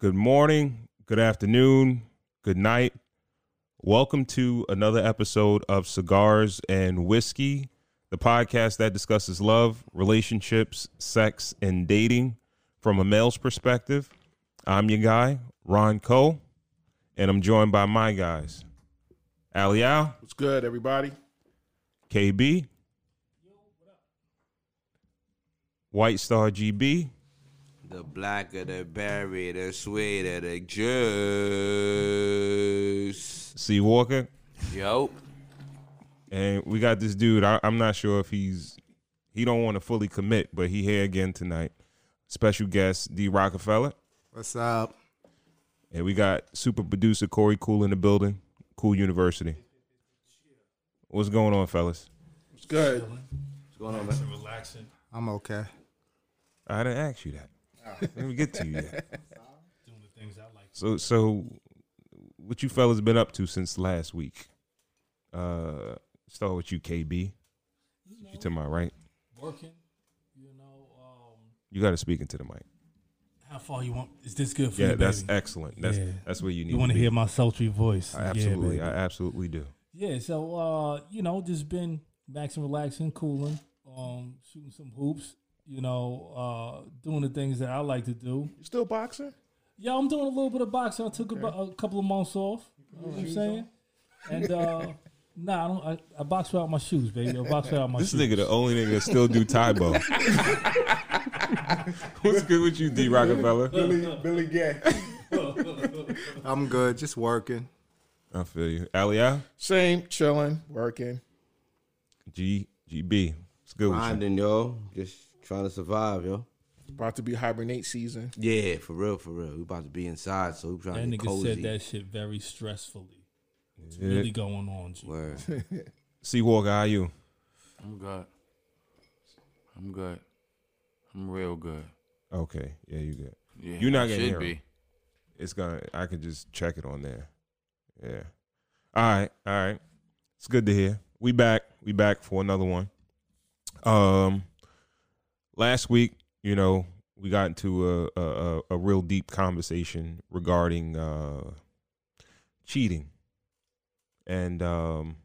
Good morning, good afternoon, good night. Welcome to another episode of Cigars and Whiskey, the podcast that discusses love, relationships, sex, and dating from a male's perspective. I'm your guy, Ron Cole, and I'm joined by my guys, Ali Al, What's good, everybody? KB, White Star GB, The blacker the berry, the sweeter the juice. C Walker, Yo. and we got this dude. I, I'm not sure if he's he don't want to fully commit, but he here again tonight. Special guest D Rockefeller, What's up? and we got super producer Corey Cool in the building, Cool University. What's going on, fellas? What's good? I'm okay. I didn't ask you that. Oh. Let me get to you. yet. So, so what you fellas been up to since last week? Uh, start with you, KB. You to my right. working. You know, um, You got to speak into the mic. how far you want? Is this good for Yeah, you, that's baby? excellent. That's Yeah. that's where you need. you want to to be. hear my sultry voice? I absolutely, Yeah, I baby. absolutely do. yeah. So, uh, you know, just been maxing, relaxing, cooling, um, shooting some hoops. You know, uh, doing the things that I like to do. You still boxing? Yeah, I'm doing a little bit of boxing. I took about a couple of months off. You know what I'm saying? And uh, nah, I don't. I, I box without my shoes, baby. I box without my This shoes. nigga, the only nigga that still do Tybo. What's good with you, D Rockefeller? Billy, Billy Gay. I'm good. Just working. I feel you, Aliyah. Same, chilling, working. G G B. What's good with you? Grinding, yo. Just trying to survive, yo. About to be hibernate season. Yeah, for real, for real. We about to be inside, so we trying That to get nigga cozy. said that shit very stressfully. It's really going on, G. Word. C Walker, how you? I'm good. I'm good. I'm real good. Okay, yeah, you good. Yeah, You're not I gonna should hear be. him. It's gonna. I can just check it on there. Yeah. All right. All right. It's good to hear. We back. We back for another one. Um, last week, you know, we got into a a, a, a real deep conversation regarding uh, cheating, and um,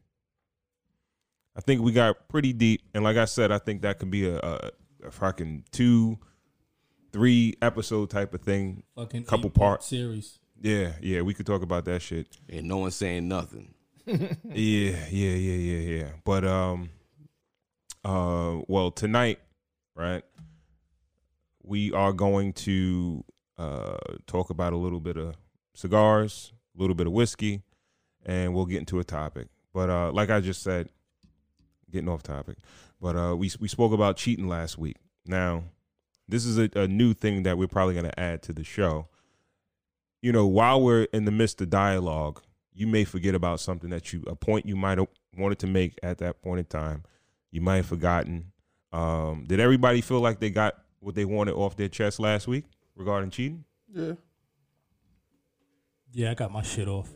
I think we got pretty deep. And like I said, I think that could be a, a, a fucking two, three episode type of thing. Fucking Couple eight-part part. series. Yeah, yeah, we could talk about that shit. And no one's saying nothing. Yeah, yeah, yeah, yeah, yeah. But um uh well tonight, right? We are going to uh talk about a little bit of cigars, a little bit of whiskey, and we'll get into a topic. But uh like I just said, getting off topic. But uh we we spoke about cheating last week. Now, this is a, a new thing that we're probably gonna add to the show. You know, while we're in the midst of dialogue, you may forget about something that you a point you might have wanted to make at that point in time. You might have forgotten. Um, did everybody feel like they got what they wanted off their chest last week regarding cheating? Yeah. Yeah, I got my shit off.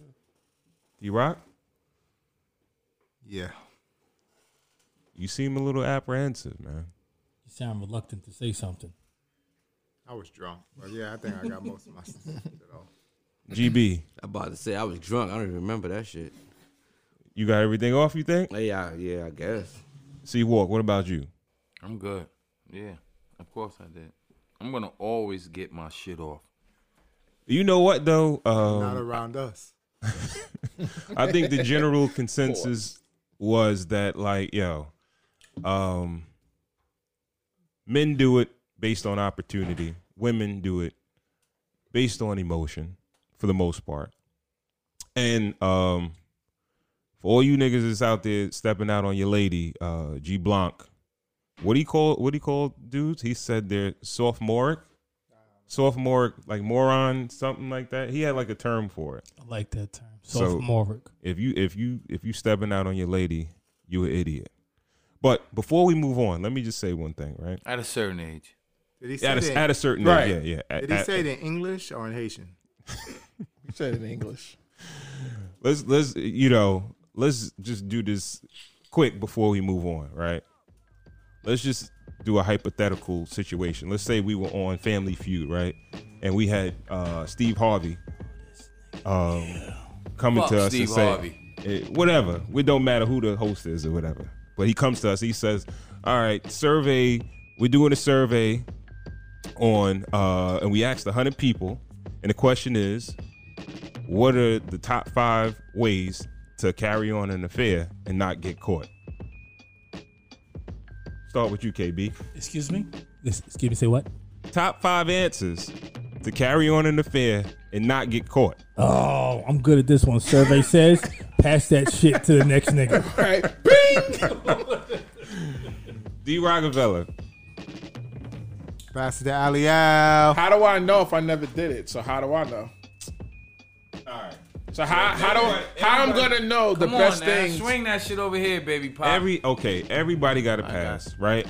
D Rock, Yeah. you seem a little apprehensive, man. You sound reluctant to say something. I was drunk. But yeah, I think I got most of my stuff off. GB, I'm about to say I was drunk. I don't even remember that shit. you got everything off. You think? Hey, I, yeah, I guess. See, walk. What about you? I'm good. Yeah, of course I did. I'm gonna always get my shit off. You know what though? Not Um, around us. I think the general consensus was that like, yo, um, men do it based on opportunity. Women do it based on emotion, for the most part. And um, for all you niggas that's out there stepping out on your lady, uh, G Blanc, what he call what he called dudes? He said they're sophomoric, sophomoric, like moron, something like that. He had like a term for it I like that term. So- Sophomoric. if you if you if you stepping out on your lady, you an idiot. But before we move on, let me just say one thing, right? At a certain age, Did he say At that? a, at a certain Right. age, yeah, yeah. did he At- say it in English or in Haitian? You said it in English. let's let's you know let's just do this quick before we move on right let's just do a hypothetical situation let's say we were on family feud right and we had uh, Steve Harvey um, coming Fuck to us Steve and say, Harvey. eh, whatever. It don't matter who the host is or whatever. But he comes to us. He says, "All right, survey. We're doing a survey on, uh, and we asked hundred people, and the question is, what are the top five ways to carry on an affair and not get caught? Start with you, KB. Excuse me. This, excuse me. Say what? Top five answers to carry on an affair and not get caught. Oh, I'm good at this one. Survey says, pass that shit to the next nigga. All right, bing. D. Rockefeller. Pass it to Alley Al. How do I know if I never did it? So how do I know? All right. So how how do how I'm gonna know the Come best on now, things? swing that shit over here, baby pop. Every okay, everybody got a pass, right?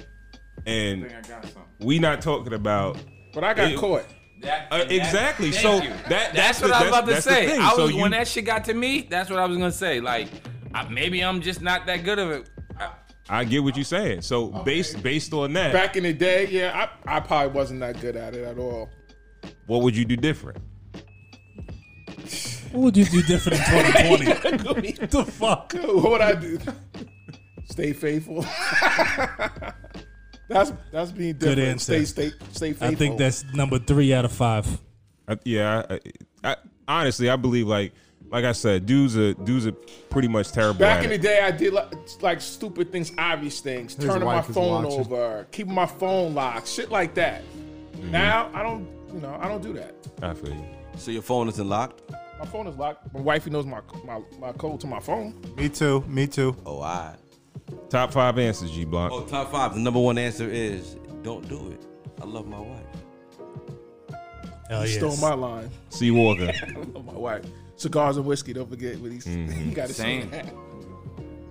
And I got something. we not talking about But I got It- caught. That- Uh, that- exactly. thank So you. that- that's what the- I was about to that's- that's the say. thing. I was, So when you- that shit got to me, that's what I was gonna say. Like, I, maybe I'm just not that good of it. I, I get what you're saying. So based based on that, Back in the day, yeah, I, I probably wasn't that good at it at all. what would you do different? What would you do different in 2020? the fuck? what would I do? Stay faithful. that's that's being different. Stay answer. stay stay faithful. I think that's number three out of five. I, yeah, I, I, honestly, I believe like like I said, dudes are dudes are pretty much terrible. Back at in the it. day, I did like, like stupid things, obvious things, turning my wife is phone watching. over, keeping my phone locked, shit like that. Now I don't, you know, I don't do that. I feel you. So your phone isn't locked? My phone is locked. My wifey knows my my, my code to my phone. Me too. Me too. Oh, I. Top five answers, G Block. Oh, top five. The number one answer is don't do it. I love my wife. Hell yes. Stole my line. C Walker. Love my wife. Cigars and whiskey. Don't forget what he's. you got to say Same. that.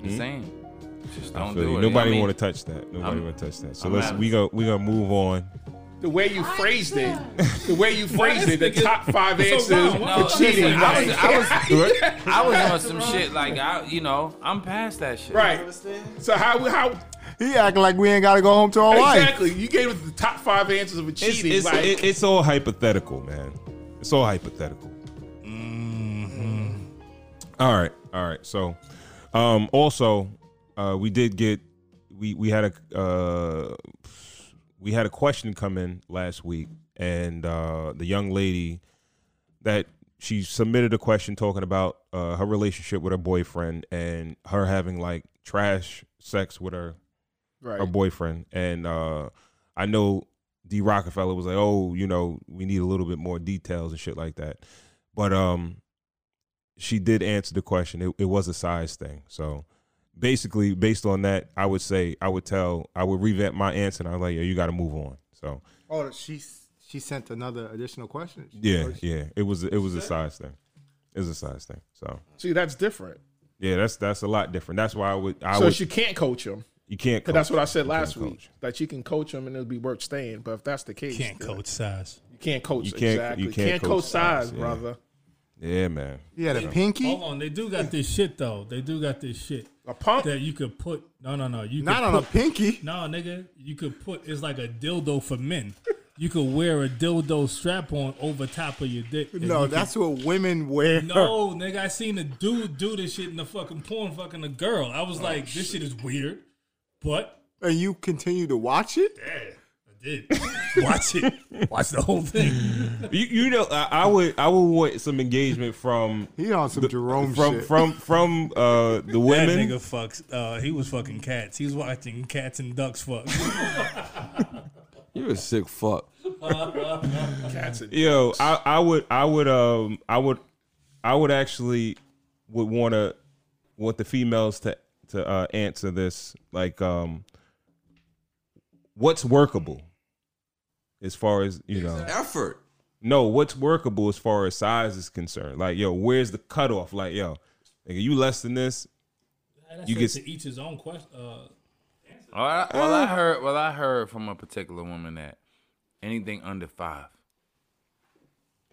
I'm saying. Just don't Hmm? I feel do you. it. Nobody I mean, want to touch that. Nobody I'm- want to touch that. So I'm let's out. we go we gonna move on. The way you phrased it, the way you phrased it, the nigga- top five answers wrong. for No, No, cheating. listen, I was, like- I was, I was on some shit like I, you know, I'm past that shit. right. So how we how He acting like we ain't gotta go home to our wife. exactly you gave us the top five answers of a It's cheating? it's, like, it- it's all hypothetical, man. It's all hypothetical. All right, all right. So, um, also, uh, we did get we we had a uh, we had a question come in last week, and uh, the young lady that she submitted a question talking about uh, her relationship with her boyfriend and her having like trash sex with her right. her boyfriend, and uh, I know D Rockefeller was like, "Oh, you know, we need a little bit more details and shit like that." But um, she did answer the question. It, it was a size thing, so basically, based on that, I would say I would tell I would revamp my answer, and I was like, "Yeah, you got to move on." So Oh, she she sent another additional question. yeah, yeah, it was it was a size thing. It was a size thing. So See, that's different. yeah, that's that's a lot different. That's why I would I so would she can't coach him. you can't Because that's coach. what I said You can't last week. coach. That you can coach him and it'll be worth staying. But if that's the case, Can't then coach size. You can't coach. You can't- exactly. you can't coach, coach size, size, yeah. brother. Yeah, man. He had a pinky. Oh Hold on, they do got this shit though. They do got this shit A pump. that you could put. No, no, no. You could Not on put, a pinky. No, nigga, you could put it's like a dildo for men. You could wear a dildo strap on over top of your dick. and No, you that's what women wear. could- no, nigga. I seen a dude do this shit in the fucking porn, fucking a girl. I was like, this shit is weird, but And you continue to watch it? I did watch it, watch the whole thing. You, you know, I, I would I would want some engagement from He on some Jerome from shit. from from uh the That women nigga fucks. Uh, he was fucking cats. He was watching cats and ducks fuck. You're a sick fuck. That's it. yo I, I would i would um i would i would actually would want to want the females to to uh answer this like um what's workable as far as you know Effort. no what's workable as far as size is concerned like yo where's the cutoff like yo nigga, you less than this You you get- get to each his own question. Uh, Well, I, well, I heard, well, I heard from a particular woman that anything under five.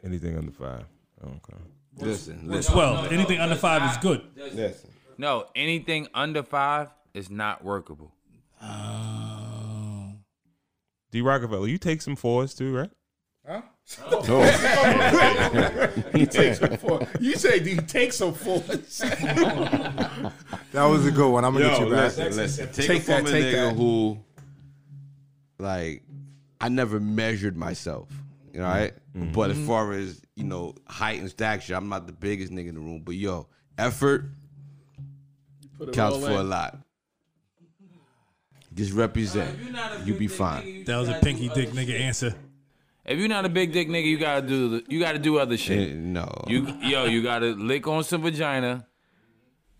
anything under five okay Listen, listen, Twelve. Anything under five is good. listen. No, anything under five is not workable. Uh, d rockefeller you take some fours too right Huh? he takes them for. You say he takes them for. That was a good one. I'm gonna get you back. listen, listen. Take, Take it that, from a take nigga that. who, like, I never measured myself. You know, right? Mm-hmm. But as far as you know, height and stature, I'm not the biggest nigga in the room. But yo, effort Put it counts all for a in. lot. Just represent. You be fine. That was a pinky uh, dick nigga answer. If you're not a big dick nigga, you gotta do the, you gotta do other shit. Eh, No, You yo, you gotta lick on some vagina.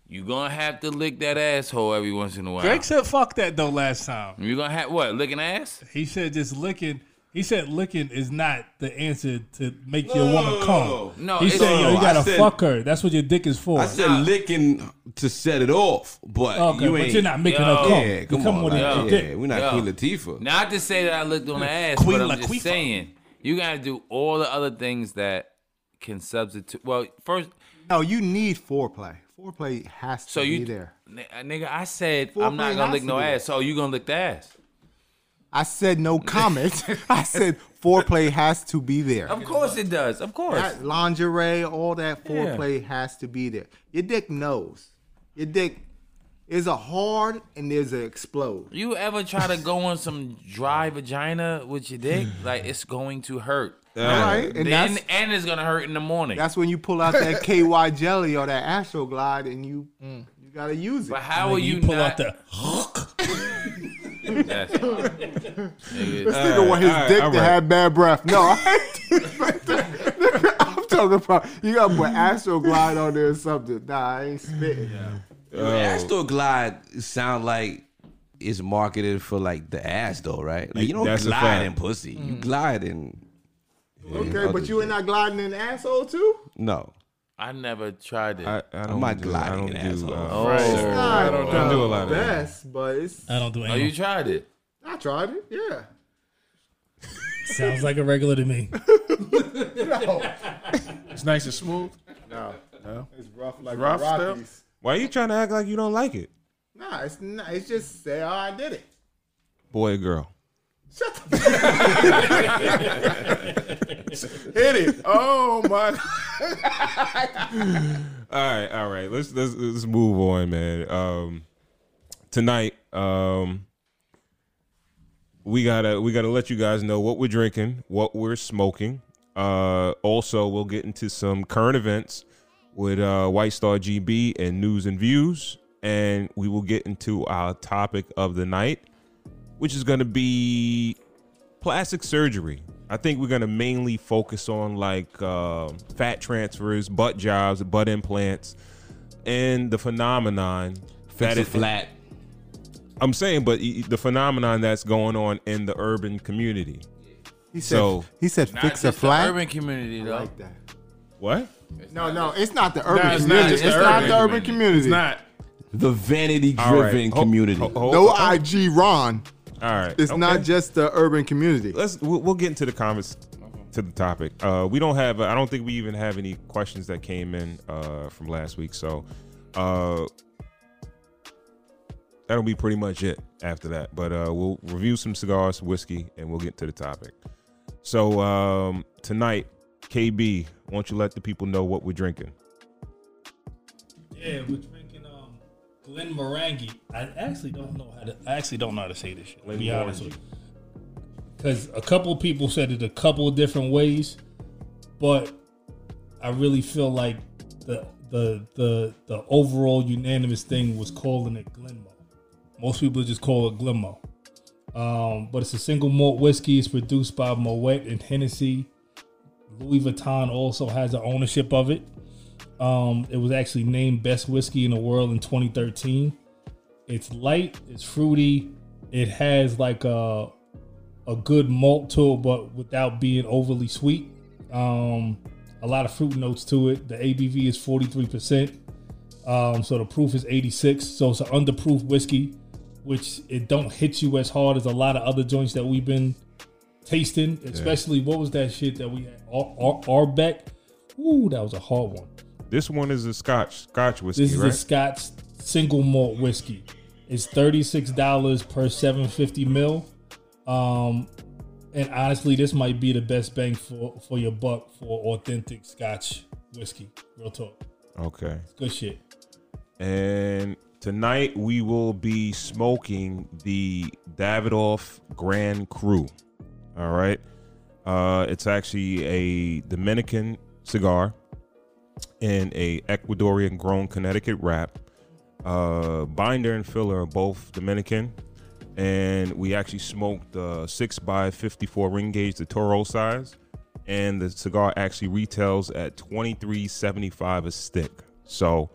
You gonna have to lick that asshole every once in a while. Drake said fuck that though last time. You gonna have what? Licking ass? He said just licking. He said licking is not the answer to make your woman come. No, He it's, said, yo, you I gotta said- fuck her. That's what your dick is for. Oh, I said licking to set it off, but okay, you ain't. but you're not making Yo. her come. Yeah, come come on, with like, a yeah, dick. we're not Yo. Queen Latifah. not to say that I licked on the ass, Queen but I'm just Latifah. saying you gotta do all the other things that can substitute. Well, first, No, you need foreplay. Foreplay has to so be you there. N- uh, nigga, I said Foreplay I'm not gonna has lick to no be. ass. So you gonna lick the ass? I said no comment. I said foreplay has to be there. Of course it does. Of course. That lingerie, all that foreplay has to be there. Your dick knows. Your dick is a hard and there's a explode. You ever try to go on some dry vagina with your dick? Like it's going to hurt. All right, and And, that's and it's gonna hurt in the morning. that's when you pull out that KY jelly or that Astro Glide and you Mm. you gotta use it. But how will you, You pull out not? the. Yes. Nigga, This nigga want his all right, dick all to right. have bad breath. No, I I'm talking about you gotta put Astro Glide on there or something. Nah, I ain't spitting. Astro Glide sound like it's marketed for like the ass though, right? Like you don't That's a glide fact. in pussy. You glide in Mm. Okay, but you ain't not gliding in the asshole too? no. I never tried it. I, I don't not do- I gliding don't an do, asshole. uh, oh, I don't, do a lot of that. best, but it's I don't do oh, you anything. tried it. I tried it. Yeah. Sounds like a regular to me. It's nice and smooth. It's rough like Rough the stuff? Rockies. Why you trying to act like you don't like it, Nah, it's not. It's just say, oh, I did it. boy or girl? Shut the fuck Hit it. Oh my. All right, all right. Let's let's let's move on, man. Um, tonight, um, we gotta we gotta let you guys know what we're drinking, what we're smoking. Uh, also, we'll get into some current events with uh, White Star GB and news and views, and we will get into our topic of the night, which is gonna be plastic surgery. I think we're gonna mainly focus on like uh, fat transfers, butt jobs, butt implants, and the phenomenon that it- flat. I'm saying, but y- y- the phenomenon that's going on in the urban community. He said. So- he said, Not fix a just the flat. urban community though. like that. What? No, no, it's not the urban. Nah, it's not community. just it's the not urban the urban community. It's not. The vanity All right. driven Ho- community. ho- ho- No, ho- IG Ron. All right. It's not Okay. just the urban community. Let's. We'll, we'll get into the comments to the topic. Uh, we don't have. I don't think we even have any questions that came in uh, from last week. So uh, that'll be pretty much it after that. But uh, we'll review some cigars, whiskey, and we'll get to the topic. So um, tonight, KB, why don't you let the people know what we're drinking? Yeah, we're drinking um, Glen Morangi. I actually don't know how to. I actually don't know how to say this shit. to be honest with you, because a couple of people said it a couple of different ways, but I really feel like the the the the overall unanimous thing was calling it Glenmo. Most people just call it Glenmo. Um, but it's a single malt whiskey. It's produced by Moet and Hennessy. Louis Vuitton also has the ownership of it. Um, it was actually named best whiskey in the world in 2013. It's light, it's fruity, it has like a a good malt to it, but without being overly sweet. Um, a lot of fruit notes to it. The ABV is 43%. Um, so the proof is 86. So it's an underproof whiskey, which it don't hit you as hard as a lot of other joints that we've been tasting. Especially what was that shit that we had? Ar- Ar- Arbeck. Ooh, that was a hard one. This one is a Scotch Scotch whiskey, This is a right? Scotch single malt whiskey. It's thirty six dollars per seven fifty mil. Um, And honestly, this might be the best bang for, for your buck for authentic Scotch whiskey. Real talk. Okay. Good shit. And tonight we will be smoking the Davidoff Grand Cru. All right. Uh, it's actually a Dominican cigar and a Ecuadorian grown Connecticut wrap. Uh, binder and filler are both Dominican. And we actually smoked uh, the 6x54 ring gauge, the Toro size. And the cigar actually retails at 23.75 a stick. So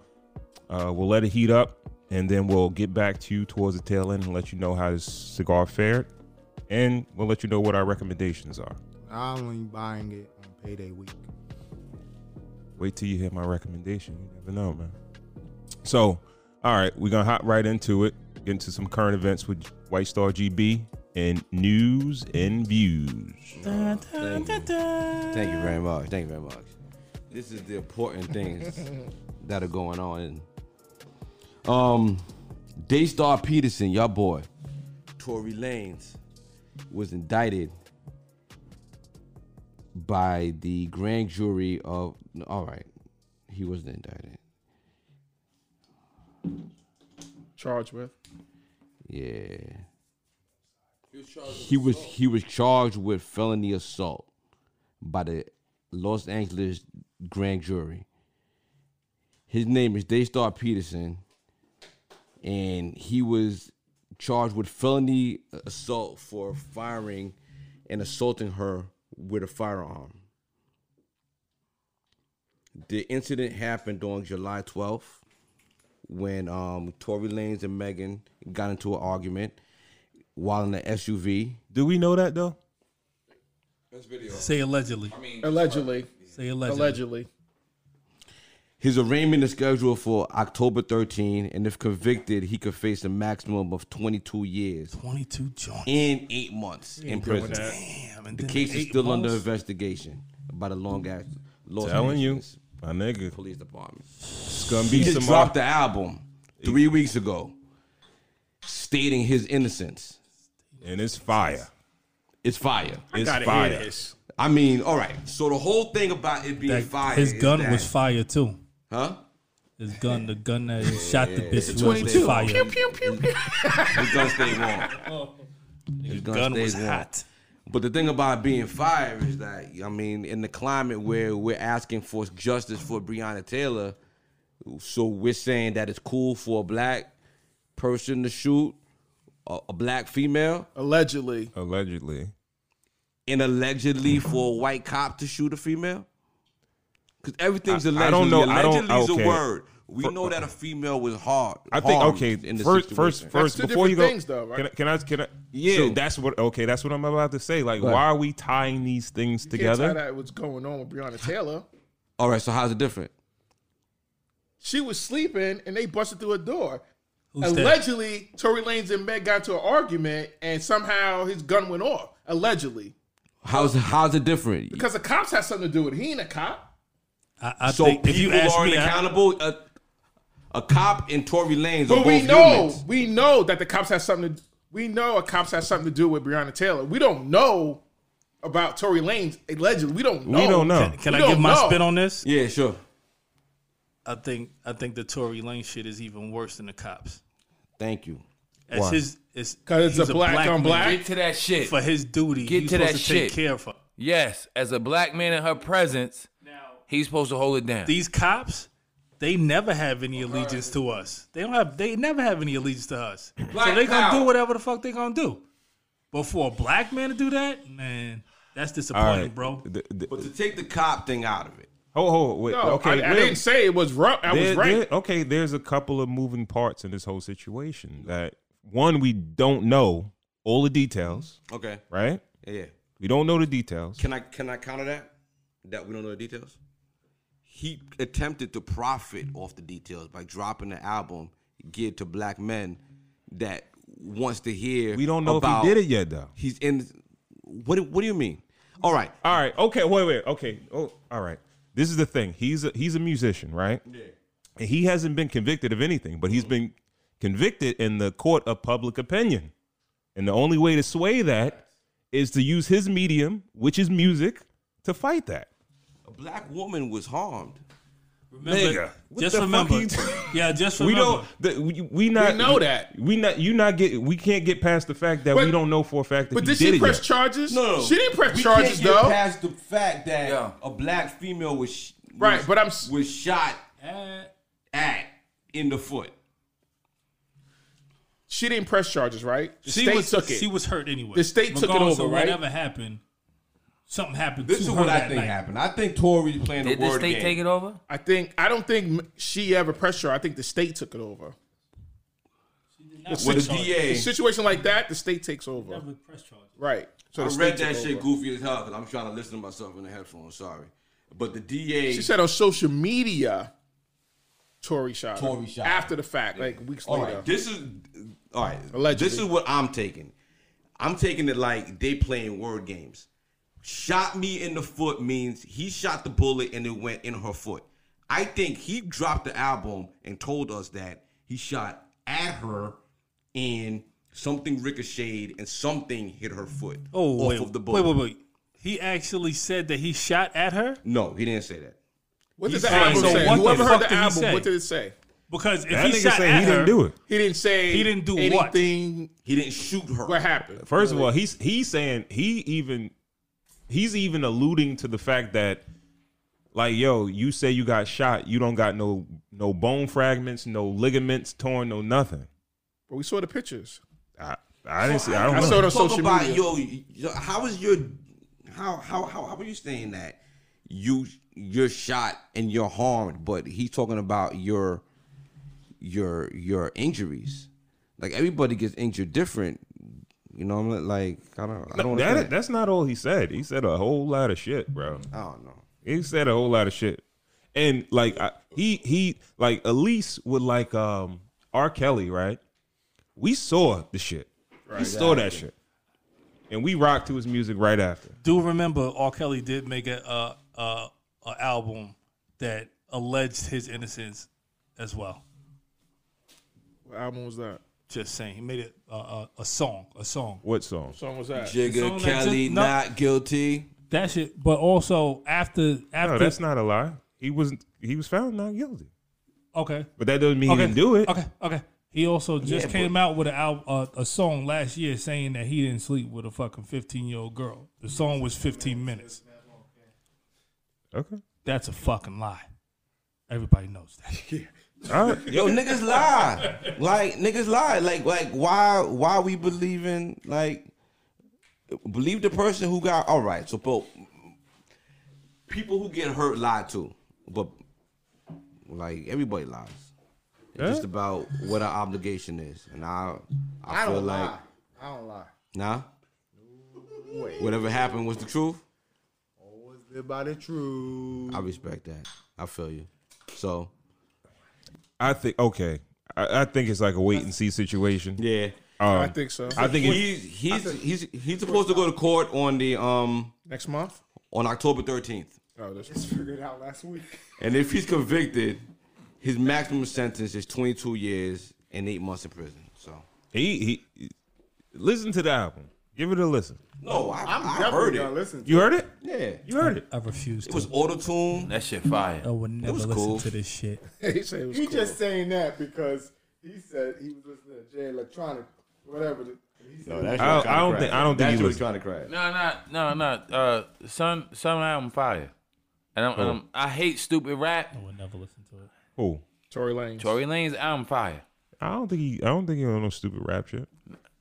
uh, we'll let it heat up, and then we'll get back to you towards the tail end and let you know how this cigar fared, and we'll let you know what our recommendations are. I'm only buying it on payday week. Wait till you hear my recommendation. You never know, man. So, all right, we're gonna hop right into it. Get into some current events with White Star GB and news and views. Thank you. Thank you very much. Thank you very much. This is the important things that are going on. Um, Daystar Peterson, y'all boy, Tory Lanez was indicted by the grand jury of. no, All right, he wasn't indicted. Charged with. Yeah. He was he was charged with felony assault by the Los Angeles grand jury. His name is Daystar Peterson, and he was charged with felony assault for firing and assaulting her with a firearm. The incident happened on July 12th when um, Tory Lanez and Megan got into an argument while in the SUV. Do we know that though? Say allegedly. Allegedly. Say allegedly. Allegedly. His arraignment is scheduled for October 13, and if convicted, he could face a maximum of 22 years 22 joints. and eight months in prison. Damn. And The then case is eight still under months? investigation by the long ass Los Telling you, Angeles my nigga, Police Department. it's gonna He be just some. dropped the album three weeks ago, stating his innocence. and it's fire. It's fire. It's Gotta hear fire. this. I mean, all right. So the whole thing about it being That- fire. his is gun that- was fire too. huh? His gun, the gun that he shot the bitch with was 22. fire. His gun stayed warm. His gun, Oh. Gun stayed was warm. hot. But the thing about being fired is that I mean, in the climate where we're asking for justice for Breonna Taylor, so we're saying that it's cool for a black person to shoot a, a black female, Allegedly. Allegedly, and allegedly for a white cop to shoot a female. Because everything's I- allegedly. I don't know- I don't- Allegedly is okay. a word. We For- know that a female was hard. I think harmed okay. in the First, situation. first, first, That's two before you go, different things, though, right? can, I, can I? Can I? Yeah. So that's what. Okay, that's what I'm about to say. Like, Right. why are we tying these things Can't tell together? that what's going on with Breonna Taylor. All right. So how's it different? She was sleeping and they busted through her door. Who's that? allegedly, Tory Lanez and Meg got into an argument and somehow his gun went off. Allegedly. How's how's it different? Because the cops had something to do with it. He ain't a cop. I, I So think people if you ask aren't me, I- accountable. A, a cop and Tory Lanez are But both we know, humans. we know that the cops have something to we know a cops have something to do with Breonna Taylor. We don't know about Tory Lanez allegedly. We don't know. We don't know. can We I give don't my know. spin on this? Yeah, sure. I think I think the Tory Lane shit is even worse than the cops. Thank you. As Why? his, it's 'Cause it's he's a black on man. black? Get to that shit. for his duty. Get he's to supposed that to shit. take care of her. Yes, as a black man in her presence, he's supposed to hold it down. These cops, they never have any allegiance to us. They don't have. They never have any allegiance to us. so they gonna do whatever the fuck they gonna do. But for a black man to do that, man, that's disappointing, bro. The- the- But to take the cop thing out of it, Hold, hold, wait. No, okay, I, I wait. didn't say it was wrong. I There- was right. there- okay, there's a couple of moving parts in this whole situation. That one, we don't know all the details, okay, right? yeah. We don't know the details. Can I can I counter that? That we don't know the details. He attempted to profit off the details by dropping the album geared to black men that wants to hear. We don't know about, if he did it yet, though. He's in. What do- What do you mean? All right. All right. Okay. Wait. Wait. Okay. Oh. All right. This is the thing. He's a he's a musician, right? Yeah. And he hasn't been convicted of anything, but he's been convicted in the court of public opinion, and the only way to sway that is is to use his medium, which is music, to fight that. A black woman was harmed. Nigga, what just the fuck remember. you doing? yeah, just We remember. don't. The, we, we not. We know that. We not. You not get. We can't get past the fact that But- we don't know for a fact that But he did did she it press yet. charges? No, no, she didn't press we charges can't get though. Past the fact that Yeah. a black female was sh- Right, was- but I'm s- was shot Eh, at in the foot. She didn't press charges, right? The she state was took it. She was hurt anyway. The state took it Regardless over, of right? Whatever happened, something happened. This to is her what I that think night. happened. I think Tory's playing Did the the word state game. take it over? I think I don't think m- she ever pressed her. I think the state took it over. Not With press the charges. A DA, situation like that, the state takes over. Never press charges. Right. So I the state read took that shit over. goofy as hell because I'm trying to listen to myself in the headphones. Sorry, but the DA She said on social media, Tory shot. her. Tory shot her. after the fact, like weeks All later. right, this is all right. Allegedly. This is what I'm taking. I'm taking it like they playing word games. Shot me in the foot means he shot the bullet and it went in her foot. I think he dropped the album and told us that he shot at her and something ricocheted and something hit her foot Oh, off wait, of the wait, bullet. wait, wait. He actually said that he shot at her No, he didn't say that. What did He's the saying- album so say? what the Whoever heard fuck the did he album, say? what did it say? because if That he nigga shot saying at he her, didn't do it. He didn't say He didn't do what? anything. He didn't shoot her. What happened? First of all, he's he's saying he even he's even alluding to the fact that like yo, you say you got shot, you don't got no no bone fragments, no ligaments torn, no nothing. But we saw the pictures. I, I didn't see. I don't I know. saw it on Talk social about, media. Yo, yo, how is your how how how how are you saying that you you're shot and you're harmed, but he's talking about your your your injuries. Like everybody gets injured different. You know, I'm not- like I don't I don't that, understand. that's not all he said. He said a whole lot of shit, bro. I don't know. He said a whole lot of shit, and like I, he he like Elise with like um R. Kelly, right? We saw the shit. we saw that shit, and we rocked to his music right after. do remember R. Kelly did make a uh, uh, a album that alleged his innocence as well. What album was that? Just saying, he made it uh, uh, a song, a song. What song? What song was that? Jigga Someone that Kelly just- no. not guilty. That shit, but also after after No, that's not a lie. He was he was found not guilty, okay, but that doesn't mean okay, he didn't do it. Okay, okay. He also just came out with a, al- uh, a song last year saying that he didn't sleep with a fucking fifteen year old girl. The song was fifteen minutes. Okay. That's a fucking lie. Everybody knows that. All right. Yo, niggas lie. Like niggas lie. Like like why why we believing like believe the person who got all right. So but people who get hurt lie too. But like everybody lies. It's Yeah. just about what our obligation is. And I I, I feel don't like lie. I don't lie. nah. Whatever happened was the truth. Always live by the truth. I respect that. I feel you. So I think okay. I, I think it's like a wait and see situation. yeah. Um, I think so. I think it's He's he's he's he's supposed to go to court on the um Next month. on October thirteenth. Oh, that's figured out last week. And if he's convicted, his maximum sentence is 22 years and eight months in prison. So he he. Listen to the album. Give it a listen. no, I, I'm I definitely heard gonna it. listen. To You heard it. Yeah, You heard it. I refuse it to. was auto tune. That shit fire. I would never was listen cool. to this shit. he said it was he cool. just saying that because he said he was listening to Jay Electronic, whatever. the- He said, I, I don't think I don't think he was. trying to crash. No, not no, not uh, some some album fire, and I'm, and I'm- i hate stupid rap. I would never listen to it. Who? Tory Lanez. Tory Lane's album fire. I don't think he. I don't think he on no stupid rap shit.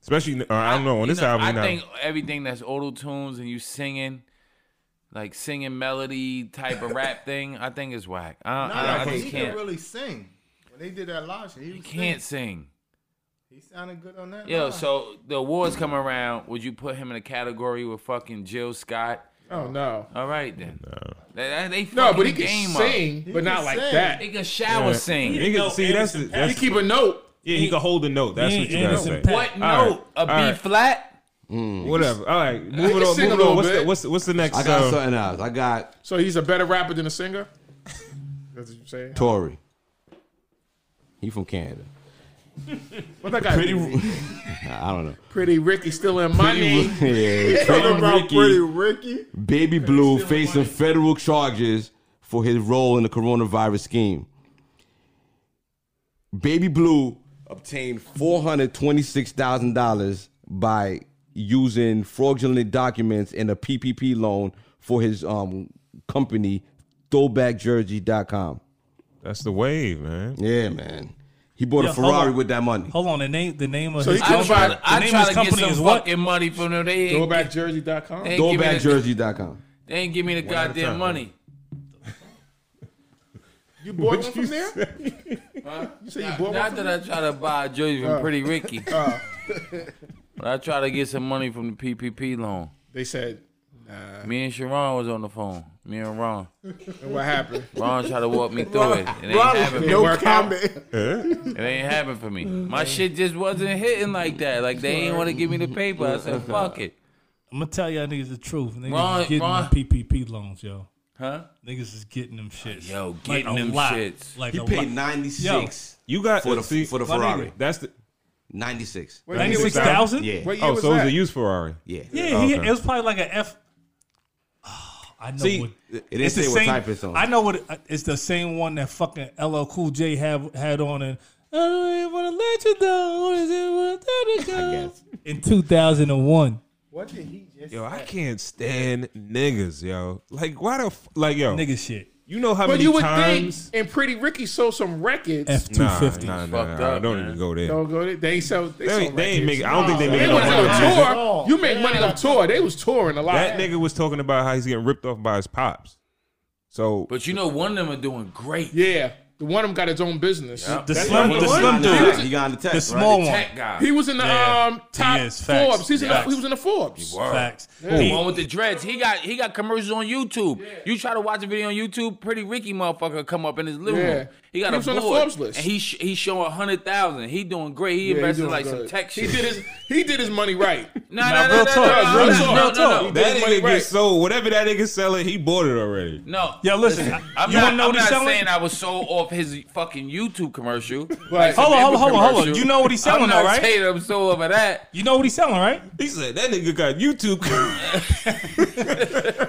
Especially, uh, I don't know on You this know, album. I now. think everything that's auto tunes and you singing, like singing melody type of rap thing, I think is whack. I, nah, I, I he just can can't. really sing. When they did that live, show, he, you was can't sing. Singing. He sounded good on that. Yo, live. so the awards come around. Would you put him in a category with fucking Jill Scott? Oh no. All right then. They, they No, but he can fucking game sing, He but not can like sing. that. Up. He can shower sing. He can- see, that's the, He that's keep a note. yeah. He can hold a note. That's he what you ain't gotta Anderson say. Paak. What All note? right. A B All right. flat? Whatever. All right, can moving on. sing a Moving little on. What's the, bit. what's the, what's the next? I got uh, something else. I got So he's a better rapper than a singer. That's what you're saying. Tory. He from Canada. What that guy? Pretty, I don't know. pretty Ricky still in my name. yeah, Talking about Pretty Pretty Ricky, Ricky. Baby Blue facing federal charges for his role in the coronavirus scheme. Baby Blue obtained four hundred twenty-six thousand dollars by using fraudulent documents and a PPP loan for his um company, ThrowbackJersey.com. That's the wave, man. Yeah, man. He bought Yo, a hold Ferrari on. with that money. Hold on, the name the name of So his he comes company, back- the I name try of to his get company some is what? fucking money from them. They ain't, Throwbackjersey.com. they ain't give me the, ThrowbackJersey.com. They ain't give me the goddamn money. You bought one from there? You said you bought one Not from that I try to buy a jersey Uh. from Pretty Ricky, but I try to get some money from the PPP loan. They said, nah. Me and Sharon was on the phone. Me and Ron. And what happened? Ron tried to walk me through it. It ain't Ron- happen. It No work out? comment. It ain't happen for me. My shit just wasn't hitting like that. Like they ain't want to give me the paper. I said, "Fuck it." I'm gonna tell y'all niggas the truth. Niggas Ron- is getting Ron- them PPP loans, yo. Huh? Niggas is getting them shits. Yo, Like getting a them lot. shits. Like He a paid lot. ninety Yo. six You got for the see, for the My Ferrari. nigga. That's the Ninety six. What year was Ninety-six that? thousand. Yeah. What year oh, was so it was that? a used Ferrari. Yeah. Yeah, he, Okay. it was probably like an F. Oh, I know See, what. it didn't the say what type it's on. I know what. uh, It's the same one that fucking LL Cool J have had on and. I don't even want to let you down. What is it? What did it go? guess. In 2001. What did he just Yo, I can't stand niggas, yo. Like, why the f- like, yo? Nigga shit. You know how But many you would times? think, and Pretty Ricky sold some records. F nah, 250. nah, nah, Fucked nah, up, Don't man. even go there. Don't go there. They ain't sell. They, They, sold ain't- they ain't records. make. I don't think they make They enough went money. off music. on tour. You make money on tour. They was touring a lot. That nigga was talking about how he's getting ripped off by his pops. So But you know, one of them are doing great. Yeah, the one of them got his own business. Yep. The That's slim, He the got slim on the dude. tech. He got on the tech. The small one. Tech guy. He was in the Yeah. um, top He is. Facts. Forbes. He's in the, Facts. he was in the Forbes. Word. Facts. The He- one with the dreads. He got he got commercials on YouTube. You try to watch a video on YouTube, pretty Ricky motherfucker come up in his living Yeah. room. He got He a was on board, the Forbes list. and he sh- he showing hundred thousand. He doing great. He Yeah, he invested doing like some good. tech He shit. did his he did his money right. No, Nah, no, no, real no, talk, no, real no, talk. no, no, no. He did that his nigga money right. gets sold. Whatever that nigga selling, he bought it already. No. Yo, listen. I'm you not, want to know I'm what he's not selling? saying I was sold off his fucking YouTube commercial. Right. Hold on, hold on, hold on, hold on. commercial. You know what he's I'm selling, not though, right? saying I'm sold over that. You know what he's selling, right? He said that nigga got YouTube.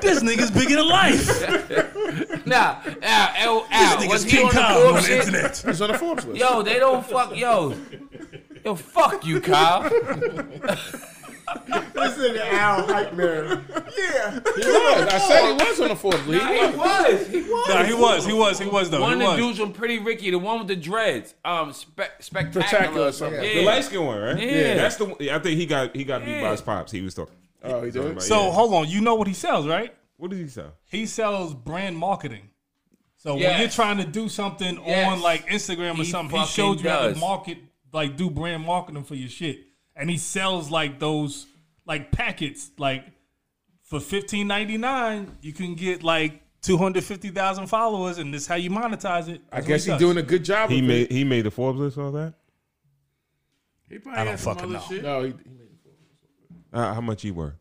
This nigga's bigger than life. Nah, Al, Al, Al. Nigga's Was he King on the Kong on the Forbes shit? internet. He's on the Forbes list. Yo, they don't fuck. Yo, yo, fuck you, Kyle. Listen to Al hype man. Yeah. He was. I said he was on the Forbes list. He was. was. He was. Nah, he was, he was, he was though. One he of the was. dudes from Pretty Ricky, the one with the dreads, um, spe- spectacular, Spectacular, or something. yeah. Yeah. The light skin one, right? Yeah. that's the. one- I think he got he got beat Yeah. by his pops. He was talking. Oh, he did. about- so yeah. hold on, you know what he sells, right? what did he sell? He sells brand marketing. So Yes. when you're trying to do something Yes. on like Instagram or He something, he fucking showed you how to does. market, like do brand marketing for your shit, and he sells like those like packets, like for fifteen ninety nine, you can get like two hundred fifty thousand followers, and this is how you monetize it. I guess he's doing a good job. He of made it. he made the Forbes list all that. He probably don't had some fucking other know. shit. No, he, he made Uh, how much he worth?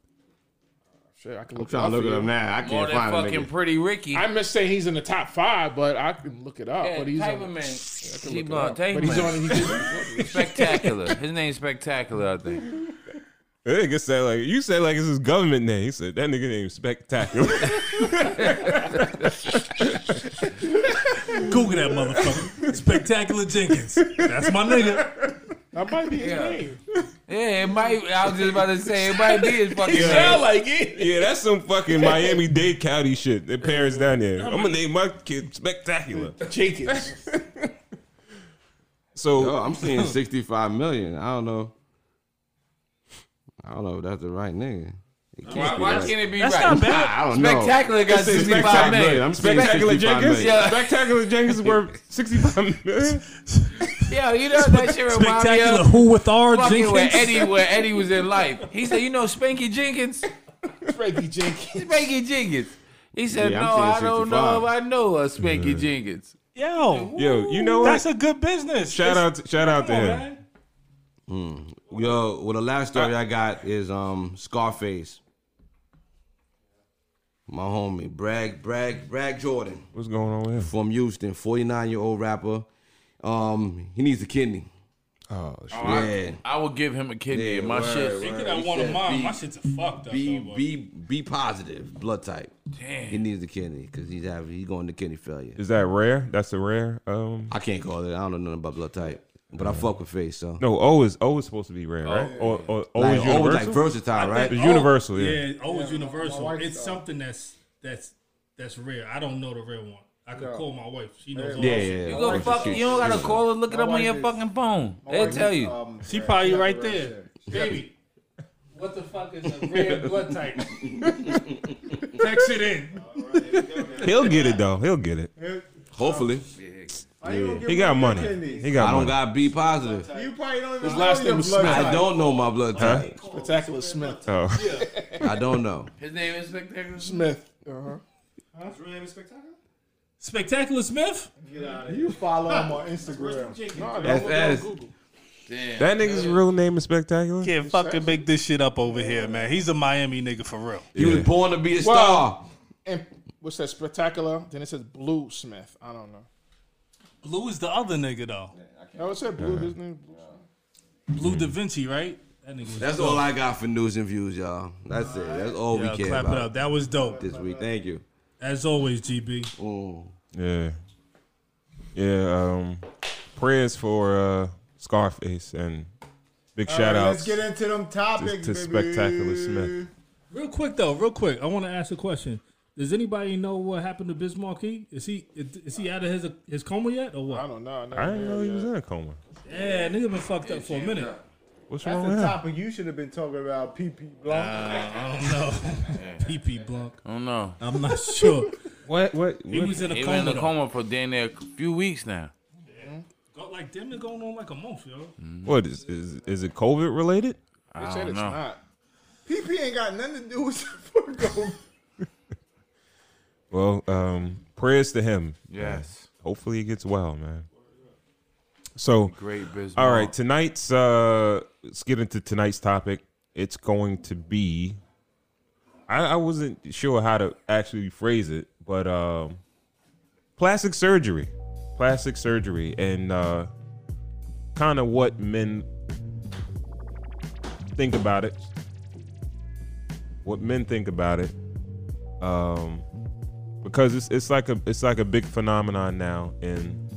shit. I can I'm look, trying to look for at you. him now. I More can't than find fucking him. Pretty Ricky. I must say he's in the top five, but I can look it up. yeah, but he's type on, him in. He look it blonde. up. Type But him he's in. on. He did the Forbes list. Spectacular. His name's Spectacular, I think. That nigga said like you said like it's his government name. He said that nigga name spectacular. Google that motherfucker. Spectacular Jenkins. That's my nigga. That might be his name. Yeah, it might. I was just about to say it might be his fucking Sound name. like it. yeah, that's some fucking Miami Dade County shit. Their parents down there. I'm gonna name my kid spectacular. Jenkins. So Yo, I'm seeing 65 million. I don't know. I don't know if that's the right nigga. It can't Why, be why right. can't it be That's right? not bad. I don't Spectacular know. got It's 65 million. I'm saying Spectacular 65 Jenkins? million. Yeah. spectacular Jenkins is worth 65 million. Yo, you know that shit reminds me Spectacular of Who with R fucking Jenkins. where Eddie, where Eddie was in life. He said, "You know, Spanky Jenkins." Frankie Jenkins. Spanky Jenkins. He said, Yeah, I'm "No, I saying don't know 65. if I know a Spanky Jenkins." Yo, Yo, you know what? that's a good business. shout out to, shout out to him. Yo, well, the last story I got is um Scarface. My homie, Bragg, Bragg, Bragg Jordan What's going on with him? from Houston, 49 year old rapper. Um, he needs a kidney. Oh, shit. Yeah. I would give him a kidney. Yeah, if my word, shit's word. Thinking I He want a said mom, be- my shit's a fucked up. Be though, be be positive. Blood type. Damn. He needs a kidney because he's having he's going to kidney failure. Is that rare? That's a rare. Um, I can't call it. I don't know nothing about blood type, but I fuck with face. So no, O is O is supposed to be rare, right? Or, or O like, is always universal. like versatile, right? It's universal, yeah. Yeah, always universal. my wife It's saw it. something that's that's that's rare. I don't know the rare one. I could call my wife. She knows. all yeah, the yeah. shit. You go fuck. You don't gotta call it. Look it up on wife your is- fucking phone. They'll tell you. She probably right there, baby. What the fuck is a rare blood type? Text it in. He'll get it though. He'll get it. Hopefully, He got money. He got I don't money. got B positive. You probably don't even His know last your name was blood Smith. I type. don't know my blood type. Spectacular Smith. Oh. I don't know. His name is Spectacular. Smith. Uh-huh. Spectacular Smith. You follow him on Instagram. No, I don't. FS. Damn. That nigga's real name is Spectacular. Can't fucking make this shit up over here, man. He's a Miami nigga for real. He was born to be a star. And what's that? Spectacular. Then it says Blue Smith. I don't know. Blue is the other nigga though. No, it said Blue. His name. Blue. Blue Da Vinci, right? That nigga was That's all I got for news and views, y'all. That's it. That's all Yeah, we care clap it about up. That was dope. this week. Thank you. As always, GB. Mm. Yeah. Yeah. Um, prayers for uh, Scarface and big shout Let's outs get to, into them topics, to baby. Spectacular Smith. Real quick though, real quick, I want to ask a question. Does anybody know what happened to Bismarcky? Is he is is he out of his his coma yet I or what? don't know. I, know. I didn't know he was in a coma. Yeah, nigga been fucked up for a minute. What's That's wrong the with him? topic you should have been talking about, PP Blanc. Uh, I don't know. PP Blanc. I don't know. I'm not sure. What? What? He was in a He coma. been in a though. coma for damn near a few weeks now. Go, like damn near going on like a month, yo. Mm. What is is, is it COVID related? They said don't it's know. not. PP ain't got nothing to do with Fargo. Well, um, prayers to him. Yes. Hopefully he gets well, man. So Great business. All right, tonight's uh let's get into tonight's topic. It's going to be I, I wasn't sure how to actually phrase it, but um plastic surgery. Plastic surgery and uh kind of what men think about it. What men think about it. Um because it's it's like a it's like a big phenomenon now in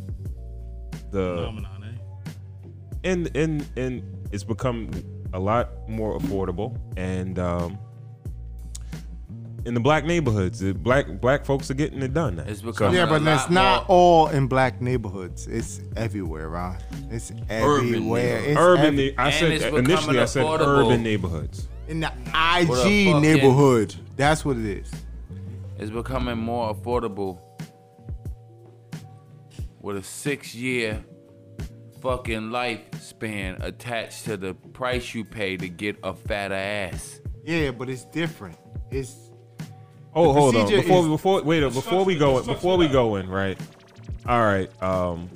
the Phenomenon, eh? and and and it's become a lot more affordable and um in the black neighborhoods the black black folks are getting it done now. It's So- becoming Yeah, a but that's lot not more- all in black neighborhoods. It's everywhere, Ron. It's everywhere. neighborhood. It's urban ev- ne- i and said it's initially becoming i said affordable. urban neighborhoods in the What the IG fuck, neighborhood. That's what it is. It's becoming more affordable with a six-year fucking lifespan attached to the price you pay to get a fatter ass. Yeah, but it's different. It's oh hold on procedure before is- before wait up, before we go in before we go in right all right um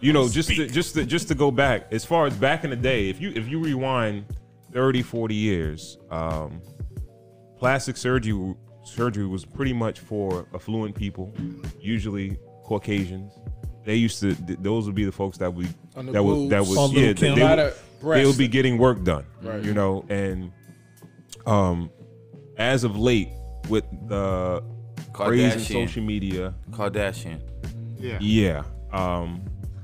you know just to, just to, just to go back as far as back in the day if you if you rewind 30 40 years um plastic surgery surgery was pretty much for affluent people, usually Caucasians. They used to; th- those would be the folks that we On the that was that boobs. was On yeah. They, Lil' Kim. they Lot would, of they breasts. would be getting work done, you know. And um, as of late, with the craze in Kardashian. social media, Kardashian. yeah. yeah. Um,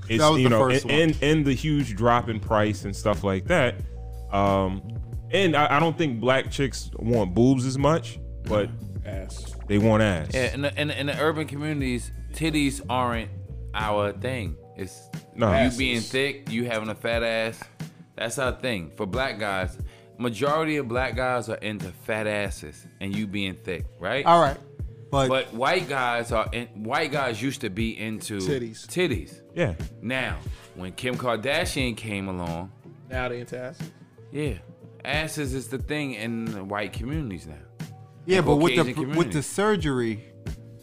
it's, That was you the know, first and, one. and and the huge drop in price and stuff like that. Um, and I, I don't think black chicks want boobs as much, but Ass. they want ass. Mm-hmm. Yeah, in the, in, the, in the urban communities, titties aren't our thing. It's No. you Asses. being thick, you having a fat ass. That's our thing for black guys. Majority of black guys are into fat asses and you being thick, right? All right. But, But white guys are in, white guys used to be into Titties. Titties. Yeah. Now, when Kim Kardashian came along, Now they into ass. yeah, asses is the thing in the white communities now. yeah, but with the Caucasian with community. the surgery,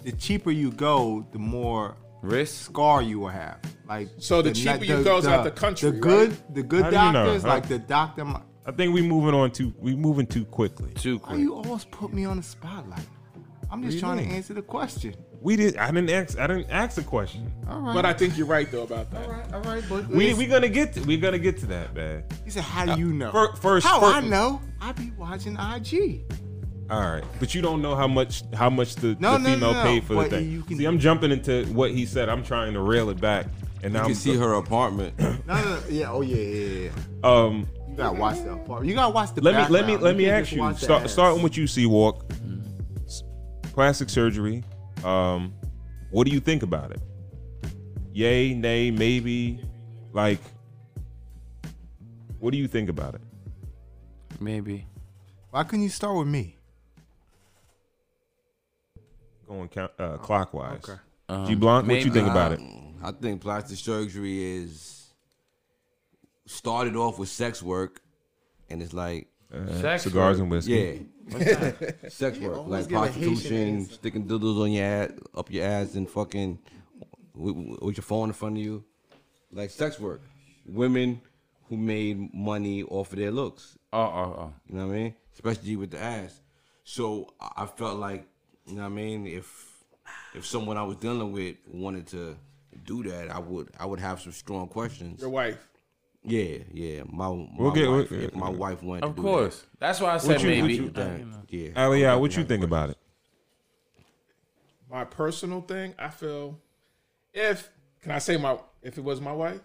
the cheaper you go, the more Wrist. scar you will have. Like So the cheaper you goes out the country, The right? good the good How do you know, doctors, huh? like the doctor my- I think we moving on too. We moving too quickly. Too Why quick. you always put me on the spotlight? I'm just you trying doing? to answer the question. We did. I didn't ask. I didn't ask a question. All right. But I think you're right though about that. all right, all right, but We we gonna get to, we gonna get to that, man. he said, "How do you know?" Fir- first, How first- I know? I be watching IG. All right, but you don't know how much how much the, the No, no, no, female no. paid for the But thing. you can- See, I'm jumping into what he said. I'm trying to reel it back, and now You I'm can see her apartment. No, no, no, yeah, oh yeah, yeah, yeah. Um, You gotta watch the apartment. You gotta watch the. let me let me background. let me can't ask just you. watch the Start, ass. starting with you, Sea Walk. Plastic surgery. Um, what do you think about it? Yay, nay, maybe. Like, what do you think about it? Maybe. Why couldn't you start with me? Going count, uh, clockwise. okay. G Blunt, what Um, you maybe. think uh, about it? I think plastic surgery is started off with sex work, and it's like Sex Cigars work. and whiskey. yeah, sex work like give a Haitian prostitution, answer. sticking dildos on your ass, up your ass, and fucking with, with your phone in front of you, like sex work. Women who made money off of their looks, Oh, oh, you know what I mean? Especially with the ass. So I I felt like, you know what I mean, if if someone I was dealing with wanted to do that, I would I would have some strong questions. Your wife. Yeah, yeah. My, my We'll get- wife, we'll- if my wife wanted oh. to Of do course. That's why I that, said I maybe. Uh, would do that. Yeah. Uh, Aliyah, what you think about it? My personal thing, I feel if can I say my if it was my wife?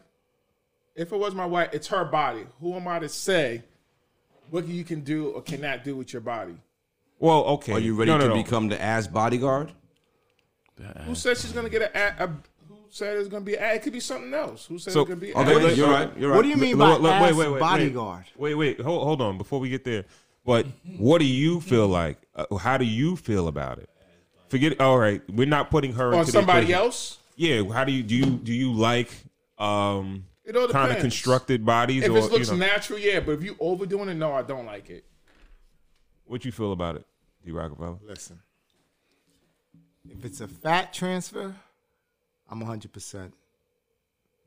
If it was my wife, it's her body. Who am I to say what you can do or cannot do with your body? Well, okay. Are you ready No, no, to no. become the ass bodyguard? Who said she's gonna get a, a, a who said it's gonna be a, it could be something else. Who said So- it's gonna be a- Okay, let- you're uh, right. You're right. What do you mean by Look, look, ass bodyguard? Wait, wait, hold, hold on before we get there. But what do you feel like? Uh, how do you feel about it? Forget. All right, we're not putting her on into the somebody equation. else? Yeah. How do you do? You do you like um It all kind of depends. constructed bodies If or it looks you know, natural, yeah, but if you overdoing it, no, I don't like it. what you feel about it? D Rockefeller. Listen, if it's a fat transfer, I'm 100%.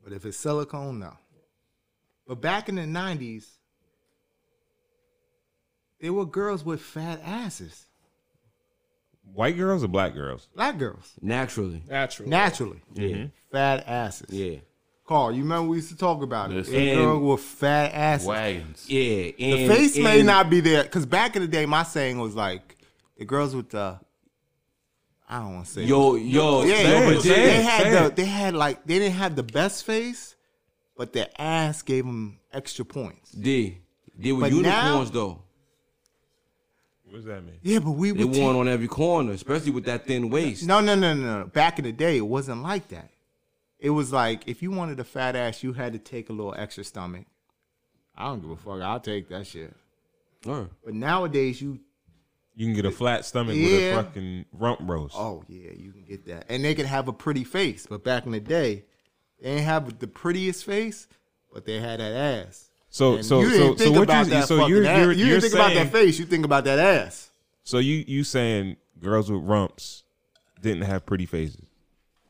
But if it's silicone, no. But back in the 90s, there were girls with fat asses, White girls or black girls? black girls, Naturally. Natural. naturally. Yeah. Fat asses. Mm-hmm. Yeah. Carl, you remember we used to talk about it. Listen. A girl with fat asses. Wagons. Yeah. The And, face may and- not be there because back in the day, my saying was like the girls with the I don't want to say Yo, yo, yeah, yo, but Oh, they, then- say it, had say the, it. they had like they didn't have the best face, but their ass gave them extra points. D. They were But now- unicorns though. What does that mean? Yeah, but we They would worn take, on every corner, especially with that thin waist. no no no no. no. Back in the day, it wasn't like that. It was like if you wanted a fat ass, you had to take a little extra stomach. I don't give a fuck. I'll take that shit. Or- But nowadays, you You can get a flat stomach Yeah. with a fucking rump roast. Oh yeah, you can get that, and they can have a pretty face. But back in the day, they didn't have the prettiest face, but they had that ass. so And so you so didn't so think what about you that so fucking you're ass. you're, you you're didn't think about saying- that face. You think about that ass. So you you saying girls with rumps didn't have pretty faces?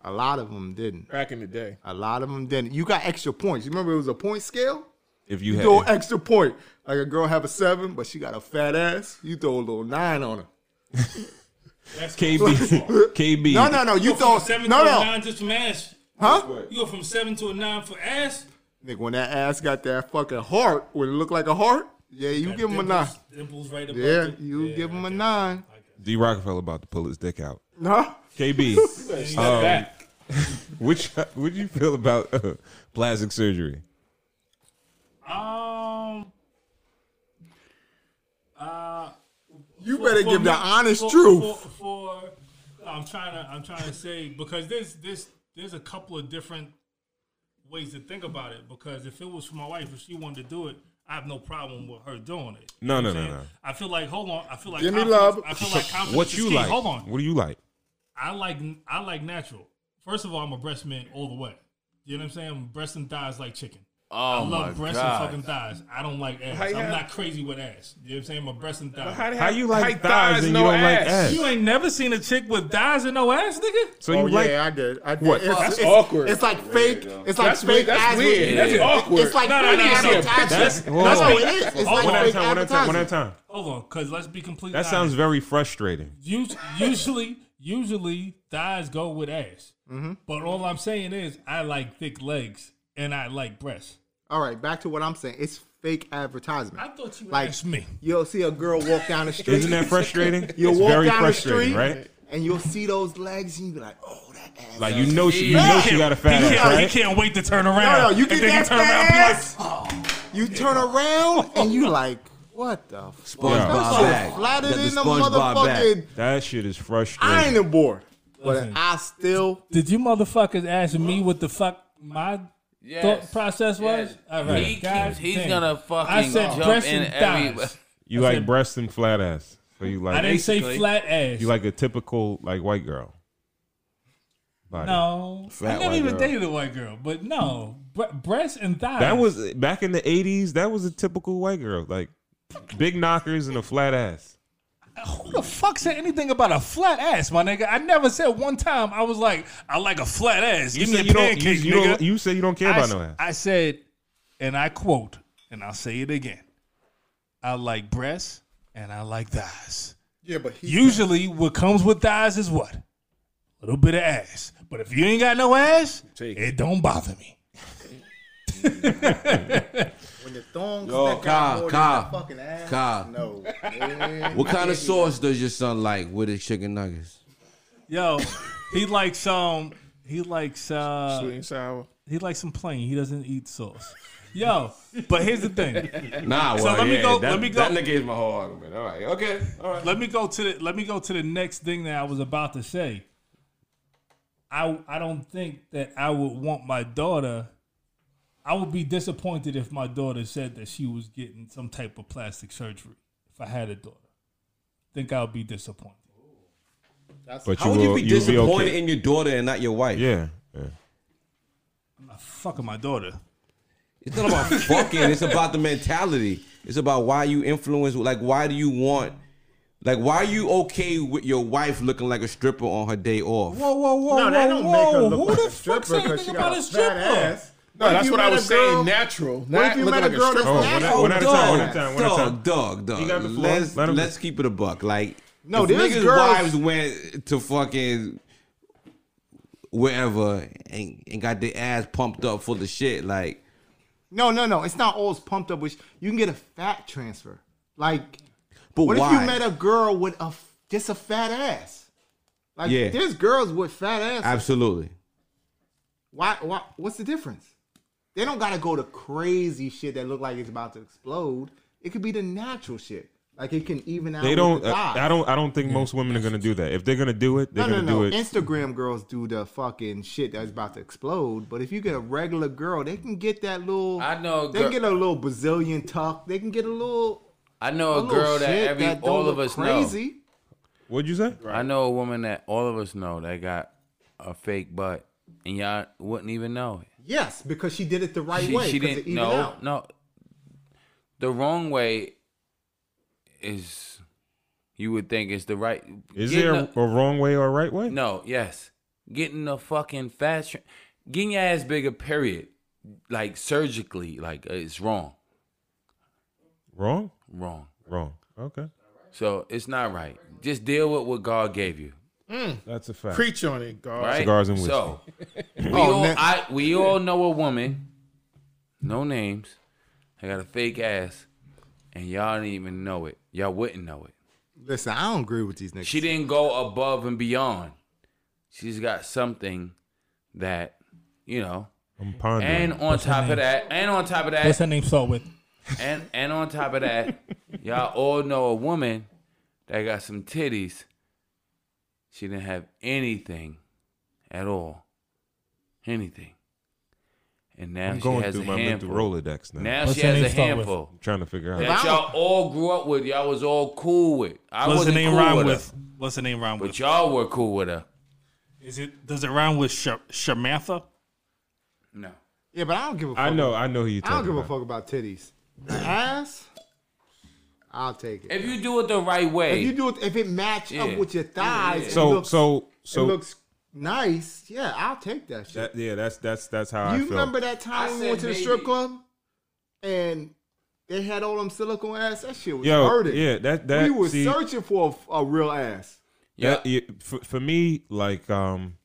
A lot of them didn't. Back in the day. A lot of them didn't. You got extra points. You remember it was a point scale. If you, You uh, had, throw an extra point. Like a girl have a seven, but she got a fat ass. You throw a little nine on her. KB, KB, No, no, no. You go throw from seven no, to a no, nine just from ass. huh? You go from seven to a nine for ass. Nigga, when that ass got that fucking heart, when it looked like a heart, yeah, you give him a nine. Dimples- Dimples right above. Yeah, it. you give him a okay. nine. D Rockefeller about to pull his dick out. Huh? KB, Step back. which what do you feel about uh, plastic surgery? Um. Uh, You for- better for give me- the honest for- truth. For, for- uh, I'm trying to I'm trying to say because there's this there's a couple of different ways to think about it because if it was for my wife if she wanted to do it I have no problem with her doing it. No, You know no, what I'm no, saying? no. I feel like hold on I feel like Give me confidence- love. I feel like confidence What is you key. like? Hold on. What do you like? I like I like natural. First of all, I'm a breast man all the way. You know what I'm saying? Breasts and thighs like chicken. I Oh, my love breasts God. and fucking thighs. I don't like ass. How you I'm have- not crazy with ass. You know what I'm saying? My breasts and thighs. they How have- you like how thighs and you no don't like ass? You ain't never seen a chick with thighs and no ass, nigga. So Oh, you like? I did. I did. What? It's, That's it's- awkward. It's like fake. It's like That's fake weird. That's ads with- weird. That's Yeah. awkward. It's like No, no, fake no, no, no. That's- advertising. whoa. That's how it is. It's like One at a fake time. One at a time. One at a advertising. time. Hold on, cause let's be completely. That sounds honest. very frustrating. Us- usually usually thighs go with ass. But all I'm saying is I like thick legs and I like breasts. All right, back to what I'm saying. It's fake advertisement. I thought you Like- asked me. You'll see a girl walk down the street. Isn't that frustrating? You'll it's walk very down the frustrating, street, right? and you'll see those legs, and you be like, "Oh, that ass." Like you know she, you know she got a fat he, ass, can't, right? he can't wait to turn around. no, no, you And get then he that turn around and be like, ass. you turn around and you like, "What the?" F-? Yeah. So back. flatter Got the than the SpongeBob back. motherfucking That shit is frustrating. I ain't a bore, but Listen. I still Did you motherfuckers ask me what the fuck my Yes. thought process was? Yes. All right, He God keeps- he's damn. gonna I fucking said jump breasts in and every- thighs. you I like said- breasts and flat ass, so you like I didn't say Basically. flat ass. you like a typical like white girl. Body. no, Fat I never white even girl. dated a white girl, but no, bre- breasts and thighs. That was back in the '80s. That was a typical white girl, like big knockers and a flat ass. who the fuck said anything about a flat ass, my nigga? I never said one time I was like, I like a flat ass. You Give said me you a don't. pancake, You, you, nigga. don't, you said you don't care I, about s- no ass. I said, and I quote, and I'll say it again. I like breasts and I like thighs. Yeah, but he Usually, what comes with thighs is what? A little bit of ass. But if you ain't got no ass, Take it. don't bother me. when the thongs Yo, stick out Kyle, more than Kyle, the fucking ass. Kyle. No, What kind of sauce does your son like with his chicken nuggets? Yo, he likes um, he likes uh, sweet and sour. he likes some plain. He doesn't eat sauce. Yo, but here's the thing. Nah, well, let me yeah, go- That, let me That go- nigga is my whole argument. All right, okay, all right. let me go to the let me go to the next thing that I was about to say. I I don't think that I would want my daughter. I would be disappointed if my daughter said that she was getting some type of plastic surgery. If I had a daughter, think I would be disappointed. But How would you will- be you'll disappointed okay. in your daughter and not your wife? Yeah. yeah. I'm not fucking my daughter. It's not about fucking. It's about the mentality. It's about why you influence. Like, why do you want? Like, why are you okay with your wife looking like a stripper on her day off? Whoa, whoa, whoa, No, that don't make her look Who like the a fuck stripper because said she got anything about a a fat stripper? ass. No, if that's you what I met a was girl- saying. Natural. What Not if you looking met a like girl stripper. that's Oh, fat? one at, one at a time. One at a time. One at a Dog, time. dog, dog. You got the floor. Let's Let him- let's keep it a buck. Like, No, if there's niggas' girls- wives went to fucking wherever and, and got their ass pumped up for the shit. Like, no, no, no. It's not always pumped up. Which you can get a fat transfer. Like, but Oh, what why? if you met a girl with a f- just a fat ass? Like, Yeah. there's girls with fat ass. Absolutely. why, why? What's the difference? They don't gotta go to crazy shit that look like it's about to explode. It could be the natural shit. Like it can even out. They with don't. The I, thighs. I don't. I don't think most women are gonna do that. If they're gonna do it, No, they're no, gonna no. do it. Instagram girls do the fucking shit that's about to explode. But if you get a regular girl, they can get that little. I know a They can girl- get a little Brazilian tuck. They can get a little. I know a, little girl that shit every that don't all of look us crazy. What'd you say? know. I know a woman that all of us know that got a fake butt, and y'all wouldn't even know it. Yes, because she did it the right way. 'cause it evened no out. no the wrong way is you would think is the right Is getting there a- a, wrong way or a right way? no yes getting a fucking fat tr- getting your ass bigger period like surgically like uh, it's wrong Wrong. wrong Wrong. Okay. so it's not right just deal with what god gave you That's a fact. Preach on it, God. right Cigars and whiskey. so we all I, we all know a woman no names i got a fake ass and y'all didn't even know it y'all wouldn't know it Listen, I don't agree with these niggas. She didn't go above and beyond. She's got something that, you know. I'm pondering. And on top of that, and on top of What's her that, name start with? and and on top of that, y'all all know a woman that got some titties. She didn't have anything at all. Anything. And now I'm she going has through a my mental handful. Rolodex now. Now What's she her has name a start with? handful. I'm trying to figure out. That y'all all grew up with. Y'all was all cool with. What's I the wasn't name cool rhyme with, her, with? What's the name rhyme but with? y'all were cool with her. Is it does it rhyme with Sh- Shamantha? No. Yeah, but I don't give a fuck. I know. I know who you. I don't give a fuck about titties. Ass, I'll take it. If you do it the right way, If you do it, if it match Yeah. up with your thighs, and So looks, so it so. looks nice. Yeah, I'll take that shit. that, yeah, that's that's that's how I you feel. remember that I time we said went to the maybe. strip club and they had all them silicone ass? That shit was Yo, hurting. yeah, that that we were see, searching for a, a real ass. That- it- for, for me, like um,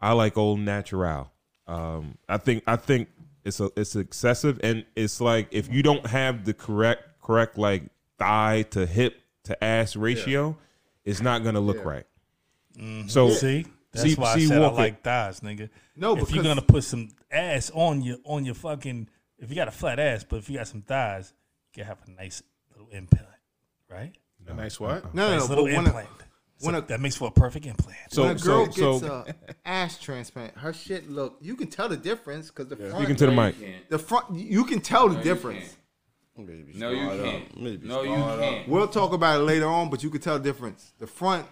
I like old natural. Um, I think I think it's a, it's excessive, and it's like if you don't have the correct correct like thigh to hip to ass ratio, it's not gonna look right. So See, that's See- why see, I said I walk it. like thighs, nigga. No, if you're because- gonna put some ass on your on your fucking, if you got a flat ass, but if you got some thighs, you can have a nice little implant, right? Nice Uh-huh. what? No, no, nice no. little but when a- implant. So when a- that makes for a perfect implant. so when a girl so, gets so uh, a ass transplant, her shit look. You can tell the difference because the front. speaking to the mic. The front. You can tell the difference. No, you can't. No, you can't. We'll talk about it later on, but you can tell the difference. The front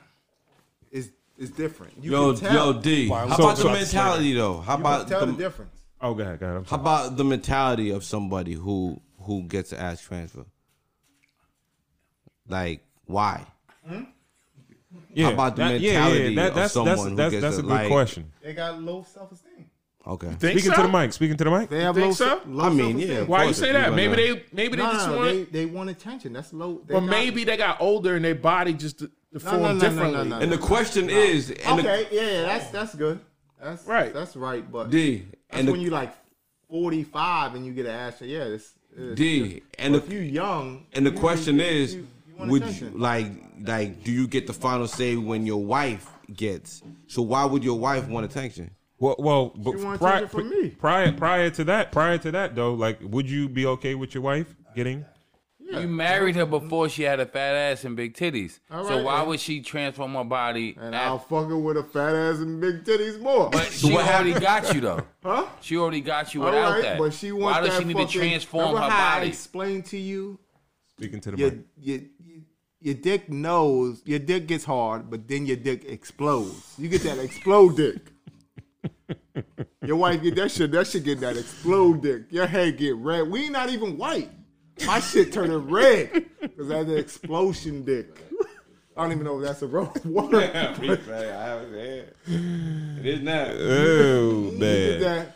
is is different. You Yo, can tell. yo, D. How so- about so- the mentality though? How you about can tell the, the, difference. Oh, go ahead, go ahead. I'm how sorry. about the mentality of somebody who who gets an ass transfer? Like why? Yeah, about the that- yeah, yeah, mentality that- of that's, someone that's, who that's, gets that's a a good like- question. They got low self esteem. Okay. Think Speaking to so? the mic. Speaking to the mic. They have Think low. so? se- low I mean, self-esteem. yeah. of Why you course, say if that? gonna- uh, Maybe they maybe they No, just no, want. they, they want attention. That's low. they or got- maybe they got older and their body just de- no, deformed no, no, no, differently. no, no. And the question is, and the- okay, yeah, yeah, that's that's good. That's Right. That's right. But Oh. D, that's and the- when you like forty five and you get an ass. Yeah, this. it's- D, and if the you young, and the you- question you- is, you- you want would you attention. like like do you get the final say when your wife gets? So why would your wife want attention? Well, well, but wanna prior, change it for me. prior prior to that, prior to that though, like, would you be okay with your wife getting? You married her before she had a fat ass and big titties. so why would she transform her body? and after- I'll fuck her with a fat ass and big titties more. But she already got you though. Huh? She already got you All without right, that. but she wants Why does that she need fucking, to transform remember her how I body? explained to you, Speaking to the your, mic. your your your dick knows your dick gets hard, but then your dick explodes. You get that explode dick. Your wife get that shit. That shit get that explode dick. Your head get red. We not even white. My shit turning red because that's an explosion dick. I don't even know if that's a real word. Oh Get man, that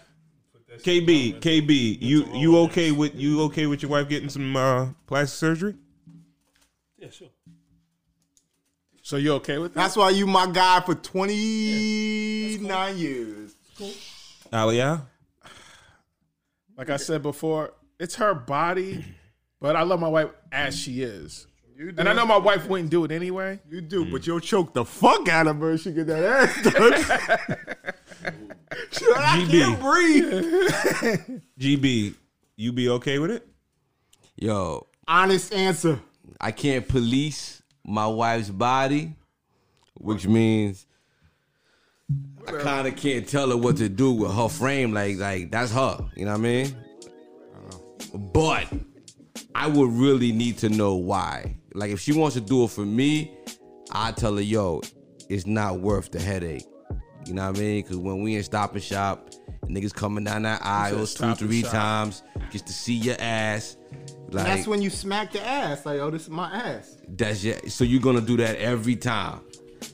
KB, KB, you you okay with you okay with your wife getting some uh, plastic surgery? Yeah, sure. So you okay with that? That's why you my guy for 29 years. Aliyah, Like I said before, it's her body, but I love my wife as she is. And I know my wife wouldn't do it anyway. You do, but you'll choke the fuck out of her if she get that ass done. She like, I can't breathe. GB, you be okay with it? Yo, Honest answer. I can't police my wife's body, which means I kind of can't tell her what to do with her frame. Like, like that's her. You know what I mean? But I would really need to know why. Like, if she wants to do it for me, I tell her, yo, it's not worth the headache. You know what I mean? Because when we in Stop and Shop, niggas coming down that aisle two, three times, gets to see your ass. Like, That's when you smack the ass. Like, oh, this is my ass. that's your, so you're gonna do that every time.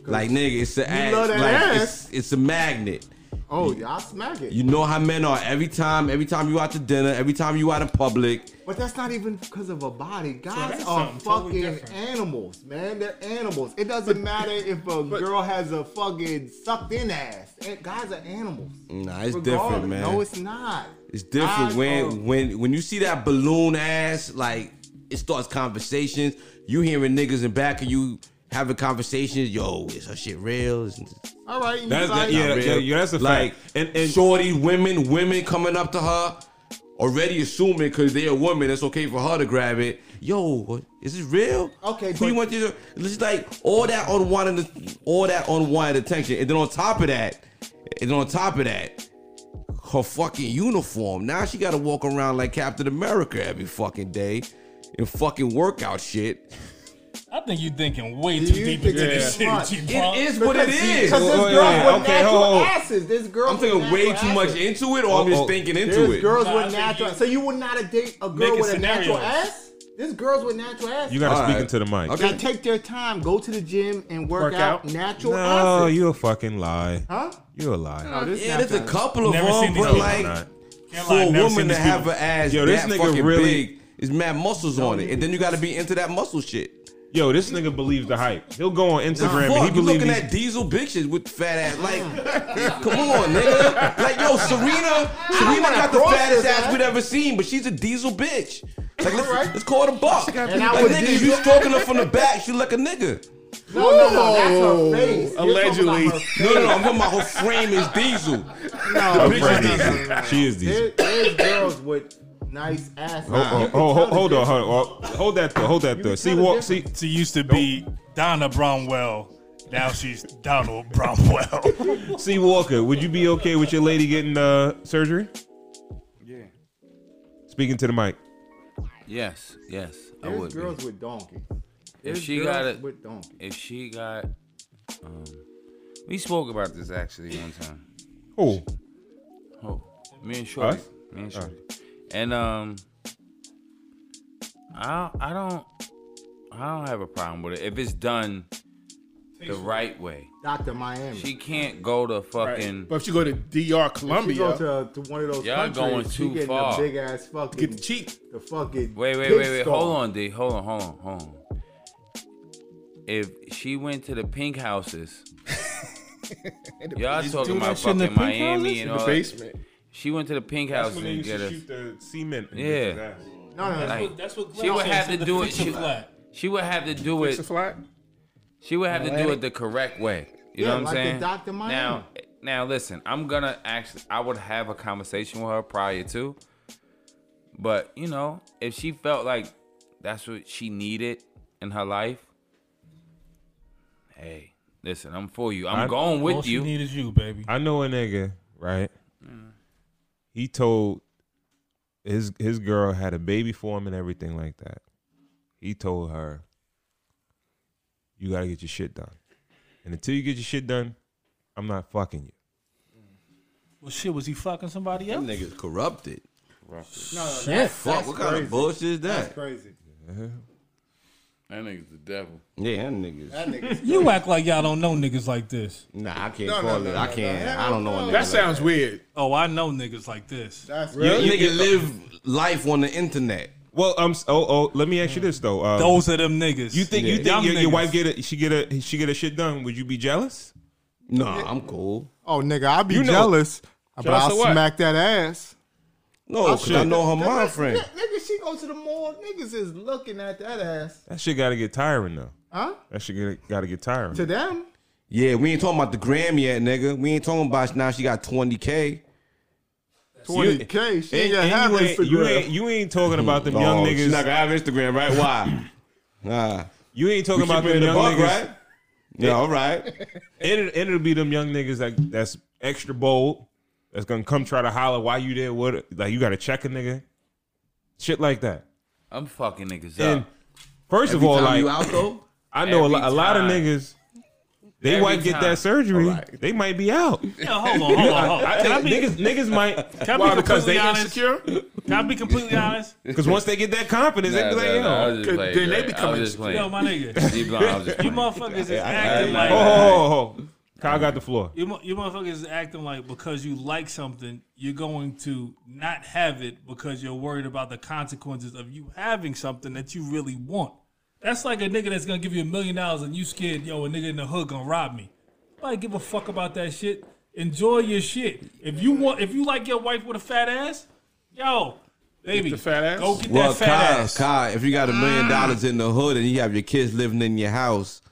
Like nigga, it's an ass. love that like, ass. It's, it's a magnet. Oh, yeah, I smack it. You know how men are. Every time, every time you out to dinner, every time you out in public, But that's not even because of a body. Guys that's are something totally fucking different. animals, man. They're animals. It doesn't matter if a girl has a fucking sucked in ass. Eh, Guys are animals. nah, it's Regardless- different, man. No, it's not. It's different Guys when are- when when you see that balloon ass, like it starts conversations. You hearing niggas in back of you having conversations. Yo, is her shit real? Is- All right. and you That's like- that, yeah, yeah, yeah, that's a like fact. and, and shorty women, women coming up to her, already assuming because they're a woman, it's okay for her to grab it. Yo, what- is this real? Okay, who you but- want you to? It's like all that unwanted, all that unwanted attention, and then on top of that, and then on top of that, her fucking uniform. Now she got to walk around like Captain America every fucking day. In fucking workout shit. I think you're thinking way Do too you deep think into it this is shit. smart? G-Punk. It is what it is. Because Oh, yeah, there's girls yeah, with okay, natural hold on. asses. There's girls. I'm thinking with way natural too much asses. into it, or I'm just Uh-oh. thinking into There's it. girls Nah, I with think natural. you- So you would not date a girl Making with a natural scenarios. ass. There's girls with natural ass. You gotta All speak right. into the mic. Okay. that take their time, go to the gym and work, Work out, out. natural No, asses. you a fucking lie. Huh? You a lie. this Yeah, there's a couple of Never seen them, these but people. like, Not. for a Caroline, never seen woman to these have people. an ass Yo, this that nigga fucking really- big is mad muscles on it, and then you got to be into that muscle shit. Yo, this nigga believes the hype. He'll go on Instagram and he Fuck, you believes looking these at diesel bitches with fat ass. Like, come on, nigga. Like, yo, Serena, Serena got the fattest ass we've ever seen, but she's a diesel bitch. Like, let's, let's call it a buck. Like, I was nigga, diesel- you stroking her from the back, she like a nigga. No, no, no, that's her face. Allegedly. No, no, no, I'm talking about her frame is diesel. No, Big friends. no, no, She is these. there, there's girls with nice asses. Oh, oh, oh, ho- hold on, hold on, Oh, hold that thought, hold that thought. See, walk, see, She used to be Donna Bromwell. Now she's Donald Bromwell. see, Walker. Would you be okay with your lady getting uh, surgery? Yeah. Speaking to the mic. Yes, yes, I There's would. be. girls with donkeys. If There's she girls got it, with donkeys. if she got, um, we spoke about this actually one time. Oh, Oh, me and Shorty. Us? Me and Shorty. And um, I I don't I don't have a problem with it if it's done the right way. Dr. Miami. She can't go to fucking. But if you go to DR She Colombia, go to, to one of those Y'all countries, going she too getting far. the big ass fucking get the cheek. the fucking Wait, wait, pig wait, wait. star. Hold on, D. Hold on, hold on, hold on. If she went to the pink houses, y'all talking about shit in the pink fucking Miami houses? and In the all that. basement. She went to the pink houses and get a. the cement. Yeah. bitches' ass. No, no, no. Like, That's what she would have to do it. She, flat. she would have to do it. It's a flat. She would have to do it the correct way. You Yeah, know what I'm like the saying? Dr. Miami. Now, now listen. I'm gonna actually. I would have a conversation with her prior to. But you know, if she felt like that's what she needed in her life, hey, listen. I'm for you. I'm I- going with All she you. need is you, baby. I know a nigga, right? He told his his girl had a baby for him and everything like that. He told her, "You gotta get your shit done, and until you get your shit done, I'm not fucking you." Well, shit, was he fucking somebody That else? nigga's corrupted. Shit. Fuck, what kind of bullshit is that? Crazy. That nigga's the devil. Yeah, that nigga's. That nigga's You act like y'all don't know niggas like this. Nah, I can't call it. I can't. I don't know. a nigga That like sounds weird. Oh, I know niggas like this. That's You, really. you can live life on the internet. Well, um, s- oh, oh, let me ask you this though. Um, Those are them niggas. you think you Them think your, your niggas. wife get a she get a she get a shit done? Would you be jealous? Nah, I'm cool. Oh nigga, I'll be You know- jealous. But Jealous I'll of what? smack that ass. No, 'cause I shit. know her mom friend. Nigga, she go to the mall. Niggas is looking at that ass. That shit gotta get tiring though. Huh? That shit get, gotta get tiring. To them. Yeah, we ain't talking about the gram yet, nigga. We ain't talking about now she got 20K. 20K. She ain't And- gonna and have you, ain't, you ain't Instagram. you ain't talking about them young Oh, She niggas. not gonna have Instagram, right? Why? Nah. You ain't talking Keep about it them in the young buck, niggas. right? Yeah, all right. It, it'll be them young niggas that that's extra bold. That's gonna come try to holler why you there. What like you gotta check a nigga, shit like that. I'm fucking niggas And up. first of all, Time like you out though? I know a, every lo- a lot of time. niggas. They Every might get time. that surgery. Alright. They might be out. Yeah, hold on, hold on, hold on. I Can I think be, niggas, niggas might can I Why? be Because completely they honest? insecure? Can I be completely honest? because once they get that confidence, they Nah, be like, nah, yo, nah, I was just Cause playing, then they Dre. I become was just playing. Yo, my nigga, D Blunt, I was just you playing. motherfuckers is acting oh, like oh, oh, oh. Kyle got the floor. you, mo- you motherfuckers is acting like because you like something, you're going to not have it because you're worried about the consequences of you having something that you really want. That's like a nigga that's gonna give you a million dollars and you scared, yo, a nigga in the hood gonna rob me. Nobody give a fuck about that shit. Enjoy your shit. If you want, if you like your wife with a fat ass, yo, baby, the fat ass? go get Well, that fat Kyle, ass. Kyle, if you got a million dollars in the hood and you have your kids living in your house,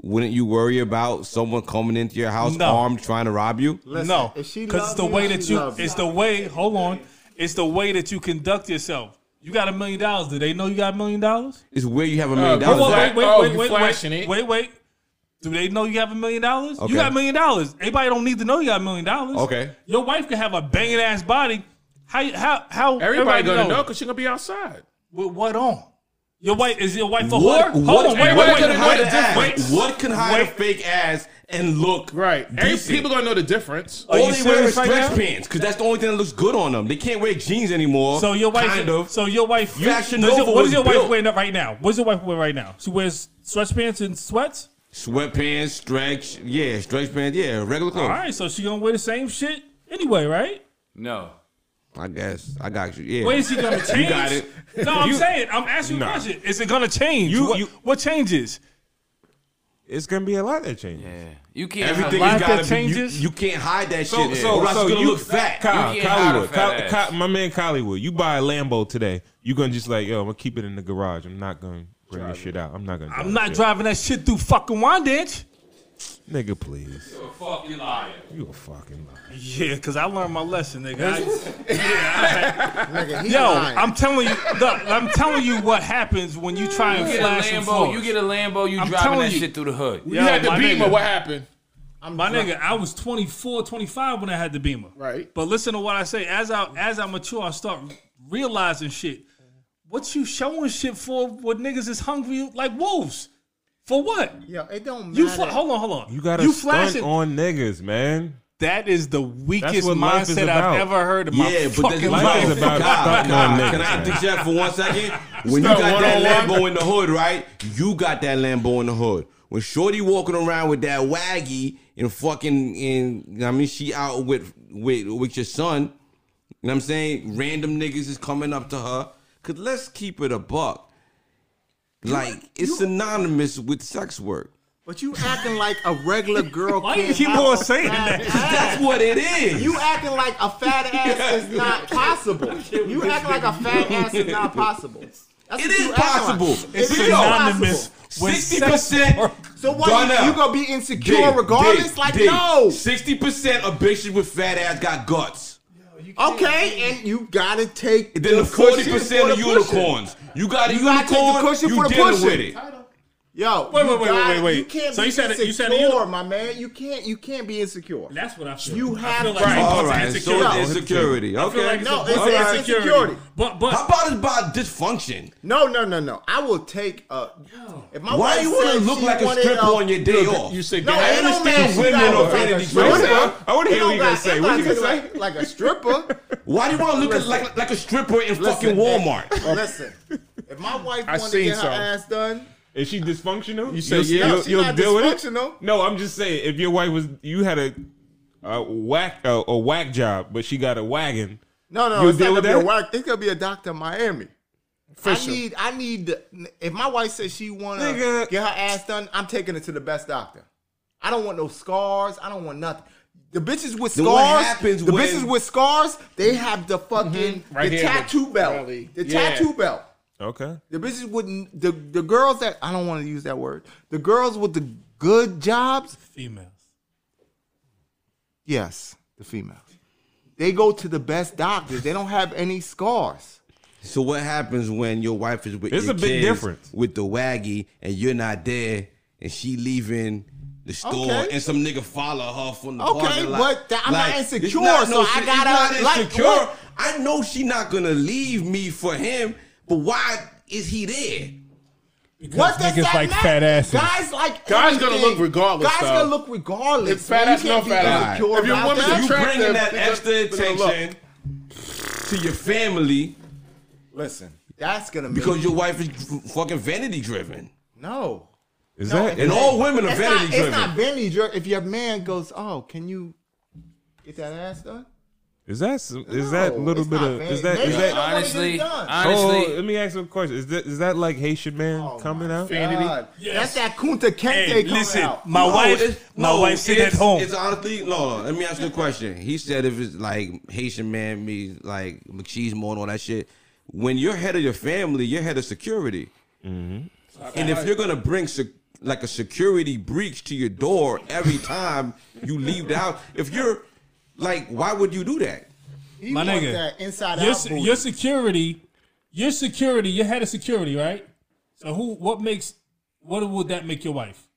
wouldn't you worry about someone coming into your house No. armed trying to rob you? no, if she because love it's the you, way she that you. love you. It's the way. Hold on. It's the way that you conduct yourself. You got a million dollars. Do they know you got a million dollars? It's where you have a million Uh, Hold dollars. on, at. Flash- Wait, wait, oh, wait, you wait, flashing wait, it. wait, wait. Do they know you have a million dollars? Okay. You got a million dollars. Everybody don't need to know you got a million dollars. Okay. Your wife can have a banging ass body. How how how Everybody gonna know it? because she gonna be outside. with what on? Your wife is your wife a What, whore? Hold what, on, wait, what wait, wait, can hide wait, an ass? wait. What can hide a Wait. fake ass and look Right. Uh, Every, decent? people gonna know the difference. Are All you they wear is serious right stretch now? pants because that's the only thing that looks good on them. They can't wear jeans anymore. So your wife, kind of. so your wife, you, does Fashion your, Nova what was is your built. wife wearing right now? What is your wife wearing right now? She wears sweatpants and sweats. Sweatpants, stretch, yeah, stretch pants, yeah, regular clothes. All right, so she gonna wear the same shit anyway, right? No, I guess I got you. Yeah. When is he gonna change? got it. No, I'm You- saying, I'm asking Nah. you a question. Is it gonna change? You- what, you- what changes? It's gonna be a lot that changes. Yeah. You can't Everything have has Life got that to be. You, changes? you can't hide that So, shit. so, or else so it's gonna you look fat. Kyle, You can't hide a Collywood, fat Ky- ass. Ky- my man Collywood. You buy a Lambo today, you gonna just like, yo, I'm gonna keep it in the garage. I'm not gonna bring this shit out. I'm not gonna. I'm drive not this driving that shit through fucking Wandage. shit. nigga. Please, a fucking liar. you a fucking liar. Yeah, because I learned my lesson, nigga. I- Nigga, he yo, lying. I'm telling you, look, I'm telling you what happens when you try and You get flash a some Lambo, flaws. you get a Lambo, you I'm driving telling that you. shit through the hood. you had the my Beamer. nigga. What happened? My nigga, I was 24, 25 when I had the Beamer. Right. But listen to what I say. As I as I mature, I start realizing shit. What you showing shit for? What niggas is hungry like wolves? For what? Yo, it don't matter. You fla- hold on, hold on. You gotta you stunt flashing. on niggas, man. That is the weakest what life is mindset about. I've ever heard in my Yeah, but that's fucking life life. is Kyle, about Kyle, stunting Kyle, on Can I niggas, interject for one second? When you got that Lambo in the hood, right? You got that Lambo in the hood. When Shorty walking around with that waggy and fucking, and I mean, she out with with with your son. You know what I'm saying? Random niggas is coming up to her. Cause let's keep it a buck. Like it's synonymous with sex work. but you acting like a regular girl. Why can't you keep have on a saying fat that? ass. That's what it is. You acting like a fat ass is not possible. You acting like a fat ass is not possible. That's It what is you acting possible. Like. It's It is synonymous. possible. When Sixty sex percent. work- So what? You, you gonna be insecure regardless? like no. Sixty percent of bitches with fat ass got guts. Okay, and you gotta take And then the cushion forty percent for of the cushion. unicorns. You got a You gotta take the unicorn. cushion you for the dealing pushing. with it. Yo, Wait, you wait, wait, gotta- wait, wait. You can't So be you said it- insecure, you said it- my man. You can't. You can't be insecure. That's what I feel. You I have feel like to- it's All an right, insecurity. so it's insecurity. I feel Okay. like it's No, a- it's, All right. it's insecurity. But How but about it's about dysfunction? No, no, no, no. I will take a. If my Why wife you want said to look she like a wanted uh, stripper a- on your day off? You said No, that. it don't matter. She women got or a- vanity it dress. don't got- I wanna hear it what you don't gonna got- say. it What you got gonna to look Like like a stripper. Why do you want to look at- like like a stripper in fucking Walmart? Listen, if my wife I wanted to seen get her some. ass done, Is she dysfunctional? You say yeah, no, she not dysfunctional. No, I'm just saying. If your wife was, you had a, a whack a, a whack job, but she got a wagon. No, no, You'll it's not deal gonna with be a that? whack. It's gonna be a doctor in Miami. Fisher. I need, I need. The, if my wife says she wanna Nigga. get her ass done, I'm taking it to the best doctor. I don't want no scars. I don't want nothing. The bitches with Then what scars, happens the when- bitches with scars, they have the fucking Right the here with tattoo belt, Riley. the Yeah. tattoo belt. Okay. The bitches with n- the the girls that I don't want to use that word. The girls with the good jobs, females. yes, the females. They go to the best doctors. They don't have any scars. So what happens when your wife is with There's your a big kids difference. with the waggy and you're not there and she leaving the store Okay. and some nigga follow her from the Okay, parking lot. but that- I'm not it's insecure, so I shit- it's gotta- not like, insecure. what? I know she not gonna leave me for him, but why is he there? What does niggas that like matter? fat asses. Guys like Guys gonna everything. look regardless, Guys though. gonna look regardless. If fat man. You ass, can't no fat be ass. insecure If your about woman's that. You Attractive, bringing that because- extra because of luck. attention to your family listen, that's gonna make because your wife is fucking vanity driven. no. Is No, that And all women are It's not, vanity it's driven. not vanity driven. If your man goes, oh, can you get that ass done? is that is that No, little it's bit not of vanity. is that Maybe is I don't that wanna get it Honestly, done. oh honestly, let me ask you a question is that is that like Haitian man coming out God, Yes. That's that Kunta Kente Hey, coming listen, out. my No, it's- wife, my no, wife sit at it's- home. It's honestly no. no, Let me ask you a question. He said if it's like Haitian man means like machismo and all that shit. When you're head of your family, you're head of security. And if you're gonna bring sec- like a security breach to your door every time you leave the house, if you're like, why would you do that? He My wants nigga, that inside your, out. booty. your security, your security, your head of security, right? So who? What makes? What would that make your wife?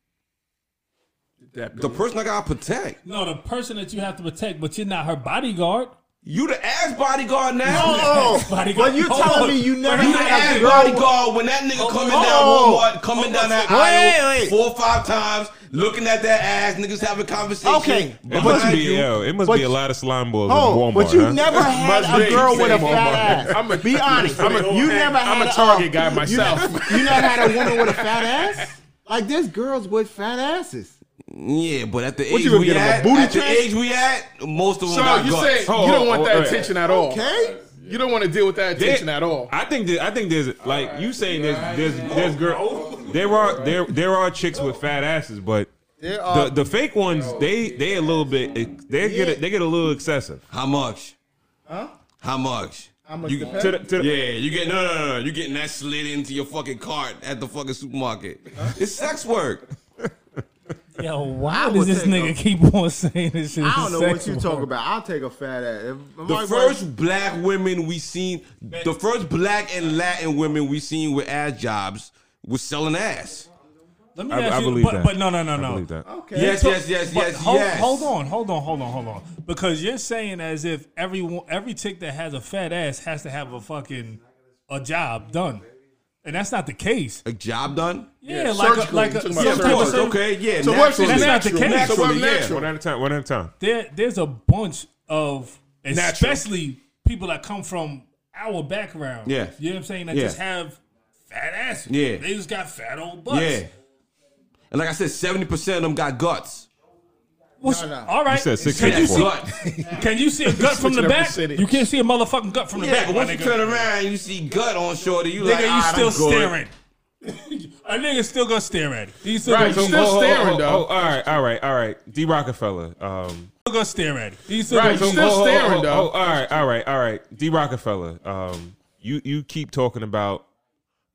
The person I gotta protect. No, the person that you have to protect, but you're not her bodyguard. You the ass bodyguard now. oh, Bodyguard. but you Hold on. telling me you never You the had ass a girl? bodyguard when that nigga coming oh. down Walmart, coming down that Wait, aisle wait. four or five times, looking at that ass, niggas having conversation. Okay, it behind must be you. yo, it must but- be a lot of slime balls Oh, in Walmart but you huh? never had Must a be. girl You with say a fat ass. I'm a- Be honest. I'm a- you never I'm had a Target guy you myself. never- You never had a woman with a fat ass? Like there's girls with fat asses. Yeah, but at the What age you gonna we get him, a at, booty at the check? age we at, most of them So got you guts. say Hold you on, don't want Oh, hold that on. attention at all. Okay. You don't want to deal with that There- attention at all. I think that, I think there's like you saying there's there's there's girl there are there there are chicks with fat asses, but There the are the fake ones they they a little bit eh, they get a, they get a little excessive. How much? Huh? How much? How much You- the To the, to the, Yeah, you get no, no, no, no. You getting that slid into your fucking cart at the fucking supermarket? It's sex work. Yo, why does would this take nigga keep on saying this shit? I don't is know sex what you work? talk about. I'll take a fat ass. If my The wife- first black women we seen, the first black and Latin women we seen with ass jobs was selling ass. Let me I, ask I you, believe but, that. but no, no, no, I no. believe that. Okay. Yes, So- yes, yes, but yes, hold, yes. Hold on, hold on, hold on, hold on. Because you're saying as if everyone, every chick that has a fat ass has to have a fucking a job done, and that's not the case. A job done? Yeah, like a, surgically, like you're talking a, some about type Yeah, of of surgery. course. surgery. Okay, yeah. So what's naturally. That's not the natural? case. So what's Naturally, yeah. One natural? at a time. One at a time. There, there's a bunch of especially people that come from our background. Yeah. you know what I'm saying. That Yeah. just have fat asses. Yeah. they just got fat old butts. Yeah. And like I said, seventy percent of them got guts. What's- All right. You said six can, you people. see, Gut. can you see a gut from the Switching up back? percentage. You can't see a motherfucking gut from the Yeah, back. but my once you nigga. turn around and you see gut on shorty, you like, Nigga, you "Alright, still I'm good." staring. a nigga still gonna stare at it. He still, Right, gonna, so- Oh, Still staring, though. Oh, all right, all right, all right. D Rockefeller. Um, still gonna stare at it. He still Right, so- gonna, Still Oh, staring, though. all right, all right, all right. D Rockefeller. Um, you you keep talking about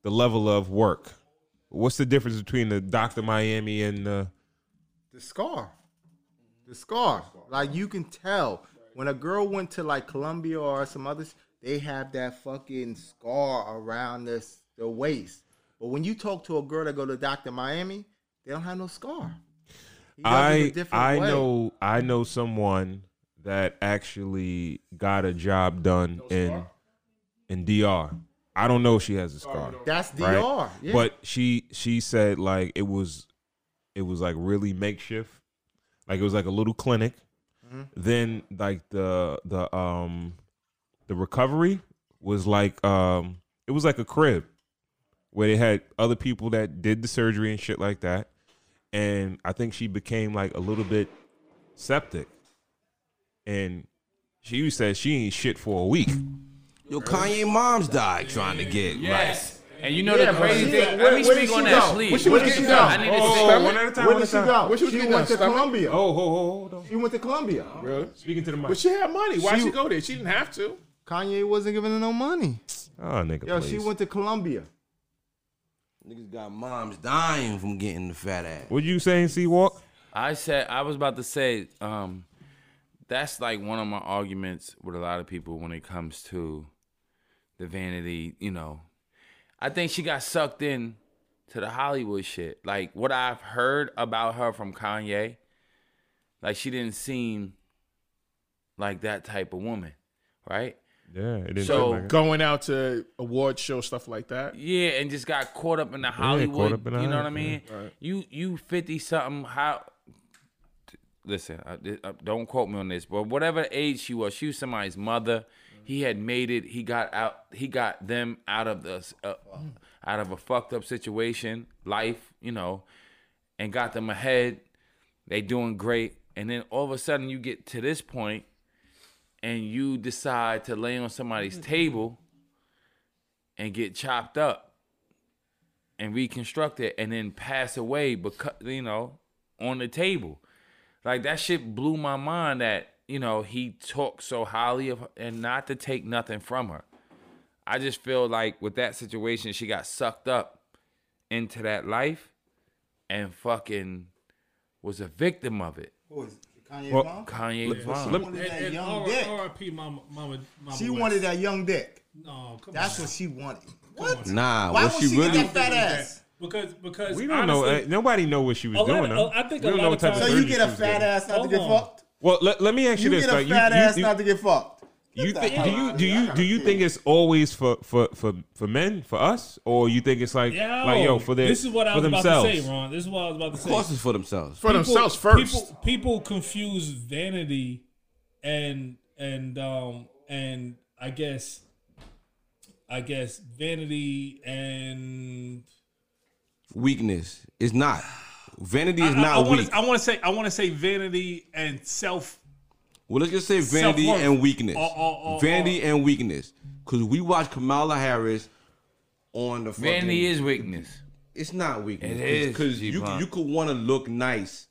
the level of work. What's the difference between the Doctor Miami and the? the scar. The scar. Like you can tell when a girl went to like Columbia or some others, they have that fucking scar around this the waist. But when you talk to a girl that go to Doctor Miami, they don't have no scar. He does it a I different I way. know I know someone that actually got a job done in in DR. I don't know if she has a scar. that's DR. right? Yeah. But she she said like it was it was like really makeshift. Like it was like a little clinic. Mm-hmm. Then like the the um the recovery was like um it was like a crib where they had other people that did the surgery and shit like that. And I think she became like a little bit septic. And she said she ain't shit for a week. Yo, Kanye mom's died trying to get right. And you know Yeah, the but crazy she- thing. where- Let me where speak did on she that, go? please. Where she was What is getting it? down? I need to Oh, say. one at a time. Where one did she at a time. go? Where she was she getting went her to stomach? Columbia. Oh, ho, ho, hold on. She went to Columbia. Really? Speaking to the mic. But she had money. Why'd She- she go there? She didn't have to. Kanye wasn't giving her no money. Oh, nigga, Yo, please. she went to Columbia. Niggas got moms dying from getting the fat ass. What you saying, Sea Walk? I said I was about to say um, that's like one of my arguments with a lot of people when it comes to the vanity. You know, I think she got sucked in to the Hollywood shit. Like what I've heard about her from Kanye, like she didn't seem like that type of woman, right? Yeah, it didn't So- seem like it. Going out to award show stuff like that. Yeah, and just got caught up in the Hollywood. up in the you know what I hype, yeah. mean? You you fifty something. How? t- Listen, I, di- I- don't quote me on this, but whatever age she was, she was somebody's mother. He had made it. He got out. He got them out of the s- uh, out of a fucked up situation, life, you know, and got them ahead. They doing great, and then all of a sudden you get to this point, and you decide to lay on somebody's table and get chopped up and reconstructed and then pass away because you know on the table like that shit blew my mind that you know he talked so highly of her and not to take nothing from her i just feel like with that situation she got sucked up into that life and fucking was a victim of it Who is Kanye Well, mom? kanye's mom Let me, wanted that And oh, young R- dick. R.I.P. Mama, mama, mama She West. wanted that young dick. No, come That's on. what she wanted. What? Nah, Why what won't she get really? that fat ass? Because because we don't know. honestly, uh, Nobody know what she was A lot doing. of- uh, though. I think We a don't lot know of what type times- So Really you get a surgery she was fat doing. ass not to Hold get on. fucked. Well, let, let me ask you, You this: get a like, you- fat you, ass you- not to get fucked. you the think hell do out you of do here. I you gotta do you pee. think it's always for for for for men for us, or you think it's like yo, eh, like yo for their oh, this is what I for was themselves? about to say, Ron. This is what I was about to Of say. course, it's for themselves. For themselves first. People, people confuse vanity and and um and I guess I guess vanity and Weakness. It's not. Vanity I- is not I, I wanna, weak. I want to say I want to say vanity and self. well, let's just say vanity Self-worth. and weakness. Oh, oh, oh, vanity and weakness. Because we watch Kamala Harris on the fucking. Vanity is weakness. It's not weakness. It is, Because you, G-Pop. you could want to look nice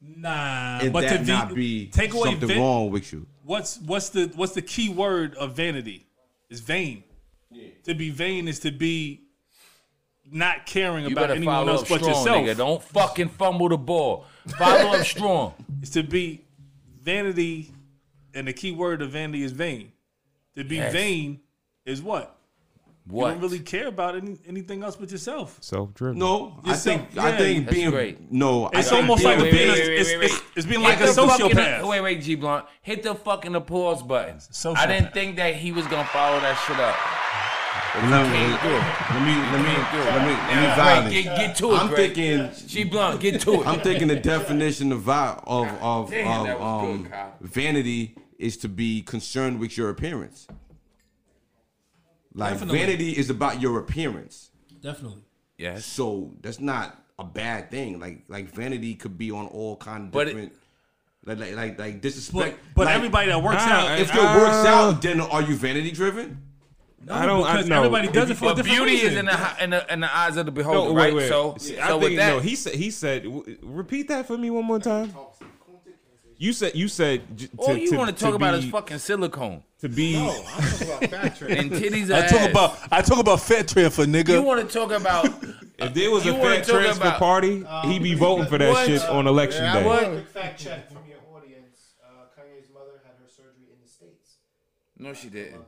Nah, and but that to be, not be take away something van- wrong with you. What's what's the what's the key word of vanity? Is vain. To be vain is to be not caring You about better anyone follow else up but strong, yourself. nigga. Don't fucking fumble the ball. Follow up strong. It's to be vanity, and the key word of vanity is vain. To be Yes. vain is what? You What? don't really care about any, anything else but yourself. Self driven. No, I Yourself. think I Yeah. think That's being great. no, I It's think almost being- like wait, being a, wait, wait, it's, wait, it's, wait. it's being Hit like a the fucking- sociopath. wait, wait, G Blunt. Hit the fucking applause button. I Sociopath. didn't think that he was gonna follow that shit up. Let me Can't do it. let me let me let me let me Now, violate. Greg, get, get to it. I'm Greg. thinking G Blunt, get to it. I'm thinking the definition of vi- of of, Damn, that of was good, um, Kyle. vanity is to be concerned with your appearance. Like Definitely. vanity is about your appearance. Definitely. yes, So that's not a bad thing. Like like vanity could be on all kind of But it- different like, like like like disrespect. But, but like, everybody that works Nah, out, I- if it works out, then are you vanity driven? no, I don't- I because know. everybody If does you- it for a but different beauty reason. is in the hi- in the, in the eyes of the beholder, No, wait, right? wait. So, See, so I with think, that, no, he said he said. w- Repeat that for me one more time. You said you said. j- To, all you to- want to to talk about be- is fucking silicone to be. and titties. I ass. talk about I talk about fat transfer, You nigga. want to talk about If there was a You wanna fat talk transfer about- party, he Um, be voting for that What? shit on election day. what? fact check from your audience. Uh, Kanye's mother had her surgery in the States. No, she didn't.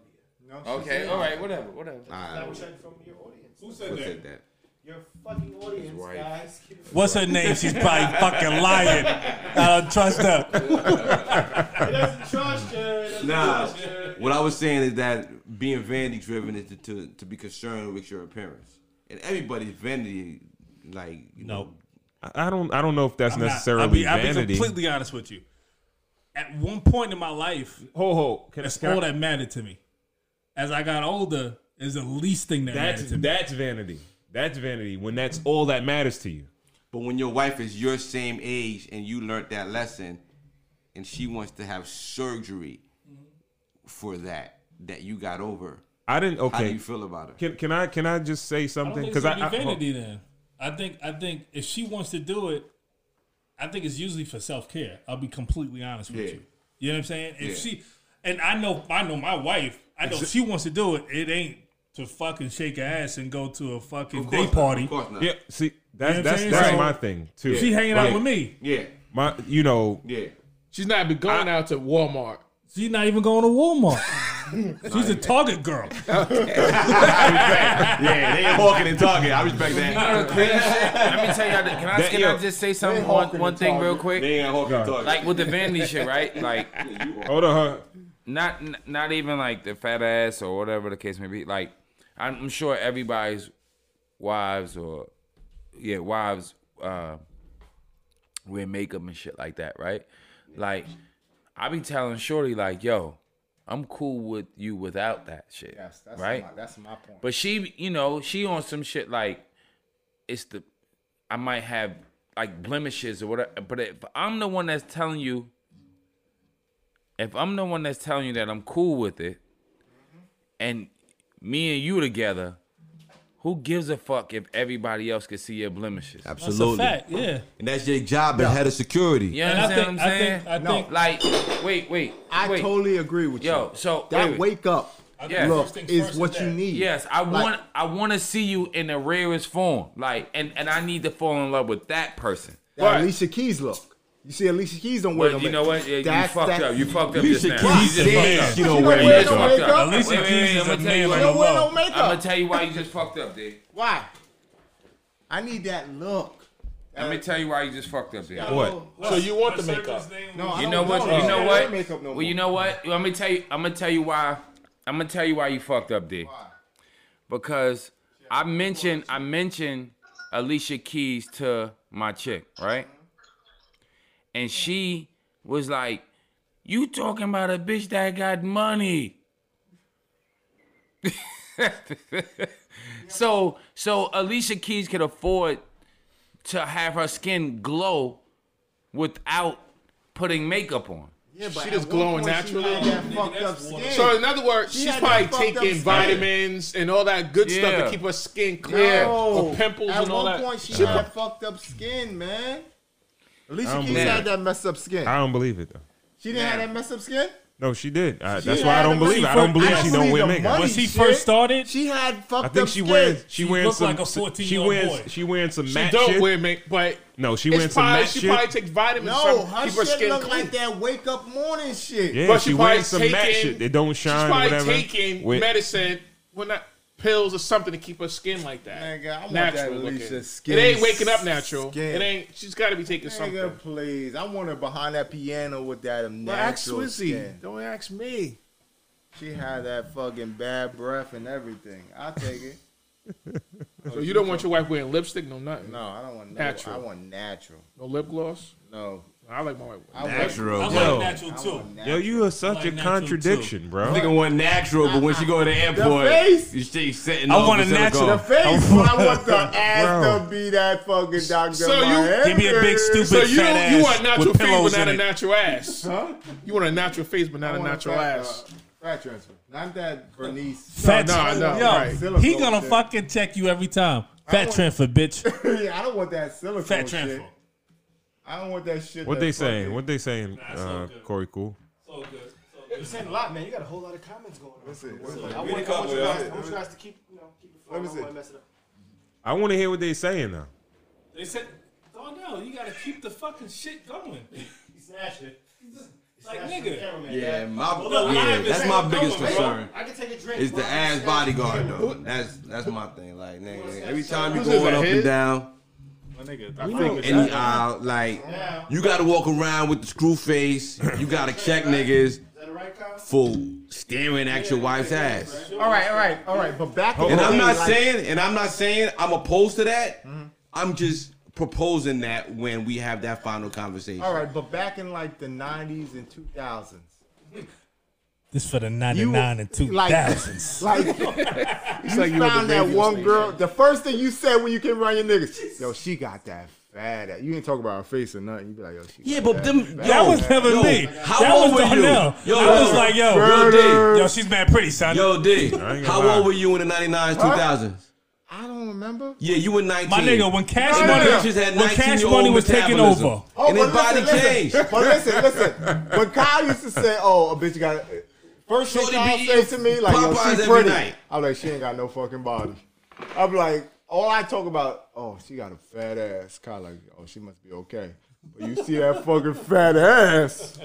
Okay, all right, whatever, whatever. Fact check from your audience. Who said Who said that? Your fucking audience, wife. guys. What's her name? She's probably fucking lying. I don't trust her. He doesn't trust her. He doesn't Nah. trust her. What I was saying is that being vanity driven is to, to to be concerned with your appearance, and everybody's vanity, like you know, No, I I don't. I don't know if that's I'm not- I'll necessarily be, I'll be vanity. completely honest with you. At one point in my life, Ho ho. Can, I- that's can I- all that mattered to me. As I got older, is the least thing that that's mattered to me. that's vanity. That's vanity when that's all that matters to you. But when your wife is your same age and you learned that lesson, and she wants to have surgery for that that you got over, I didn't. how do Okay. you feel about it? Can can I can I just say something? Because I, I, I- hold- vanity then. I think I think if she wants to do it, I think it's usually for self care. I'll be completely honest with Yeah. you. You know what I'm saying? If Yeah. she and I know I know my wife. I know if she wants to do it. It ain't to fucking shake her ass and go to a fucking Of day course not, party. Of course not. oh, yeah. See, that's You know what I'm that's saying? that's So- my thing too. She hanging Right. out with me. Yeah, my you know yeah. She's not be going out to Walmart. She's not even going to Walmart. She's a Target girl. Yeah, they walking and talking. I respect that. Let me tell y'all. Can I, That- can yo. I just say something? One, one thing, real quick. They ain't walking and talking. Like with the vanity shit, right? Like hold on. Huh? not n- not even like the fat ass or whatever the case may be. Like I'm I'm sure everybody's wives or yeah wives uh, wear makeup and shit like that, right? Like I be telling Shorty like, yo, I'm cool with you without that shit, right? that's my point. But she, you know, she on some shit like it's the I might have like blemishes or whatever. But if I'm the one that's telling you, if I'm the one that's telling you that I'm cool with it, and me and you together, who gives a fuck if everybody else could see your blemishes? That's a Absolutely. fact. Yeah. And that's your job as head of security. You And I think understand what I'm I saying? think I No. think like, wait, wait, I wait. totally agree with you. Yo, so that wait, wait. wake up Yeah. look is what you need. Yes, I Like- want I want to see you in the rarest form, like, and and I need to fall in love with that person. That Alicia Keys look. You see, Alicia Keys don't wear But no you know makeup. what? Yeah, you That's- fucked that- up. You fucked up Alicia just now. Keys You just said fucked up. she don't wear You wear just no fucked makeup. up. Alicia Wait, Keys wait, wait, is I'ma a tell you man why- on the Don't wear no low. makeup. I'm gonna tell you why you just fucked up, dude. Why? I need that look. Let me tell you why you just fucked up, dude. What? So you want the makeup? No, I You don't know what? that. You know I don't what? wear makeup no more. well, you know what? Let me tell you. I'm gonna tell you why. I'm gonna tell you why you fucked up, D. Because I mentioned I mentioned Alicia Keys to my chick, right? Mm-hmm. And she was like, "You talking about a bitch that got money?" so so Alicia Keys could afford to have her skin glow without putting makeup on. she just glowing naturally. So in other words, she's had probably that fucked up taking skin. vitamins and all that good stuff Yeah. to keep her skin clear or pimples At and all one that. point, she had fucked up skin, man. Alicia I'm Keys glad. had that messed up skin. I don't believe it though. She didn't have that messed up skin. No, she did. I, that's had why I don't a believe. it. I don't pretty- believe I she don't don't wear believe the makeup. money. When she shit. first started, She had fucked I up think she skin. wears she She wears looked some like a she 14-year-old wears boy. she wears some She matte don't shit. wear make, but no, she wears it's some probably matte she shit. probably takes vitamins No, to her keep her shit skin looked clean. like that wake up morning shit. yeah, but she she wears probably some matte taking- shit. It don't She's shine or probably whatever. taking With- medicine, well not pills or something to keep her skin like that. Nigga, I want natural that Alicia looking. skin. It ain't waking up natural. Skin. It ain't. She's got to be taking something. Nigga, please. I want her behind that piano with that Well, ask natural Swizzy. skin. Don't ask me. She had that fucking bad breath and everything. I take it. So Oh, you don't want your wife wearing lipstick? No, nothing. No, I don't want natural. Natural. I want natural. No lip gloss. No, I like my wife. I want- I Natural. like Yo. natural I too. want Yo, natural. you are such Like a natural, contradiction, bro. Nigga want natural, but when she go to the airport, face. you she sitting. I all want a of sudden natural. The gone. face, but I want the ass Bro. to be that fucking Dr. So you- Miami. Give me a big stupid So you fat ass you want a natural with face but pillows not in a it. natural ass. Huh? You want a natural face but not I a want natural fat, ass. uh, Fat transfer. Not that Bernice. Fat No, no, no, Yo, right. he Silicone gonna shit. fucking check you every time. Fat transfer, bitch. Yeah, I don't want that silicone Fat shit. transfer. I don't want that shit. What that they saying? fucking- What they saying? it's all Uh, good. Corey Cool. So good. You're saying a lot, man. You got a whole lot of comments going on. Listen, So listen. I, want, I, want you guys, I want you guys to keep, you know, keep it flowing. me I don't want see. to mess it up. I want to hear what they saying now. They said, "Oh no, you gotta keep the fucking shit going." He's snatching. Like nigga, Yeah, my the line yeah, is that's like, my come biggest on, man. concern. I can take a drink. It's the Well, I can ass snatch bodyguard it. though. That's that's my thing. Like nigga, every time you Who's this, going a up and hit? down uh, Nigga, any aisle, like Now, you gotta walk around with the screw face. You gotta check niggas is that a right comment? for staring at your wife's ass. All right, all right, all right. But back in And the I'm day, not like- saying, and I'm not saying I'm opposed to that. I'm just proposing that when we have that final conversation. All right, but back in like the '90s and 2000s, this for the ninety nine and two thousands. like you found that one girl. The first thing you said when you came around your niggas, yo, she got that fat. ass." You ain't talk about her face or nothing. You be like, yo, she. Yeah, got but that them. fat that yo, was never yo, me. How that old was were you? Darnell. Yo, I was like, yo, Yo, D. yo, she's mad pretty, son. Yo, D. gonna How lie. old were you in the 99s, 2000s? I don't remember. Yeah, you were 19. My nigga, when Cash No, no, Money, no. Bitches had when Cash 19-year-old Money was taking metabolism. over, Oh, and his Oh, but body listen, changed. Listen, but listen, listen. When Kyle used to say, "Oh, a bitch got," first thing Shorty Kyle be says eating to me, like, "Yo, Popeyes she every pretty." night. I'm like, "She ain't got no fucking body." I'm like, all I talk about, oh, she got a fat ass. Kyle like, oh, she must be okay. But you see that fucking fat ass.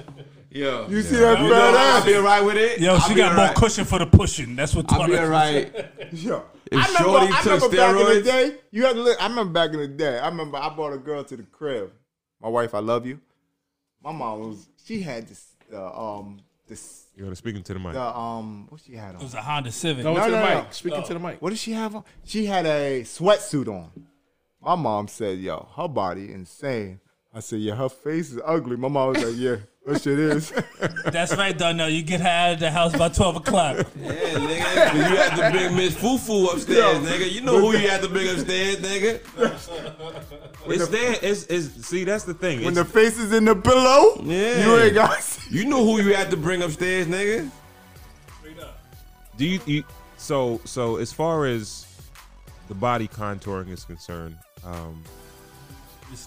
Yo. You see that You know fat I'll ass. be alright with it. yo, I'll she be got more alright. cushion for the pushing. That's what I'll be Tana- alright. Yeah. If I remember, Shorty I took remember back in the steroids- day, you had to look, I remember back in the day, I remember I brought a girl to the crib. My wife, I love you. My mom was, she had this, uh, um, this, You gotta speak into the mic. the, um, what she had It on? was a Honda Civic. Going No, to the no, mic. no. Speaking to the mic. What did she have on? She had a sweatsuit on. My mom said, yo, her body insane. I said, yeah, her face is ugly. My mom was like, yeah, that shit is. That's right, Darnell. You get her out of the house by twelve o'clock. Yeah, nigga. You had to bring Miss Fufu upstairs, nigga. You know who you had to bring upstairs, nigga. It's there. It's, it's see. That's the thing. when It's, the face is in the pillow, Yeah. you ain't got to see. You know who you had to bring upstairs, nigga. do you, you? So so as far as the body contouring is concerned, um,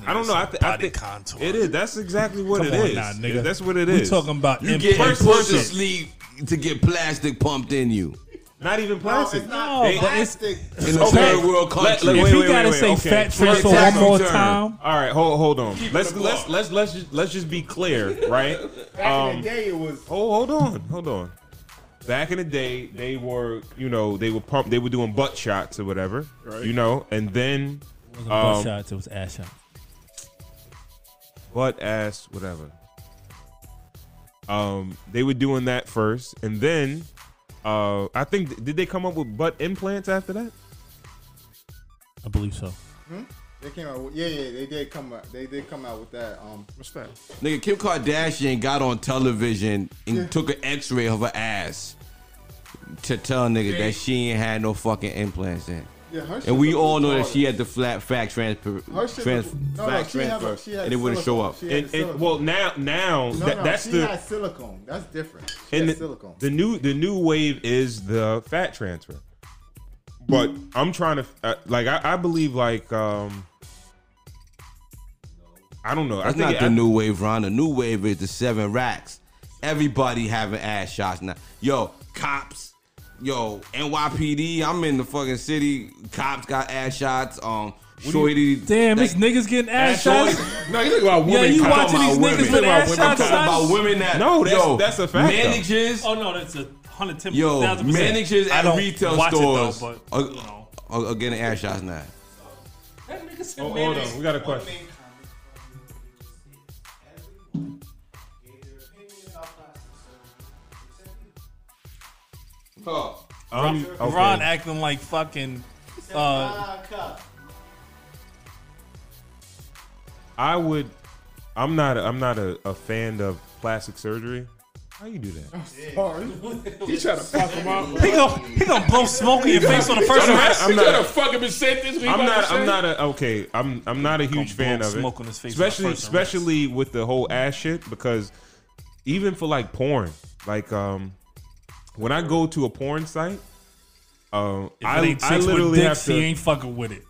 I don't know. I, th- I Body think contour. it is. That's exactly what Come it on is. now, nigga. That's what it We is. talking about You get implant put to shit. sleep to get plastic pumped in you. Not even plastic. No, but it's, In a third world country. let- if wait, you wait, gotta wait, say okay. fat transfer Tax one more return. time, All right, hold hold on. Let's let's let's let's just, let's just be clear, right? Back in the day, it was Oh, hold on, hold on. Back in the day, they were you know they were pump, they were doing butt shots or whatever, you know, and then It wasn't butt Um, shots, it was ass shots. butt ass whatever. Um, they were doing that first, and then uh, I think did they come up with butt implants after that? I believe so. They came out. With, yeah, yeah, they did come out. They did come out with that. Um, What's that? Nigga, Kim Kardashian got on television and took an X-ray of her ass to tell nigga that she ain't had no fucking implants in. Yeah, her shit And we looked all know that retarded. she had the flat fact transfer, Her shit trans, looked- no, no, fact she had- transfer, she had and it wouldn't show silicone. up. She had And, and silicone. well, now now No, that, no, that's she the had silicone. That's different. She and had the, silicone. the new the new wave is the fat transfer. But I'm trying to uh, like I, I believe like um I don't know. That's I think not it- the I- new wave, Ron. The new wave is the seven racks. Everybody having ass shots now. Yo, cops. Yo, NYPD. I'm in the fucking city. Cops got ass shots. Um, shorty. Damn, that- it's niggas getting ass shots. No, you think about Yeah, women. you I'm watching talking these about women. niggas with I'm ass shots. talking about son? women that No, that's- yo, that's a fact, though. Managers, Oh no, that's a hundred ten. yo, thousand percent. managers I at don't retail watch it, though, stores Uh, but, are, you know. are, are oh, getting ass shots now. That nigga said Oh, hold mayonnaise. on, we got a question. Um, okay. Ron acting like fucking. Uh, I would. I'm not. A, I'm not a, a fan of plastic surgery. How you do that? He tried to fuck him up. he gonna he gonna blow smoke in your face on the first I'm arrest. not. I'm He tried to not. fuck him and said this. I'm not. I'm not a. Okay. I'm. I'm not a huge blow fan of it. smoke on his face on the especially, first arrest. especially with the whole ass shit, because even for like porn, like um, when I go to a porn site, um, I, I, ain't I chicks literally with have dicks, to. he ain't fucking with it.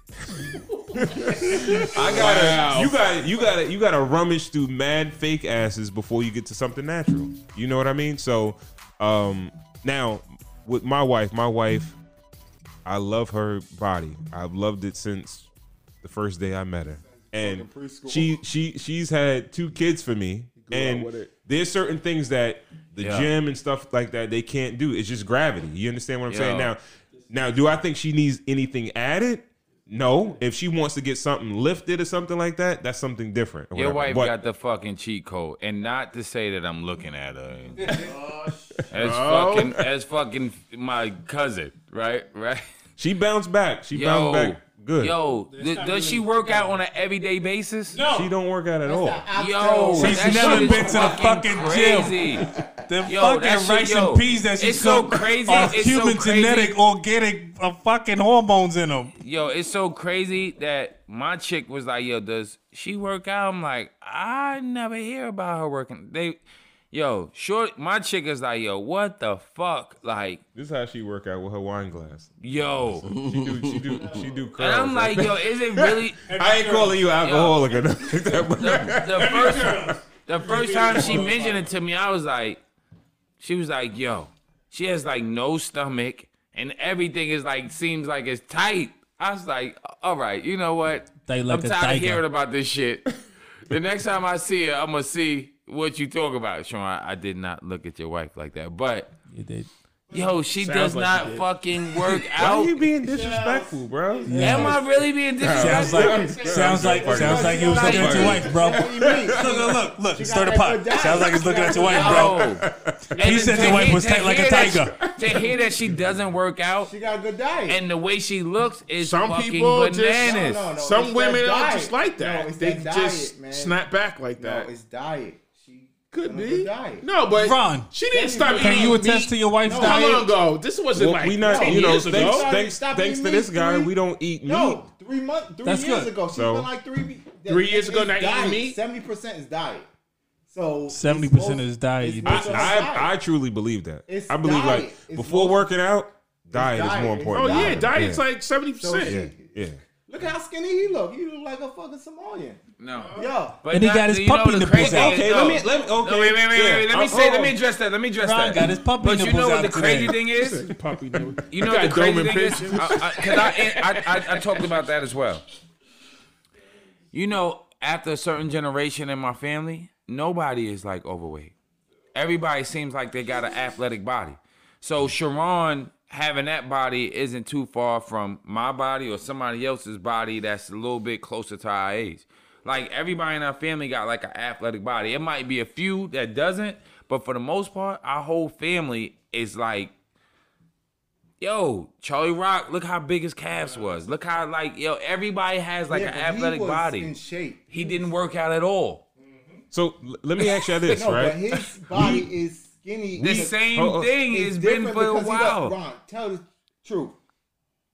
I gotta, you gotta, you gotta, you gotta rummage through mad fake asses before you get to something natural. You know what I mean? So, um, now with my wife, my wife, I love her body. I've loved it since the first day I met her, and she, she, she's had two kids for me, with and it. there's certain things that the Yeah. gym and stuff like that they can't do. It's just gravity. You understand what I'm saying? Yeah. Now, now, do I think she needs anything added? No. If she wants to get something lifted or something like that, that's something different. or Your whatever. wife But- got the fucking cheat code, and not to say that I'm looking at her. as fucking as fucking my cousin, right? Right. she bounced back. She Yo, bounced back. Good. Yo, th- does she work out on an everyday basis? No. She don't work out at all. Yo, She's that never shit is been to the fucking fucking gym. crazy. The Yo, fucking that shit- rice yo, and peas that she it's so cooked crazy, are it's so human crazy. genetic organic uh, fucking hormones in them. yo, it's so crazy that my chick was like, yo, does she work out? I'm like, I never hear about her working. They, yo, short. My chick is like, yo, what the fuck? Like, This is how she work out with her wine glass. yo. She do. She do. She do curls. And I'm like, yo, is it really? I ain't calling you alcoholic or nothing like that. But the, the first the first time she mentioned it to me, I was like, she was like, yo, she has like no stomach and everything is like seems like it's tight. I was like, all right, you know what? They like I'm a tired of tiger. hearing about this shit. the next time I see her, I'm gonna see what you talk about. Sean, I, I did not look at your wife like that, but yo, she does like not you did. fucking work why out. you being disrespectful, bro? Am I really being Sounds disrespectful? like sounds like sounds like you was looking at your wife, bro. Look, look, look, look. Stir the pot. Sounds like he's looking at your wife, bro. No. He And said to the wife hear- was to tight like a hear that tiger. she- To hear that she doesn't work out She got a good diet. and the way she looks is Some fucking people just- bananas. no, no, no. Some it's women that are diet. just like that. No, it's they that just diet, man. snap back like no, that. it's diet. She Could on a be. good diet. No, but Ron, she didn't stop eating. Can you attest meat to your wife's How long diet? ago? This wasn't Well, like we not. 10 You know, years thanks, ago. thanks, Stop thanks to eating this meat, guy, three- we don't eat meat. No, three months, three That's years good. ago. She's So- been like three, Three years ago, not eating meat? Seventy percent is diet. So it's 70% most- is diet, it's you most of I, the diet. I, I truly believe that. It's I believe diet. like It's before most- working out, diet, is diet. more It's Oh important. diet. yeah, diet's Yeah. like seventy percent. yeah. Look how skinny he look. He look like a fucking Somalian. No. Yeah. But And he not- got his you know puppy the nipples crazy out. thing is, Okay, though- let me let me. Okay, No, wait, wait, wait, yeah. wait. Let me I'm- say, let me oh, address that. Let me address Ron that. got his puppy But you nipples know what out the crazy today. thing is? Puppy dude. You know got what the crazy Doberman thing is? pigeons. Because I, I, I, I talked about that as well. You know, after a certain generation in my family, nobody is like overweight. Everybody seems like they got an athletic body. So Sharon having that body isn't too far from my body or somebody else's body that's a little bit closer to our age. Like everybody in our family got like an athletic body. It might be a few that doesn't, but for the most part, our whole family is like yo, Charlie Rock, look how big his calves was. Look how like yo, everybody has like Yeah, an but he athletic was body. In shape. He didn't work out at all. So l- let me ask you this, No, but right? his body is skinny. The It's- same Oh, oh. thing Uh, it's has been different for a because he got- while. Ron, tell the truth.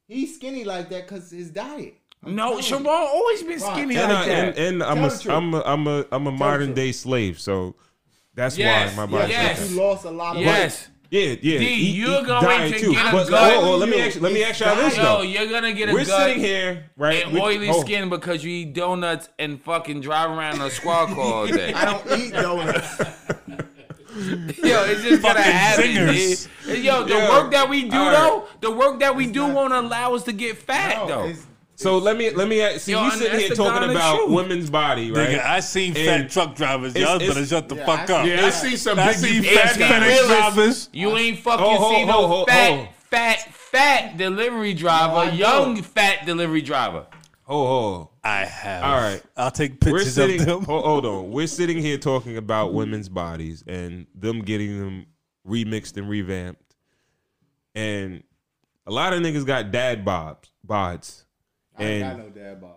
He's skinny like that because his diet. No, Sharon always been Right. skinny And, like I, and, that. and I'm, Tell a, the truth. I'm a I'm a I'm a modern truth. day slave, so that's Yes, why my body. yes. You lost a lot of yes. Yeah, yeah. D, you're going diet to get a But- gut. oh, oh, let me ask, let me ask y'all this Yo, though. you're gonna get a We're gut sitting here, right? and we- oily oh, skin because you eat donuts and fucking drive around on a squad car all day. weight. I don't eat donuts. Yo, it's just gonna Fucking happen. zingers. dude. Yo, the Yo, work that we do all right. though, the work that we do won't allow us to get fat though. It's- So let me let me ask, see Yo, you and sitting that's here the talking Ghana about shoe. women's body, right? Nigga, I seen And fat truck drivers. it's- Y'all it's- better shut the yeah, fuck I up. see- Yeah, I see some I big see dude. fat Yeah. FedEx drivers. You ain't fucking Oh, see oh, no oh, oh, fat, oh. fat, fat delivery driver, young fat delivery driver. Oh, oh, I have. all right. I'll take We're pictures of sitting. them. ho- Hold on. We're sitting here talking about women's bodies and them getting them remixed and revamped, and a lot of niggas got dad bobs, bods, I got and no dad bod.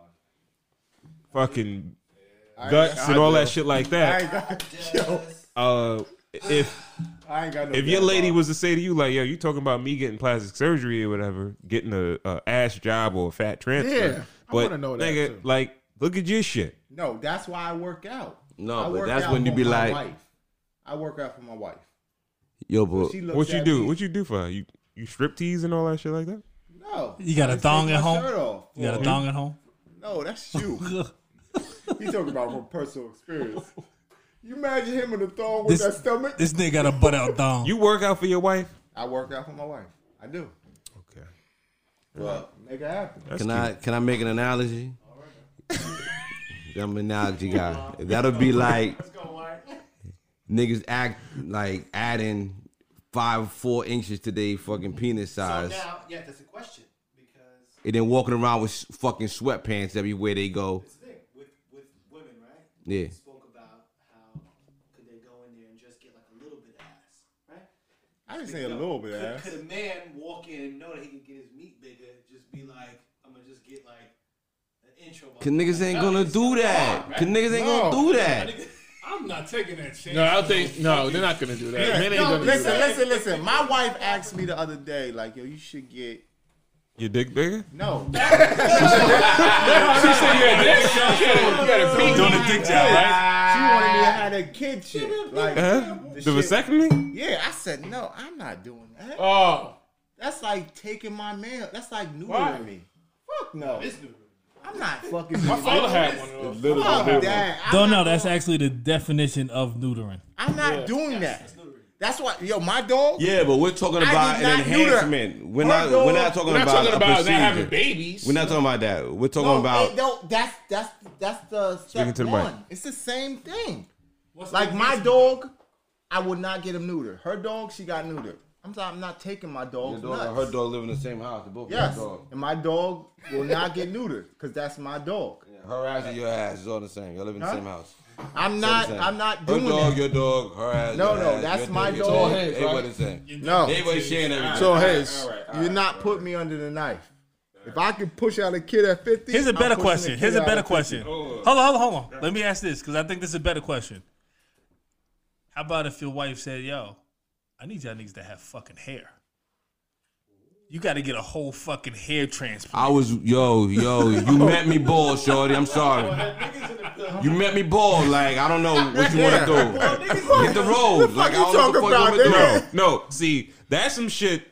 fucking guts and all that shit like I ain't that. got, yo, Uh, if I ain't got no if dad your lady bod. was to say to you like, "Yo, you talking about me getting plastic surgery or whatever, getting a, a ass job or a fat transfer?" Yeah, I but wanna know that, nigga, too. like, look at your shit. No, that's why I work out. No, I but work that's out when you for be my like- wife. I work out for my wife. Yo, but She looks What you at do? me- What you do for her? you? You strip tease and all that shit like that. no, You got a I take thong my at home? shirt off. You got a thong at home? No, Oh, that's you. he talking about from personal experience. You imagine him in the thong with This- that stomach? This nigga got a butt out thong. You work out for your wife. I work out for my wife. I do. Okay. Well, make it happen. Can I can I make an analogy? I'm an analogy guy. That'll be like niggas act like adding five four inches to their fucking penis size, Now, yeah, that's a question because and then walking around with s- fucking sweatpants everywhere they go. it's the thing with with women, right? Yeah. We spoke about how could they go in there and just get like a little bit of ass, right? I didn't say a little bit. Could, Ass. could a man walk in and know that he can get his meat bigger? Just be like, I'm gonna just get like an inch or Cause niggas ain't gonna do that. Cause niggas ain't No. gonna do that. I'm not taking that shit. No, I don't think. No, they're not gonna do that. Men ain't No, gonna do listen, that. listen, listen. My wife asked me the other day, like, yo, you should get Your dick bigger? no. She said you had dick. You had a Doing pinky. a dick job, right? She wanted me to have that kid shit. Like, Huh? Uh-huh. The the shit- vasectomy? Yeah, I said no. I'm not doing that. Oh, That's like taking my man. That's like neutering Why? me. Fuck no. I'm not fucking. my father had one of those. Little Fuck bit. that. I'm Don't not know. That's doing- actually the definition of neutering. I'm not doing that. That's why, yo, my dog. Yeah, but we're talking I about did an not do that. enhancement. We're Her not we're dog- not talking We're not about talking a about not procedure. having babies. We're not talking about that. We're talking oh, No, about it don't- that's that's that's the Speaking step to the mic. one. It's the same thing. like my dog, I would not get him neutered. Her dog, she got neutered. I'm sorry, I'm not taking my Your dog's dog and nuts. her dog live in the same house. They both Yes, got dogs. and my dog will not get neutered because that's my dog. Her ass and your ass is all the same. Y'all live in the Huh? same house. I'm All the not. same. I'm not Her doing dog, that. your dog, her ass. No, your no, ass, that's your my dog, your dog. They Right. were the same. They No, were sharing everything. so his, you're not putting me under the knife. If I can push out a kid at 50, Here's a I'm better pushing question. kid Here's a out better at 50. question. Hold on, hold on, hold on. Let me ask this because I think this is a better question. How about if your wife said, "Yo, I need y'all niggas to have fucking hair. You got to get a whole fucking hair transplant." I was yo yo. You met me bald, shorty. I'm sorry. You met me bald. Like I don't know what you want to do. Hit the road. Like I you don't know what the fuck talking you about, want to do. No, no. See, that's some shit.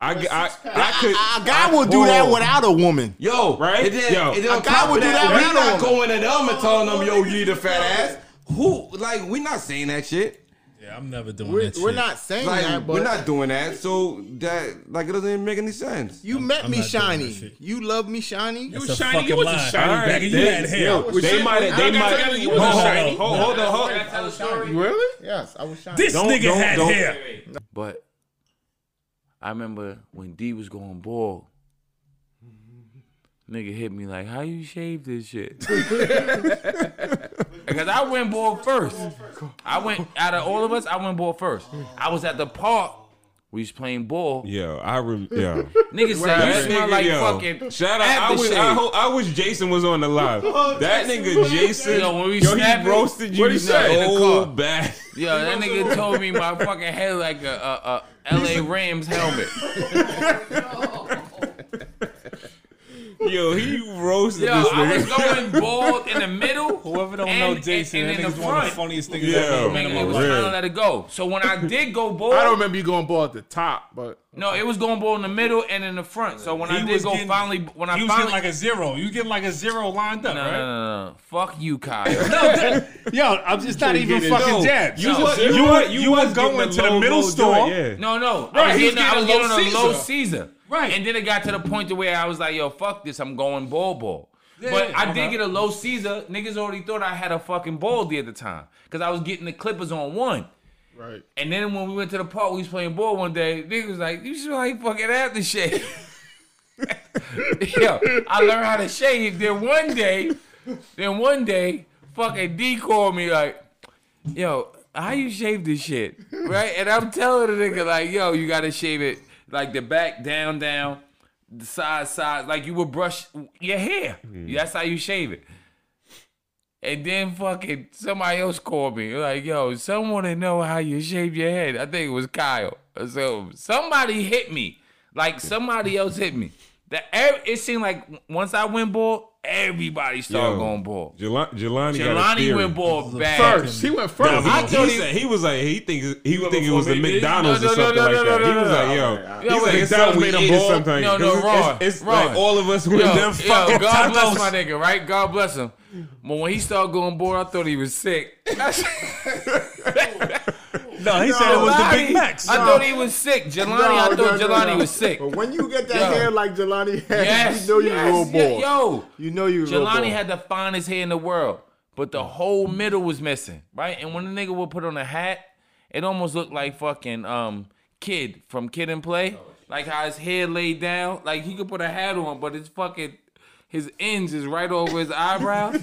I, I, I could. A guy will do that without a woman. Yo, Right? And then, Yo. and then A on guy top would of do that, that we not without him. going to them and telling them, yo, you the fat ass. Who? Like, we not saying that shit. Yeah, I'm never doing We're, that. we're shit. not saying Like, that, but we're not doing that. So that, like, it doesn't even make any sense. you met I'm me not doing that shiny. shit. You love me shiny. That's was a shiny. You fucking was a lie. shiny All right, back nigga, you then. had hair. Yo, they might. They I got might. together, you Hold, wasn't on, shiny. hold, hold on, hold Can I tell a story? really? Yes, I was shiny. This Don't- nigga don't- had don't- hair. But I remember when D was going bald. Nigga hit me like, "How you shave this shit?" Because I went bald first. I went out of all of us. I went bald first. I was at the park. We was playing ball. Yeah, I rem. Yeah, Nigga said, that "You smell nigga. like yo, fucking." shout out. I wish. I, aftershave." ho- I wish Jason was on the live. that nigga Jason. Yo, when we yo, he snapping, roasted you what he say? In the so car. bad. Yo, that nigga told me my fucking head like a, a, a L.A. Rams helmet. Yo, he roasted Yo, this I was nigga. going bald in the middle. Whoever don't and- know Jason, and that in nigga's the one of the front. funniest niggas Yeah. ever. Man, made in Nigga, my it was life. trying to let it go. So when I did go bald, I don't remember you going ball at the top, but no, it was going bald in the middle and in the front. So when He I was did go getting- finally, when I You was finally, getting like a zero. You was getting like a zero lined up, no, right? no, no, no, fuck you, Kyle. Yo, I'm just not even get it. fucking No, jabs. you No, was- you, you was, was- you you was was getting going the to the low, middle low store. joint, yeah. No, no. I Right, was he was getting, I was getting getting a on a low low Caesar. Right. And then it got to the point to where I was like, yo, fuck this. I'm going ball ball. but yeah, I did okay. Uh-huh. get a low Caesar. Niggas already thought I had a fucking baldy at the time. Because I was getting the Clippers on one. right. And then when we went to the park, we was playing ball one day. Niggas was like, you should like fucking have the shave. Yo, I learned how to shave. Then one day, then one day, fucking D called me like, yo, how you shave this shit? Right? And I'm telling the nigga like, yo, you gotta shave it like the back down, down, the side, side, like you would brush your hair. Mm. That's how you shave it. And then fucking somebody else called me. Like, yo, someone to know how you shave your head. I think it was Kyle. So somebody hit me. Like somebody else hit me. That ev- it seemed like once I went ball, everybody started Yo, going ball. Jel- Jelani, got a Jelani theory. went ball bad. First, he went first. He, I thought he he- said he was like he thinks he would think it was the me, did? McDonald's No, or no, no, something no, like no, that. no, he no, was no, like, no. yo, he's Yo, like wait, McDonald's we made ate him it ball. sometime. No, no, It's- Ron, It's, it's Ron. like all of us Yo, went yo, them fucking God bless my tacos. nigga, right? God bless him. But when he started going bored, I thought he was sick. No, he said it was the Big Jelani, Macs. I thought he was sick. Jelani, I No, thought no, no, Jelani no. was sick. But when you get that Yo. hair like Jelani had, Yes, you know you yes, real yeah, boy. Yo, You know you real boy. Jelani had the finest hair in the world, but the whole middle was missing, right? And when the nigga would put on a hat, it almost looked like fucking um kid from Kid and Play, like how his hair laid down, like he could put a hat on, but his fucking his ends is right over his eyebrows.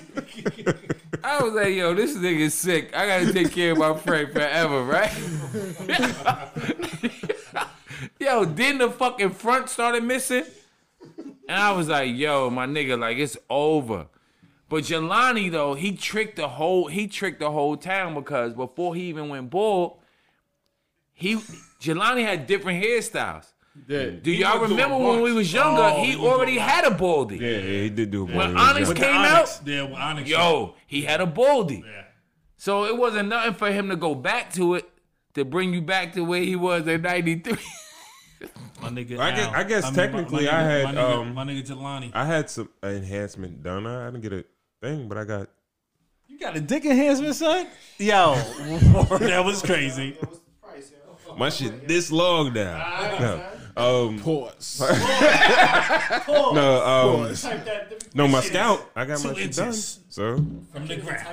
I was like, yo, this nigga's sick. I gotta take care of my friend forever, right? yo, then the fucking front started missing. And I was like, yo, my nigga, like it's over. But Jelani though, he tricked the whole he tricked the whole town because before he even went bald, he Jelani had different hairstyles. did. Do y'all remember when we was younger? he already had a baldy. Yeah, yeah, he did do a ball. When He was Onyx like, came out, Yeah, well, Onyx. yo, he had a baldy. Yeah. So it wasn't nothing for him to go back to it to bring you back to where he was in '93. My nigga I guess- Al. I guess mean, technically I nigga- had, my nigga, um, my nigga Jelani. I had some enhancement done. I didn't get a thing, but I got You got a dick enhancement, son? Yo, that was crazy. my shit this long now. No, um, Pause. no, um, no, my Shit. scalp. I got my Two shit done. inches. So From the ground.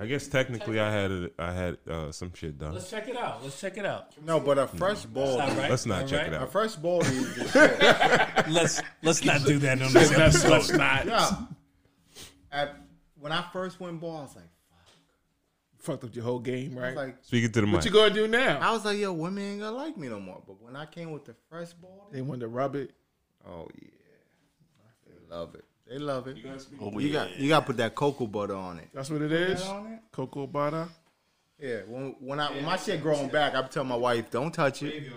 I guess technically I had a, I had uh, some shit done. Let's check it out. Let's check it out. No, but a fresh ball. All right. Let's not All check right. it A out. fresh ball is just shit. Let's let's not do that on this episode. let's not. Yeah. At- when I first went ball, I was like, Fucked up your whole game, I right? was like, Speaking to the what you mic. gonna do now? I was like, yo, women ain't gonna like me no more. But when I came with the fresh ball, They wanted to rub it. oh yeah, they love it. They love it. You got you got to put that cocoa butter on it. That's what it is. on it? Cocoa butter. Yeah, when when I when my shit growing back, I be telling my wife, don't touch it. Wait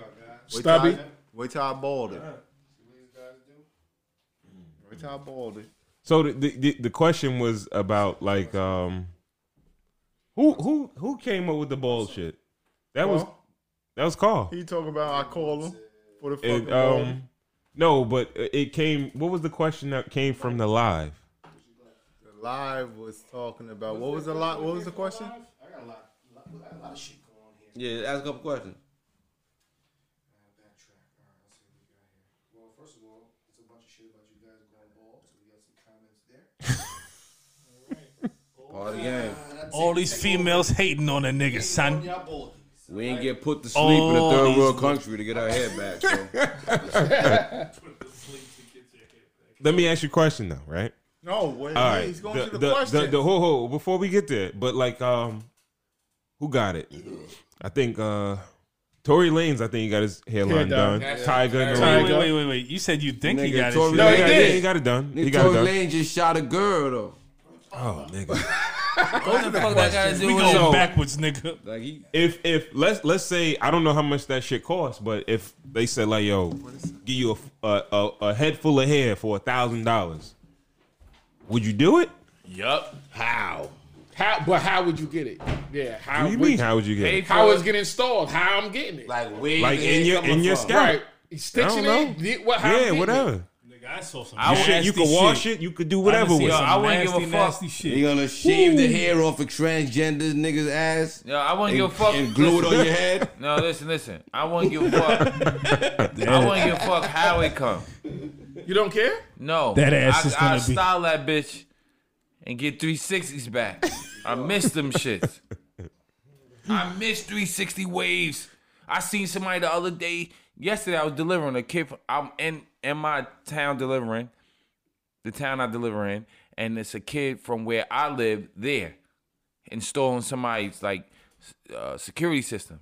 till Stubby. I, wait till I bald it. Mm. Wait till I bald it. So the, the the- the question was about like um, who who who came up with the ball shit? That was that was Carl. He talking about I call him for the fucking It, bald. um, no, but it came. What was the question that came from the live? The Live was talking about what was the lot? What was the question? Yeah, ask a couple questions. Part of the game. All these females hating on a nigga, son. We ain't get put to Oh, sleep in a third world country to get our head back. So. Let me ask you a question though, right? No, wait, All right. he's going to the, the, question. the, ho ho. Before we get there, but like, um, who got it? I think uh, Tory Lanez. I think he got his hairline done. done. Tiger. no, Wait, Tiger. wait, wait, wait, wait. You said you think he Nigga, got Tory it. No, he, he got, did. he got it done. He got it Tory done. Lane just shot a girl though. Oh, nigga. What the fuck that got to do We with going it? backwards, nigga. Like he, if if let's let's say I don't know how much that shit costs, but if they said like yo, give you a a, a, a head full of hair for a thousand dollars, would you do it? Yup. How? How? But how would you get it? Yeah. How? What do you would mean? How would you get Pay it? for How it. it's getting installed? How I'm getting it? like where Like the in head your coming in your from. scalp? right. I Stitching don't it. know. the- What? How I'm Yeah, getting it. whatever. Nigga, I saw some. I shit. would Shit, you nasty could wash shit. it. You could do I done whatever seen with Yo, some it. I wouldn't give a nasty, fuck. nasty shit. he gonna shave the hair off a transgender nigga's ass No, I wouldn't and, give a fuck. and glue it on your head. No, listen, listen. I wouldn't give a fuck. I wouldn't give a fuck how it come. You don't care? No, That ass I, is gonna I be- style that bitch and get 360s back. I miss them shits. I miss 360 waves. I seen somebody the other day. Yesterday, I was delivering a kid. from- I'm in in my town delivering, the town I deliver in, and it's a kid from where I live there, installing somebody's like uh, security system.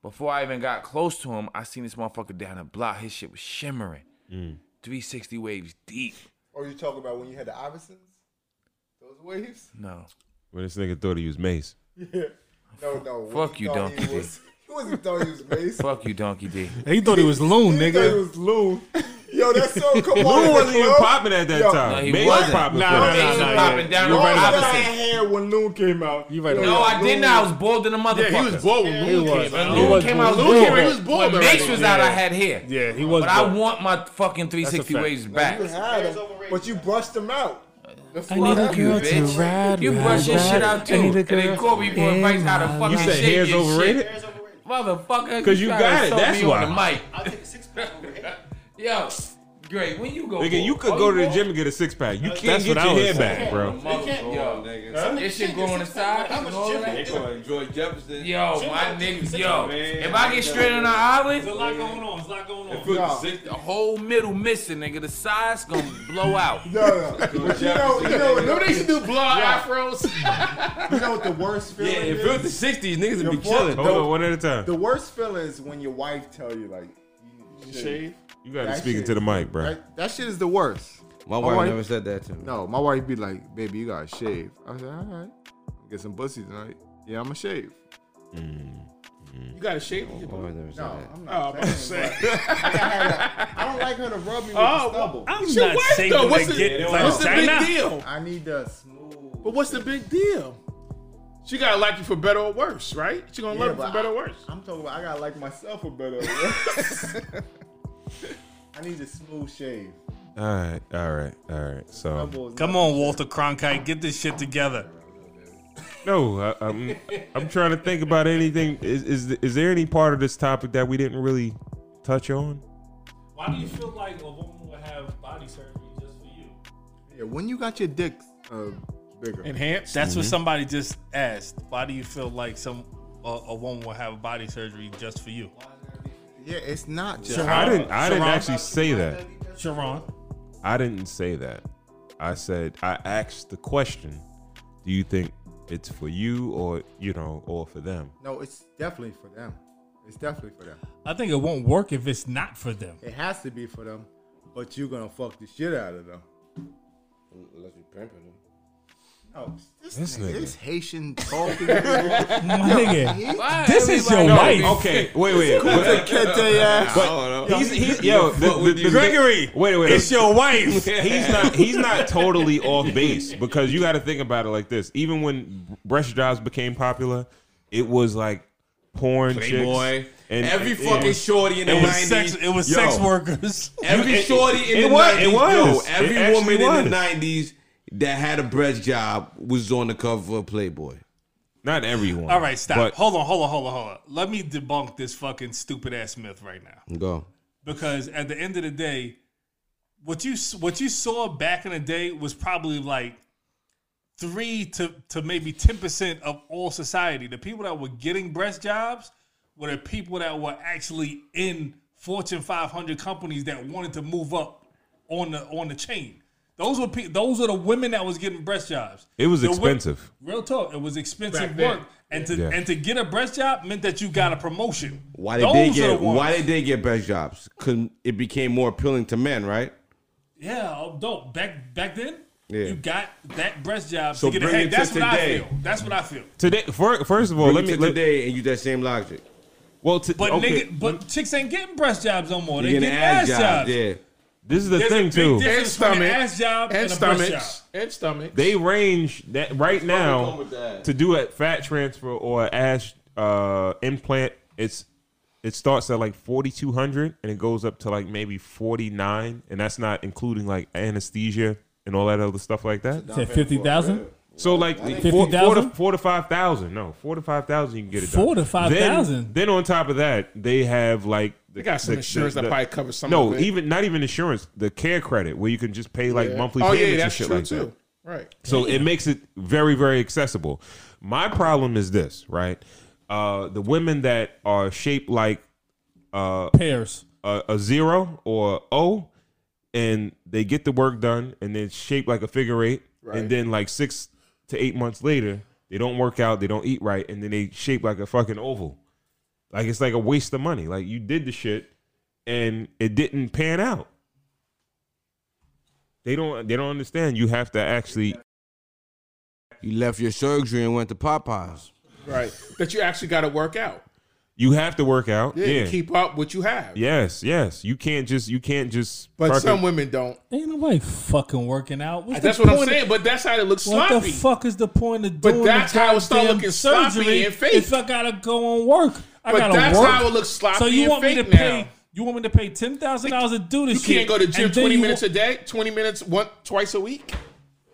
Before I even got close to him, I seen this motherfucker down the block. His shit was shimmering. 360 waves deep. Or you talking about when you had the Iversons? Those waves? No. When this nigga thought he was Mace. No, no. when Fuck he you, thought Donkey He, was, he wasn't thought he was Mace. Fuck you, Donkey D. He thought he was loon, He thought he nigga. was Lou. Yo, that song come on. Who in wasn't the even club. popping at that Yo. time? No, he Mace was wasn't. popping. Nah, for nah, that. nah, Mason nah, popping yeah. down All the right, that I opposite. had when Loon came out. You right No, about I didn't. I was bald in the motherfucker. Yeah, he was bald when Lou was. came out. He Lou was came bald. out. Lou bald. came out, he was bald When already. Mace was out, I Yeah. had hair. that. Yeah, he was. But I broke. want my fucking 360 fact. waves back. You had him, but you brushed him out. That's what happened. bitch. you brush your shit out too. And then Corby you advice how to You fucking said shave hair's your overrated? shit. Motherfucker. Cause you try got to it, insult that's me on why. the mic. I'll take a six pack over here. Yo, great. When you go, Nigga, you could Oh, go to the bald? gym and get a six pack. You can't That's get what your I was hair saying. back, bro. Yo, this shit go on the side. How much and all chip that. they doing? Enjoy Jefferson. Yo, my niggas, yo. If I get straight on the There's island, a lot going on. There's a lot going on. the whole middle missing, nigga. The side's gonna blow out. No, no. But you know, you know, you know, Remember they used to do blonde afros? you know what the worst feeling Yeah, is? if it was the 60s, niggas would be Your chilling. boy- Hold on, one at a time. The worst feeling is when your wife tell you like you need to shave. Shave. You gotta That speak shit- into the mic, bro. That, that shit is the worst. My wife wife never never said that to me. No, my wife be like, "Baby, you gotta shave." I said, "All right, get some pussy tonight." Yeah, I'ma shave. You gotta shave. your My bald. wife never said No, that. Oh, I'm I'm not. about to saying, say. but I, gotta have a- I don't like her to rub me with the Oh, stubble. I'm It's your not wife, saying though. that What's the- get like What's the China. big deal? I need the smooth. But what's the big deal? She gotta like you for better or worse, right? She gonna Yeah, love you but for better or I- worse. I'm talking about. I gotta like myself a better. way. I need the smooth shave. All right, all right, all right. So um, Stubble is Come not- on, Walter Cronkite, get this shit together. no, I, I'm I'm trying to think about anything. Is, is is there any part of this topic that we didn't really touch on? Why do you feel like a woman would have body surgery just for you? Yeah, when you got your dick uh, bigger. Enhanced. That's what somebody just asked. Why do you feel like some a, a woman would have body surgery just for you? Yeah, it's not just. I didn't. I didn't Sharon. actually say that. Sharon, I didn't say that. I said I asked the question. Do you think it's for you or you know or for them? No, it's definitely for them. It's definitely for them. I think it won't work if it's not for them. It has to be for them, but you're gonna fuck the shit out of them. Unless you pimping him. Oh, this, This nigga, nigga. this Haitian talking. nigga. My nigga, He Why this is everybody- your No, wife. Okay, wait, wait. took Kente ass. I don't know. He's, he's yo the, the, the, Gregory, Wait, wait. It's your wife. he's not he's not totally off base because you got to think about it like this. Even when brush jobs became popular, it was like porn Playboy. chicks every it fucking was- shorty in the It was 90s. sex. It was Yo, sex workers. Every You- it- shorty in it the was- 90s. it was. Yo, every It actually woman in was. the 90s that had a breast job was on the cover of Playboy. not everyone. All right, stop. But hold on, hold on, hold on, hold on. Let me debunk this fucking stupid ass myth right now. Go. because at the end of the day, what you what you saw back in the day was probably like three to to maybe ten percent of all society. The people that were getting breast jobs were the people that were actually in Fortune 500 companies that wanted to move up on the on the chain. Those were pe- those were the women that was getting breast jobs. it was The wo- expensive. Real talk, it was expensive Back then. work, and to Yeah. and to get a breast job meant that you got a promotion. Why did they Those are get the ones. why did they get breast jobs? Cause it became more appealing to men, right? um, Yeah, oh, dope. Back back then, Yeah. You got that breast job So to get bring ahead. it to That's what today. I feel. That's what I feel. Today, fir- first of all, Bring let it me to let- today and use that same logic. Well, to, But okay, nigga, but chicks ain't getting breast jobs no more. They You're getting getting ass ass job, jobs. yeah. this is the There's a thing big too. difference. And It's between stomach, an ass job and, and a breast stomachs, and stomachs. They range that right going with now that? to do a fat transfer or a ash uh, implant. It's it starts at like forty two hundred and it goes up to like maybe forty nine, and that's not including like anesthesia and all that other stuff like that. Said fifty thousand. So like four, four, to, 50,000? four to five thousand, no, four to five thousand, you can get it done. Four to five Then- thousand? Then on top of that, they have like They got some insurance that probably covers some No, of it. even not even insurance, the care credit where you can just pay like Yeah. monthly Oh payments yeah, and that's shit true like that. too. Right. So it makes it very, very accessible. My problem is this, right? Uh, the women that are shaped like Pairs. a, a zero or a O, and they get the work done, and then shaped like a figure eight, and then like six to eight months later, they don't work out, they don't eat right, and then they shape like a fucking oval. Like it's like a waste of money. Like you did the shit, and it didn't pan out. They don't. They don't understand. You have to actually You left your surgery and went to Popeyes. Right. That you actually got to work out. You have to work out. Yeah. Yeah. you Keep up what you have. yes. Yes. You can't just. You can't just. But fucking- some women don't. Ain't nobody fucking working out. What's That's the what I'm point of- saying. But that's how it looks What sloppy. the fuck is the point of But doing that's the how it start goddamn looking surgery sloppy and fake. If I gotta go on work, I But gotta that's work. how it looks sloppy So you and want me fake to pay? now. You want me to pay ten thousand dollars to do you this? can't shit, go to gym and then 20 you minutes want- a day, 20 minutes one twice a week.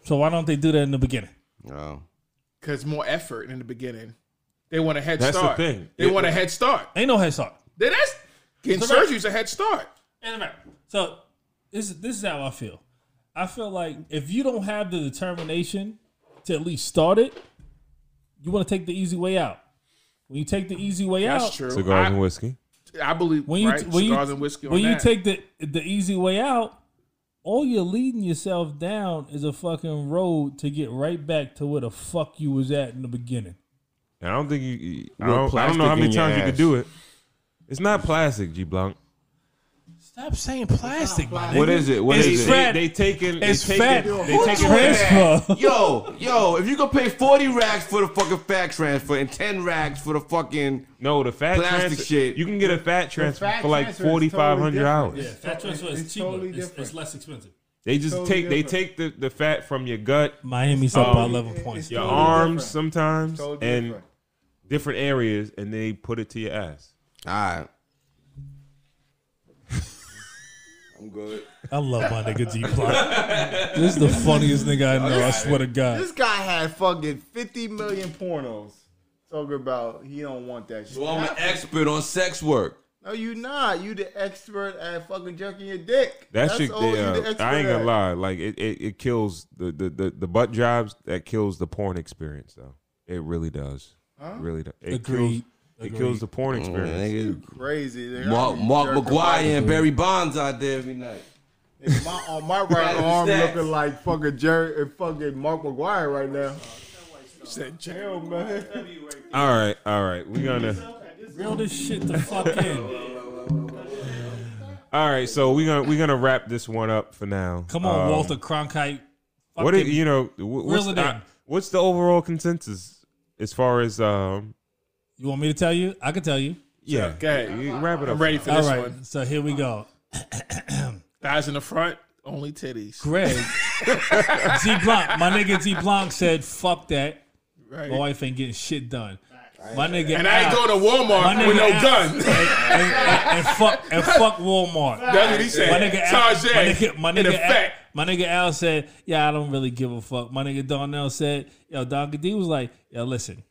So why don't they do that in the beginning? No. Because more effort in the beginning. They want a head That's the start. thing. They It- want a head start. Ain't no head start. Then that's getting So right- surgery's a head start. Ain't no matter. So this this is how I feel. I feel like if you don't have the determination to at least start it, you want to take the easy way out. When you take the easy way out, That's true. Cigars I, and whiskey. I believe when you right? when you cigars and whiskey on when you that. take the the easy way out, all you're leading yourself down is a fucking road to get right back to where the fuck you was at in the beginning. And I don't think you. I Real don't, I don't know how plastic many in your times you could ass. do it. It's not plastic, G Blanc. Stop saying plastic, man. What is it? What It's is it? fat. They, they taking. It's they fat. taking, They taking Transfer. Yo, yo, if you could pay 40 racks for the fucking fat transfer and 10 racks for the fucking. No, the fat Plastic transfer- shit. You can get a fat transfer fat for like transfer is totally forty five hundred different. hours. Yeah. Fat transfer is It's cheaper. totally it's, different. it's less expensive. They just Totally take. They different. take the, the fat from your gut, Miami's up by eleven points. your Totally arms different. sometimes, Totally and different. different areas, and they put it to your ass. All right. I'm good. I love my nigga G Plot. this is the funniest nigga I know. I swear to God. This guy had fucking 50 million pornos. Talking about he don't want that shit. So I'm an expert on sex work. no, you not. You the expert at fucking jerking your dick. That That's shit, all you the yeah, expert I ain't gonna at. lie. Like it, it, it kills the, the, the, the butt jobs. That kills the porn experience, though. It really does. It really does. It Agreed. kills. It kills the porn experience. Nigga, Crazy. nigga. I Mark, be Mark jerking McGuire and Barry Bonds out there every night. my- My, on my right the arm stats. looking like fucking Jerry and fucking Mark McGuire right now. said Jerry. Hell, man. all right, all right. We're gonna. Reel this shit the fuck in. All right, so we're gonna we're gonna wrap this one up for now. Come on, Um, Walter Cronkite. What do Fucking- you know? wh- What's Reel it the, in. what's the overall consensus as far as um? You want me to tell you? I can tell you. Yeah, Okay, you wrap it up. I'm ready for All this right. one. So here we go. Thighs in the front, only titties. Greg. G Blanc. My nigga G Blanc said, fuck that. Right. My wife ain't getting shit done. My nigga. and I ain't out. go to Walmart My with no nigga out. gun. and, and- and- and fuck and fuck Walmart. That's what he said. My nigga, Al, Tajay, my nigga, my in nigga, Al, effect. my nigga Al said, "Yeah, I don't really give a fuck." My nigga Donnell said, "Yo, Don D was like, yo, listen,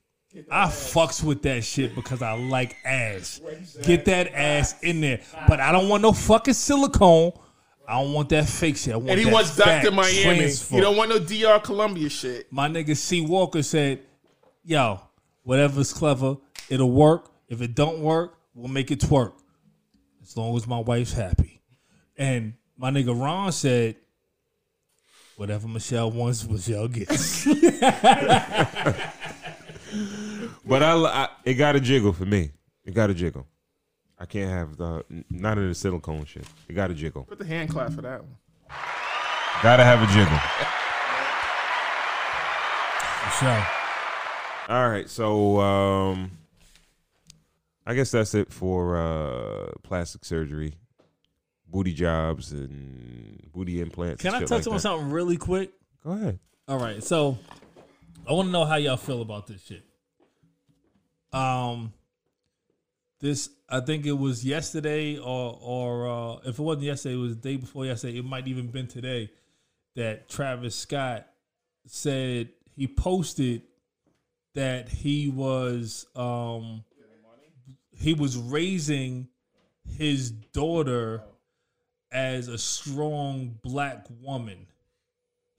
I fucks with that shit because I like ass. Get that ass in there, but I don't want no fucking silicone. I don't want that fake shit. I want and he that wants Dr. fat Miami. transfer." You don't want no DR Columbia shit. my nigga C Walker said, "Yo, whatever's clever, it'll work. If it don't work, we'll make it twerk, as long as my wife's happy." And my nigga Ron said, "Whatever Michelle wants, Michelle gets." But I, I it got a jiggle for me. It got a jiggle. I can't have the n- none of the silicone shit. It got a jiggle. Put the hand clap for that one. Gotta have a jiggle. show. All right, so um, I guess that's it for uh, plastic surgery, booty jobs, and booty implants. Can and I shit touch like on that. something really quick? Go ahead. All right, so I want to know how y'all feel about this shit. Um, this I think it was yesterday, or or uh, if it wasn't yesterday, it was the day before yesterday. It might even been today that Travis Scott said he posted that he was um he was raising his daughter as a strong black woman.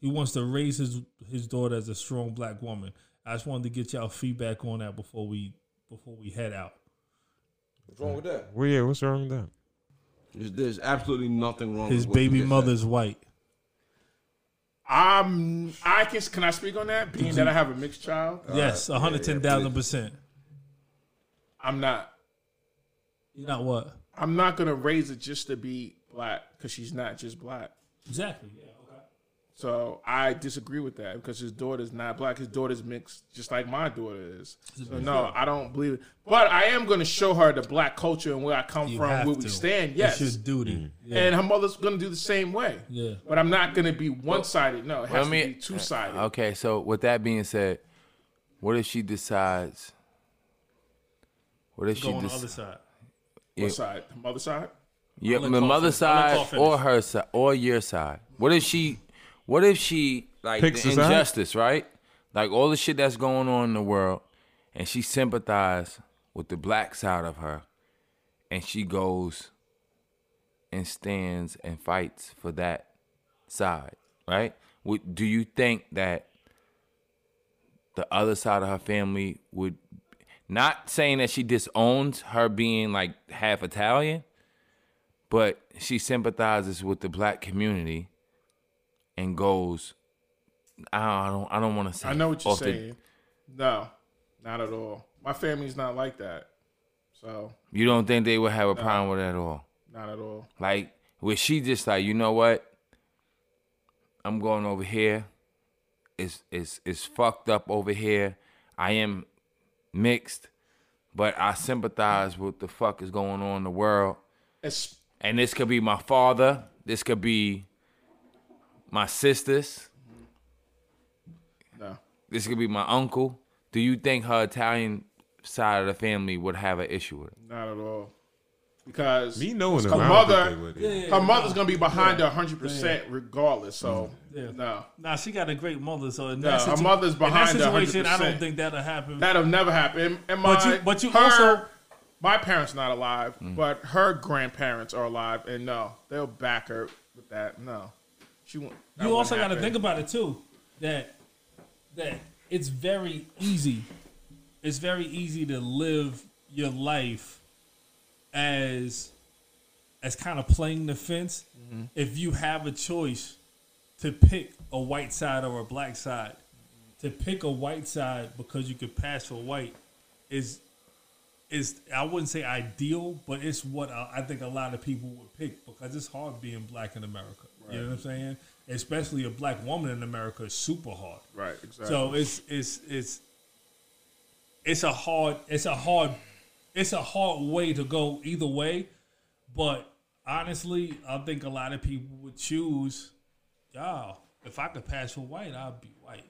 He wants to raise his his daughter as a strong black woman. I just wanted to get y'all feedback on that before we before we head out. What's wrong with that? Well, yeah, what's wrong with that? There's, there's absolutely nothing wrong. His with what you baby just mother's white. I'm. I can. Can I speak on that? Being that I have a mixed child, yes, one hundred ten thousand percent. I'm not. You're not what I'm not gonna raise it just to be black because she's not just black. exactly. Yeah, okay. So I disagree with that because his daughter's not black. His daughter's mixed, just like my daughter is. So no, I don't believe it. But I am gonna show her the black culture and where I come You from, have where to. we stand. It's Yes, Mm. your duty. Yeah. and her mother's gonna do the same way. Yeah. But I'm not gonna be one sided. No, it has Let me- to be two sided. Okay, so with that being said, what if she decides? What if Go she on the other decides? side. What side? The mother side. Yeah, let the Carl mother finish. I'll let Carl side finish. or her side or your side. What if she? What if she like Picks the a side? injustice, right? Like all the shit that's going on in the world, and she sympathizes with the black side of her, and she goes and stands and fights for that side, right? Would do you think that the other side of her family would? Not saying that she disowns her being like half Italian, but she sympathizes with the black community and goes I don't I don't, I don't want to say I know what you're off the- saying. No, not at all. My family's not like that. So, you don't think they would have a problem with it at all not at all. like where she just like you know what I'm going over here it's it's it's fucked up over here I am mixed but I sympathize with the fuck is going on in the world It's, and this could be my father this could be my sisters no. this could be my uncle. Do you think her Italian side of the family would have an issue with it? Not at all. Because Me knowing her them, I don't think mother, they would. her mother's gonna be behind her 100 percent regardless. So no, Nah, she got a great mother. So in No, that her situ- mother's behind In her that situation, I 100%. don't think that'll happen. that'll never happen. And my, But you- but you her, also- my parents not alive, but her grandparents are alive, and no, they'll back her with that. No, she won't. that you won't also got to happen. think about it too that that it's very easy it's very easy to live your life as as kind of playing the fence if you have a choice to pick a white side or a black side to pick a white side because you could pass for white is is I wouldn't say ideal, but it's what I, I think a lot of people would pick because it's hard being black in America. You know what I'm saying? Especially a black woman in America is super hard. Right, exactly. So it's it's it's it's a hard it's a hard it's a hard way to go either way, but honestly, I think a lot of people would choose, y'all. If I could pass for white, I'd be white.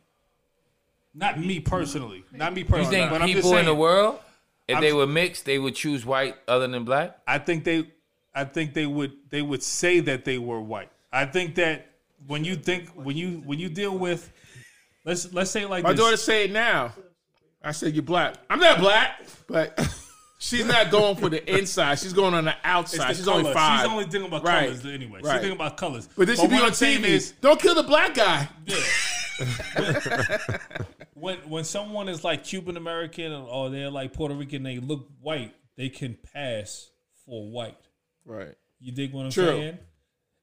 Not me personally. Not me personally. You think but I'm just people in saying- the world, if they were mixed, they would choose white other than black? I think they I think they would they would say that they were white. I think that when you think when you when you deal with let's let's say it like My this. daughter say it now. I said you're black. I'm not black, but she's not going for the inside. She's going on the It's outside. the she's color. only five. She's only thinking about Right. colors anyway. She's Right. thinking about colors. but then she be what on I'm saying TV. is- Don't kill the black guy. when when someone is like Cuban American or, or they're like Puerto Rican, they look white. They can pass for white. Right. You dig what I'm True. saying?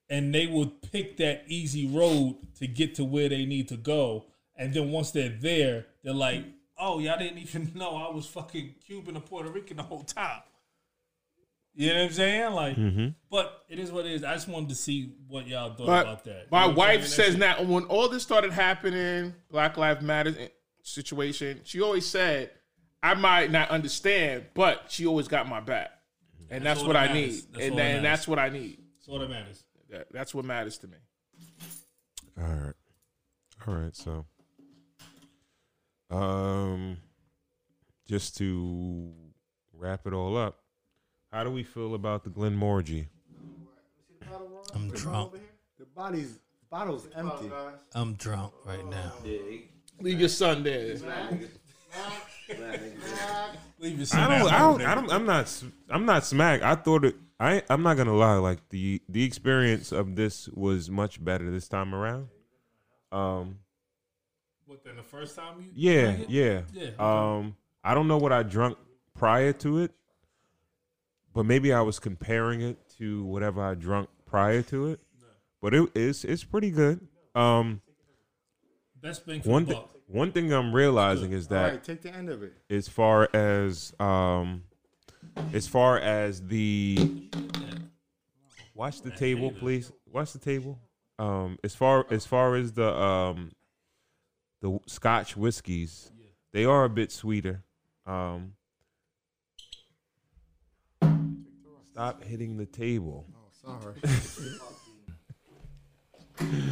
And they will pick that easy road to get to where they need to go. And then once they're there, they're like, "Oh, y'all didn't even know I was fucking Cuban or Puerto Rican the whole time." You know what I'm saying? Like, but it is what it is. I just wanted to see what y'all thought But about that. You my know what I'm wife saying? says now when all this started happening, Black Lives Matters, and situation, she always said, "I might not understand, but she always got my back, and that's, Mm-hmm. all what that I need, matters. That's all and that then matters. that's what I need. That's all that matters. That- that's what matters to me." All right. All right, so um just to wrap it all up, how do we feel about the Glenn Morgie? I'm drunk. The body's bottle's empty. I'm drunk right now. Leave your son there. Leave your I don't I don't, I don't I'm not s- I'm not smack. I thought it I I'm not going to lie like the the experience of this was much better this time around. Um What then? The first time you? yeah, drank it? yeah. Yeah. Um I don't know what I drunk prior to it, but maybe I was comparing it to whatever I drunk prior to it. But it is it's pretty good. Um Best thing for one the thing buck. one thing I'm realizing is All that right, take the end of it. as far as um as far as the watch the table please watch the table um as far as far as the um the scotch whiskies they are a bit sweeter um stop hitting the table Sorry.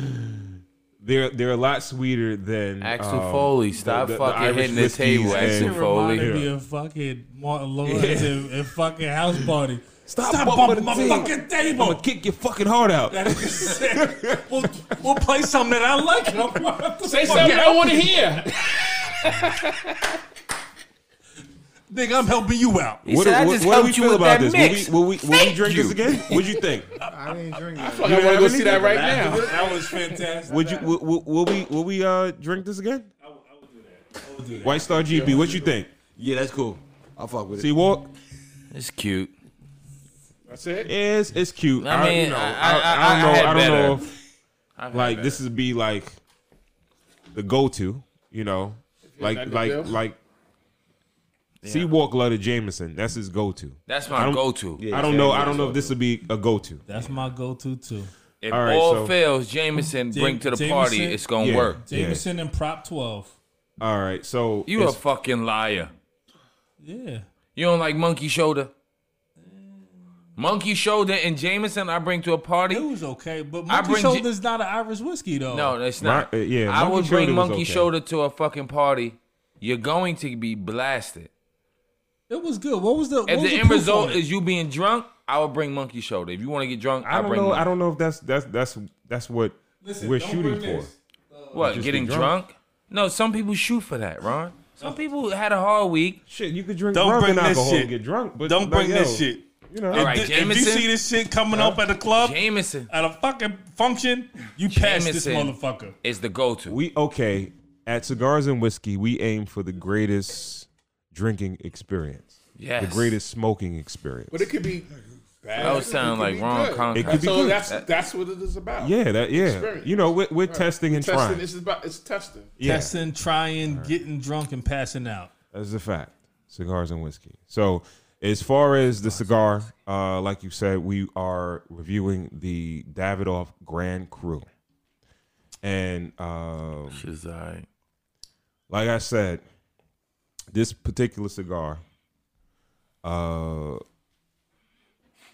they're they're a lot sweeter than Axel um, Foley, the- stop the- the fucking Irish hitting the table, whiskeys Axel and- Foley. Foley. Reminded me of fucking Martin Lawrence and, and fucking house party. Stop bumping bumping my the table. fucking I'm table. gonna kick your fucking heart out. That nigga said, we'll, we'll play something that I like. and I'm like, Say something I want to hear. Nigga, I'm helping you out. He said, I just helped you with that mix. Will we, will we, will we Thank drink you. this again? What'd you think? I didn't drink that. I want to go see that right now. That was fantastic. Would you? Will, will, will we? Will we uh, drink this again? White Star GB, what you think? Yeah, that's cool. I'll fuck with it. See, walk It's cute. That's it. is it's cute. I mean, you know, I- I, I I- I- don't I know. I, had don't know better. if I've had like better. this is be like the go-to. You know, like nothing like else? like. See, walk letter Jameson. That's his go-to. That's I my don't- go-to. I don't know. I don't know if this would be a go-to. That's my go-to too. If All right, all so- fails, Jameson Jam- bring to the Jameson- party. It's gonna Yeah. work. Jameson and Prop 12. All right, so You a it's- fucking liar. Yeah. You don't like Monkey Shoulder. Monkey Shoulder and Jameson, I bring to a party. It was okay, but I Monkey bring J- Shoulder's not an Irish whiskey though. No, it's My- not. uh, yeah, I Monkey would bring Shoulder was Monkey okay. Shoulder to a fucking party. You're going to be blasted. It was good. What was the what If was the the end proof result on it? is you being drunk, I would bring Monkey Shoulder. If you want to get drunk, I, I don't bring. know. Monkey. I don't know if that's that's that's that's what we're shooting for. what just getting get drunk. drunk. No, some people shoot for that, Ron. Some people had a hard week. Shit, you could drink Don't rum bring and this alcohol shit. and get drunk, but Don't like, bring yo, this shit. You know, All right, Th- if you Jameson? see this shit coming up at the club, Jameson at a fucking function, you pass this Jameson. motherfucker. is the go-to. we okay at cigars and whiskey. We aim for the greatest drinking experience, Yes, the greatest smoking experience. But it could be. Bad. That would sound It could like be Ron good. Cronkite. It could be so good. that's that's what it is about. yeah, that yeah. Experience. You know, we're, we're testing and testing. trying. This is about it's testing. yeah, Testing, trying, getting drunk, and passing out. that's a fact. Cigars and whiskey. So, as far as the cigar, uh, like you said, we are reviewing the Davidoff Grand Cru, and um, She's all right. like I said, this particular cigar, uh,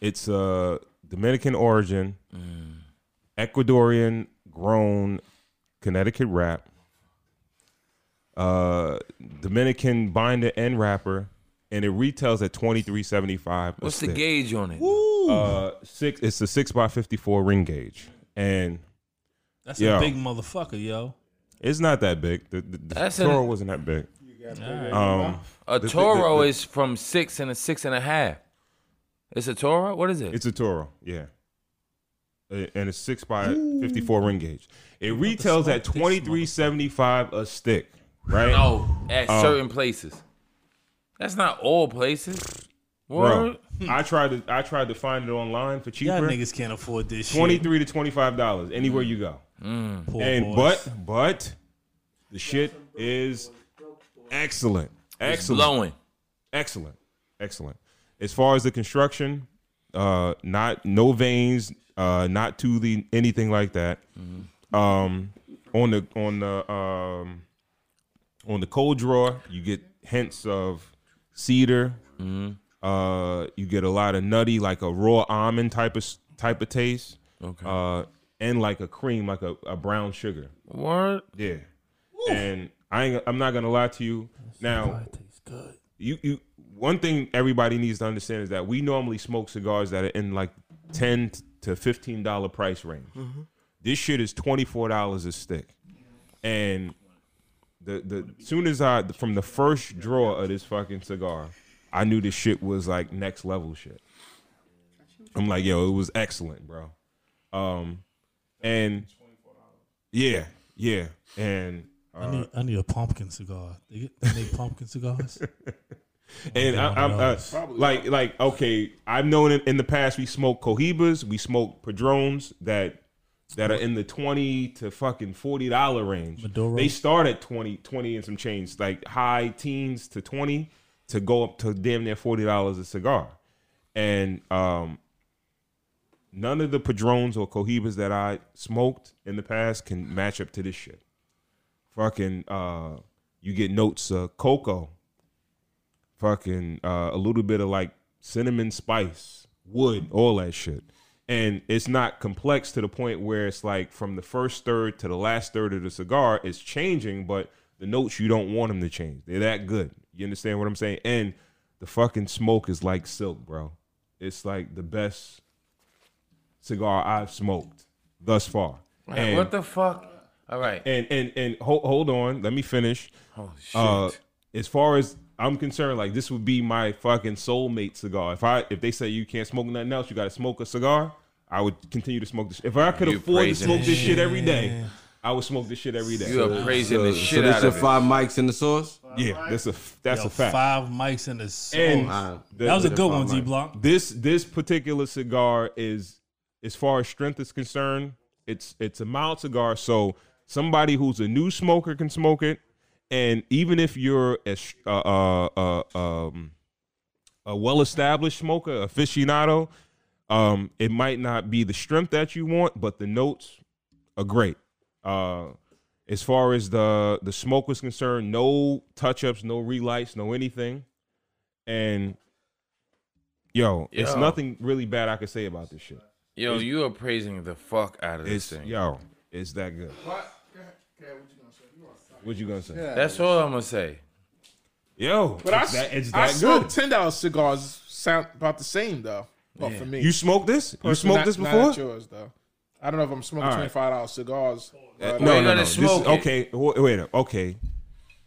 it's a Dominican origin, Mm. Ecuadorian grown Connecticut wrap, uh, Dominican binder and wrapper, and it retails at twenty three seventy five. What's the gauge on it? Uh, six. It's a six by fifty four ring gauge, and That's Yo. a big motherfucker, yo. it's not that big. The, the, the That's an- Toro wasn't that big. Uh, Um, A the- Toro the- is from six and a six and a half. It's a Toro. What is it? It's a Toro, yeah. Uh, And it's six by fifty-four ring gauge. It retails at twenty-three seventy-five a stick, right? no, at Um, certain places. That's not all places. bro. What? I tried to I tried to find it online for Hmm. Y'all cheaper. niggas can't afford this shit. Twenty-three to twenty-five dollars anywhere you go. Poor And boys. but but the shit is excellent, excellent. Blowing. excellent, excellent. As far as the construction, uh, not no veins, uh, not tooling, anything like that. Um, on the on the um, On the cold draw, you get hints of cedar. Uh, you get a lot of nutty, like a raw almond type of s- type of taste. Okay. Uh, and like a cream, like a, a brown sugar. What? Yeah. And I ain't, I'm not gonna lie to you. Now, you you one thing everybody needs to understand is that we normally smoke cigars that are in like ten to fifteen dollar price range. This shit is twenty four dollars a stick, and the the soon as I from the first draw of this fucking cigar, I knew this shit was like next level shit. I'm like, yo, it was excellent, bro. Um, and yeah, yeah, and I need, I need a pumpkin cigar. They, get, they make pumpkin cigars. And I, one of I'm uh, those. like, like, okay, I've known in, in the past we smoked cohibas, we smoked padrones that that are in the twenty to fucking forty dollar range. Maduro. They start at 20, 20 and some change, like high teens to twenty to go up to damn near forty dollars a cigar. And um, none of the padrones or cohibas that I smoked in the past can match up to this shit. Fucking, uh, you get notes of cocoa fucking uh, a little bit of like cinnamon spice, wood, all that shit. And it's not complex to the point where it's like from the first third to the last third of the cigar, it's changing, but the notes you don't want them to change. They're that good. You understand what I'm saying? And the fucking smoke is like silk, bro. It's like the best cigar I've smoked thus far. And- what the fuck? All right. and and and hold, hold on, let me finish. Holy shit. Uh, as far as I'm concerned, like this would be my fucking soulmate cigar. If I if they say you can't smoke nothing else, you got to smoke a cigar. I would continue to smoke this. If I could You afford to praising smoke this this shit every day, I would smoke this shit every day. you are praising the so shit this out your of it. five mics in the sauce? yeah, that's a that's Yo, a fact. Five mics in the soul. And the- that was a the- good one, T Block. this this particular cigar is as far as strength is concerned it's it's a mild cigar so somebody who's a new smoker can smoke it and even if you're a s- uh, uh, uh, um, a well-established smoker aficionado um, it might not be the strength that you want but the notes are great uh, as far as the the smoke was concerned no touch-ups no relights no anything and yo, it's Yo. nothing really bad I could say about this shit. Yo, you are praising the fuck out of It's this thing. yo, it's that good. What you gonna say? That's all I'm gonna say. Yo, But I, it's that, it's I that smoke good. ten dollar cigars. Sound about the same though. But for me, You smoked this? You Personally, smoked not- this not before? at yours though. I don't know if I'm smoking All right. twenty five dollar cigars. Uh, but- Well, you gotta smoke this is, it. okay, wait, wait up. Okay.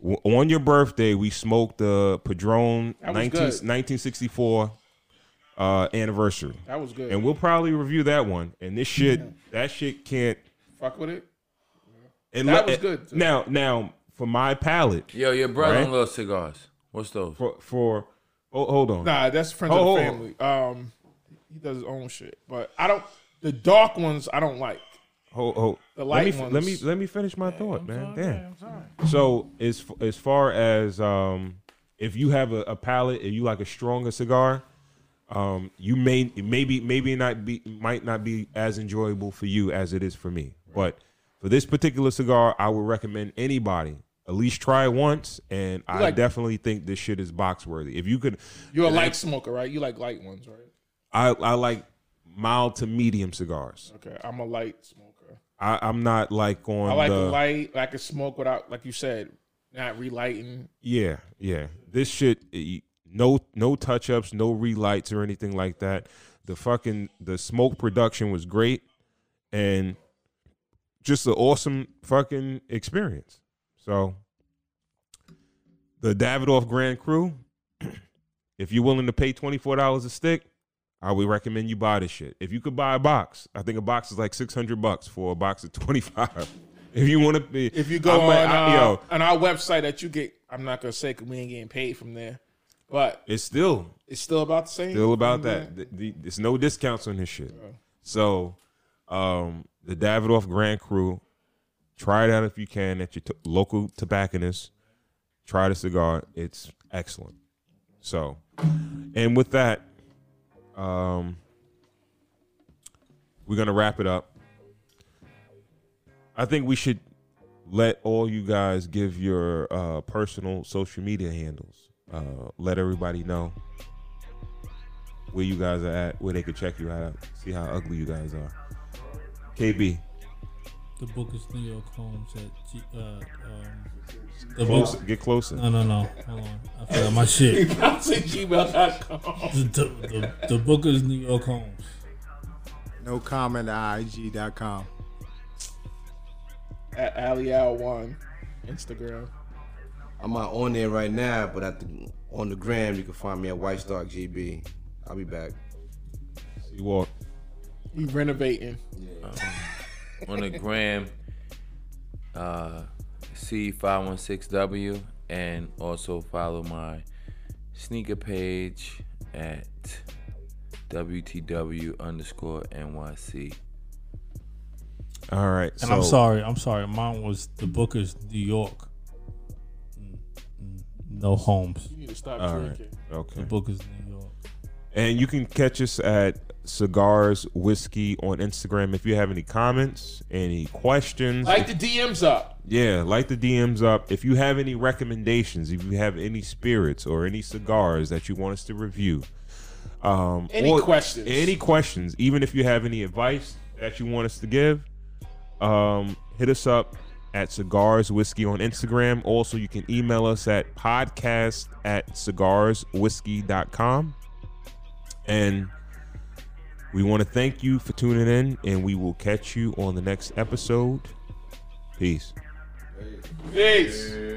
W- On your birthday, we smoked the Padron That was 19, good. 1964 uh, anniversary. that was good. And we'll probably review that one. And this shit, that shit can't. Fuck with it. It That le- was good, too. Now, now, for my palate, Yo, your brother-in-law cigars. What's those? for for oh, hold on. Nah, that's friends Oh, of oh. the family. Um, he does his own shit, but I don't. The dark ones I don't like. Ho, ho. The let me light fi- let me ones. let me finish my thought, man. Damn. So as f- as far as um, if you have a, a palate, if you like a stronger cigar, um, you may maybe maybe not be might not be as enjoyable for you as it is for me. But for this particular cigar, I would recommend anybody at least try it once, and I like- definitely think this shit is box worthy. If you could, You're a light smoker, right? You like light ones, right? I I like mild to medium cigars. Okay, I'm a light smoker. I, I'm not like on I like the, light. I can smoke without, like you said, not relighting. Yeah, yeah. This shit, eh, no, no touch ups, no relights or anything like that. The fucking the smoke production was great, and just an awesome fucking experience. So, the Davidoff Grand Crew. If you're willing to pay twenty four dollars a stick, I would recommend you buy this shit. If you could buy a box, I think a box is like six hundred bucks for a box of twenty five. If you want to be, If you go I on, might- I- uh, yo, on our website that you get, I'm not gonna say 'cause we ain't getting paid from there, but it's still it's still about the same. Still about that. Th- the- there's no discounts on this shit. So, um, the Davidoff Grand Crew, try it out if you can at your t- local tobacconist. Try the cigar; it's excellent. So, and with that, um, we're gonna wrap it up. I think we should let all you guys give your uh, personal social media handles. Uh, let everybody know where you guys are at, where they can check you out, see how ugly you guys are. KB, The book is New York Holmes at G, uh, um, the close, book- get closer. No, no, no. Hold on. I forgot my shit. gmail.com. The, the, the, the book is New York Holmes. No comment at IG.com. At Alial One, Instagram. I'm not on there right now, but at the, on the gram you can find me at White Stark GB. I'll be back. You walk. We renovating. on the gram uh, C516W and also follow my sneaker page at WTW underscore NYC. All right. And so, I'm sorry. I'm sorry. Mine was the book is New York. Mm, mm, No Holmes. You need to stop All right. drinking. Okay. The book is New York. And you can catch us at Cigars Whiskey on Instagram if you have any comments, any questions. Like the DMs up. yeah, light the DMs up. If you have any recommendations, if you have any spirits or any cigars that you want us to review, um, Any or- questions? any questions, even if you have any advice that you want us to give, um, hit us up at Cigars Whiskey on Instagram. Also, you can email us at podcast at cigarswhiskey.com. And we want to thank you for tuning in, and we will catch you on the next episode. Peace. Peace.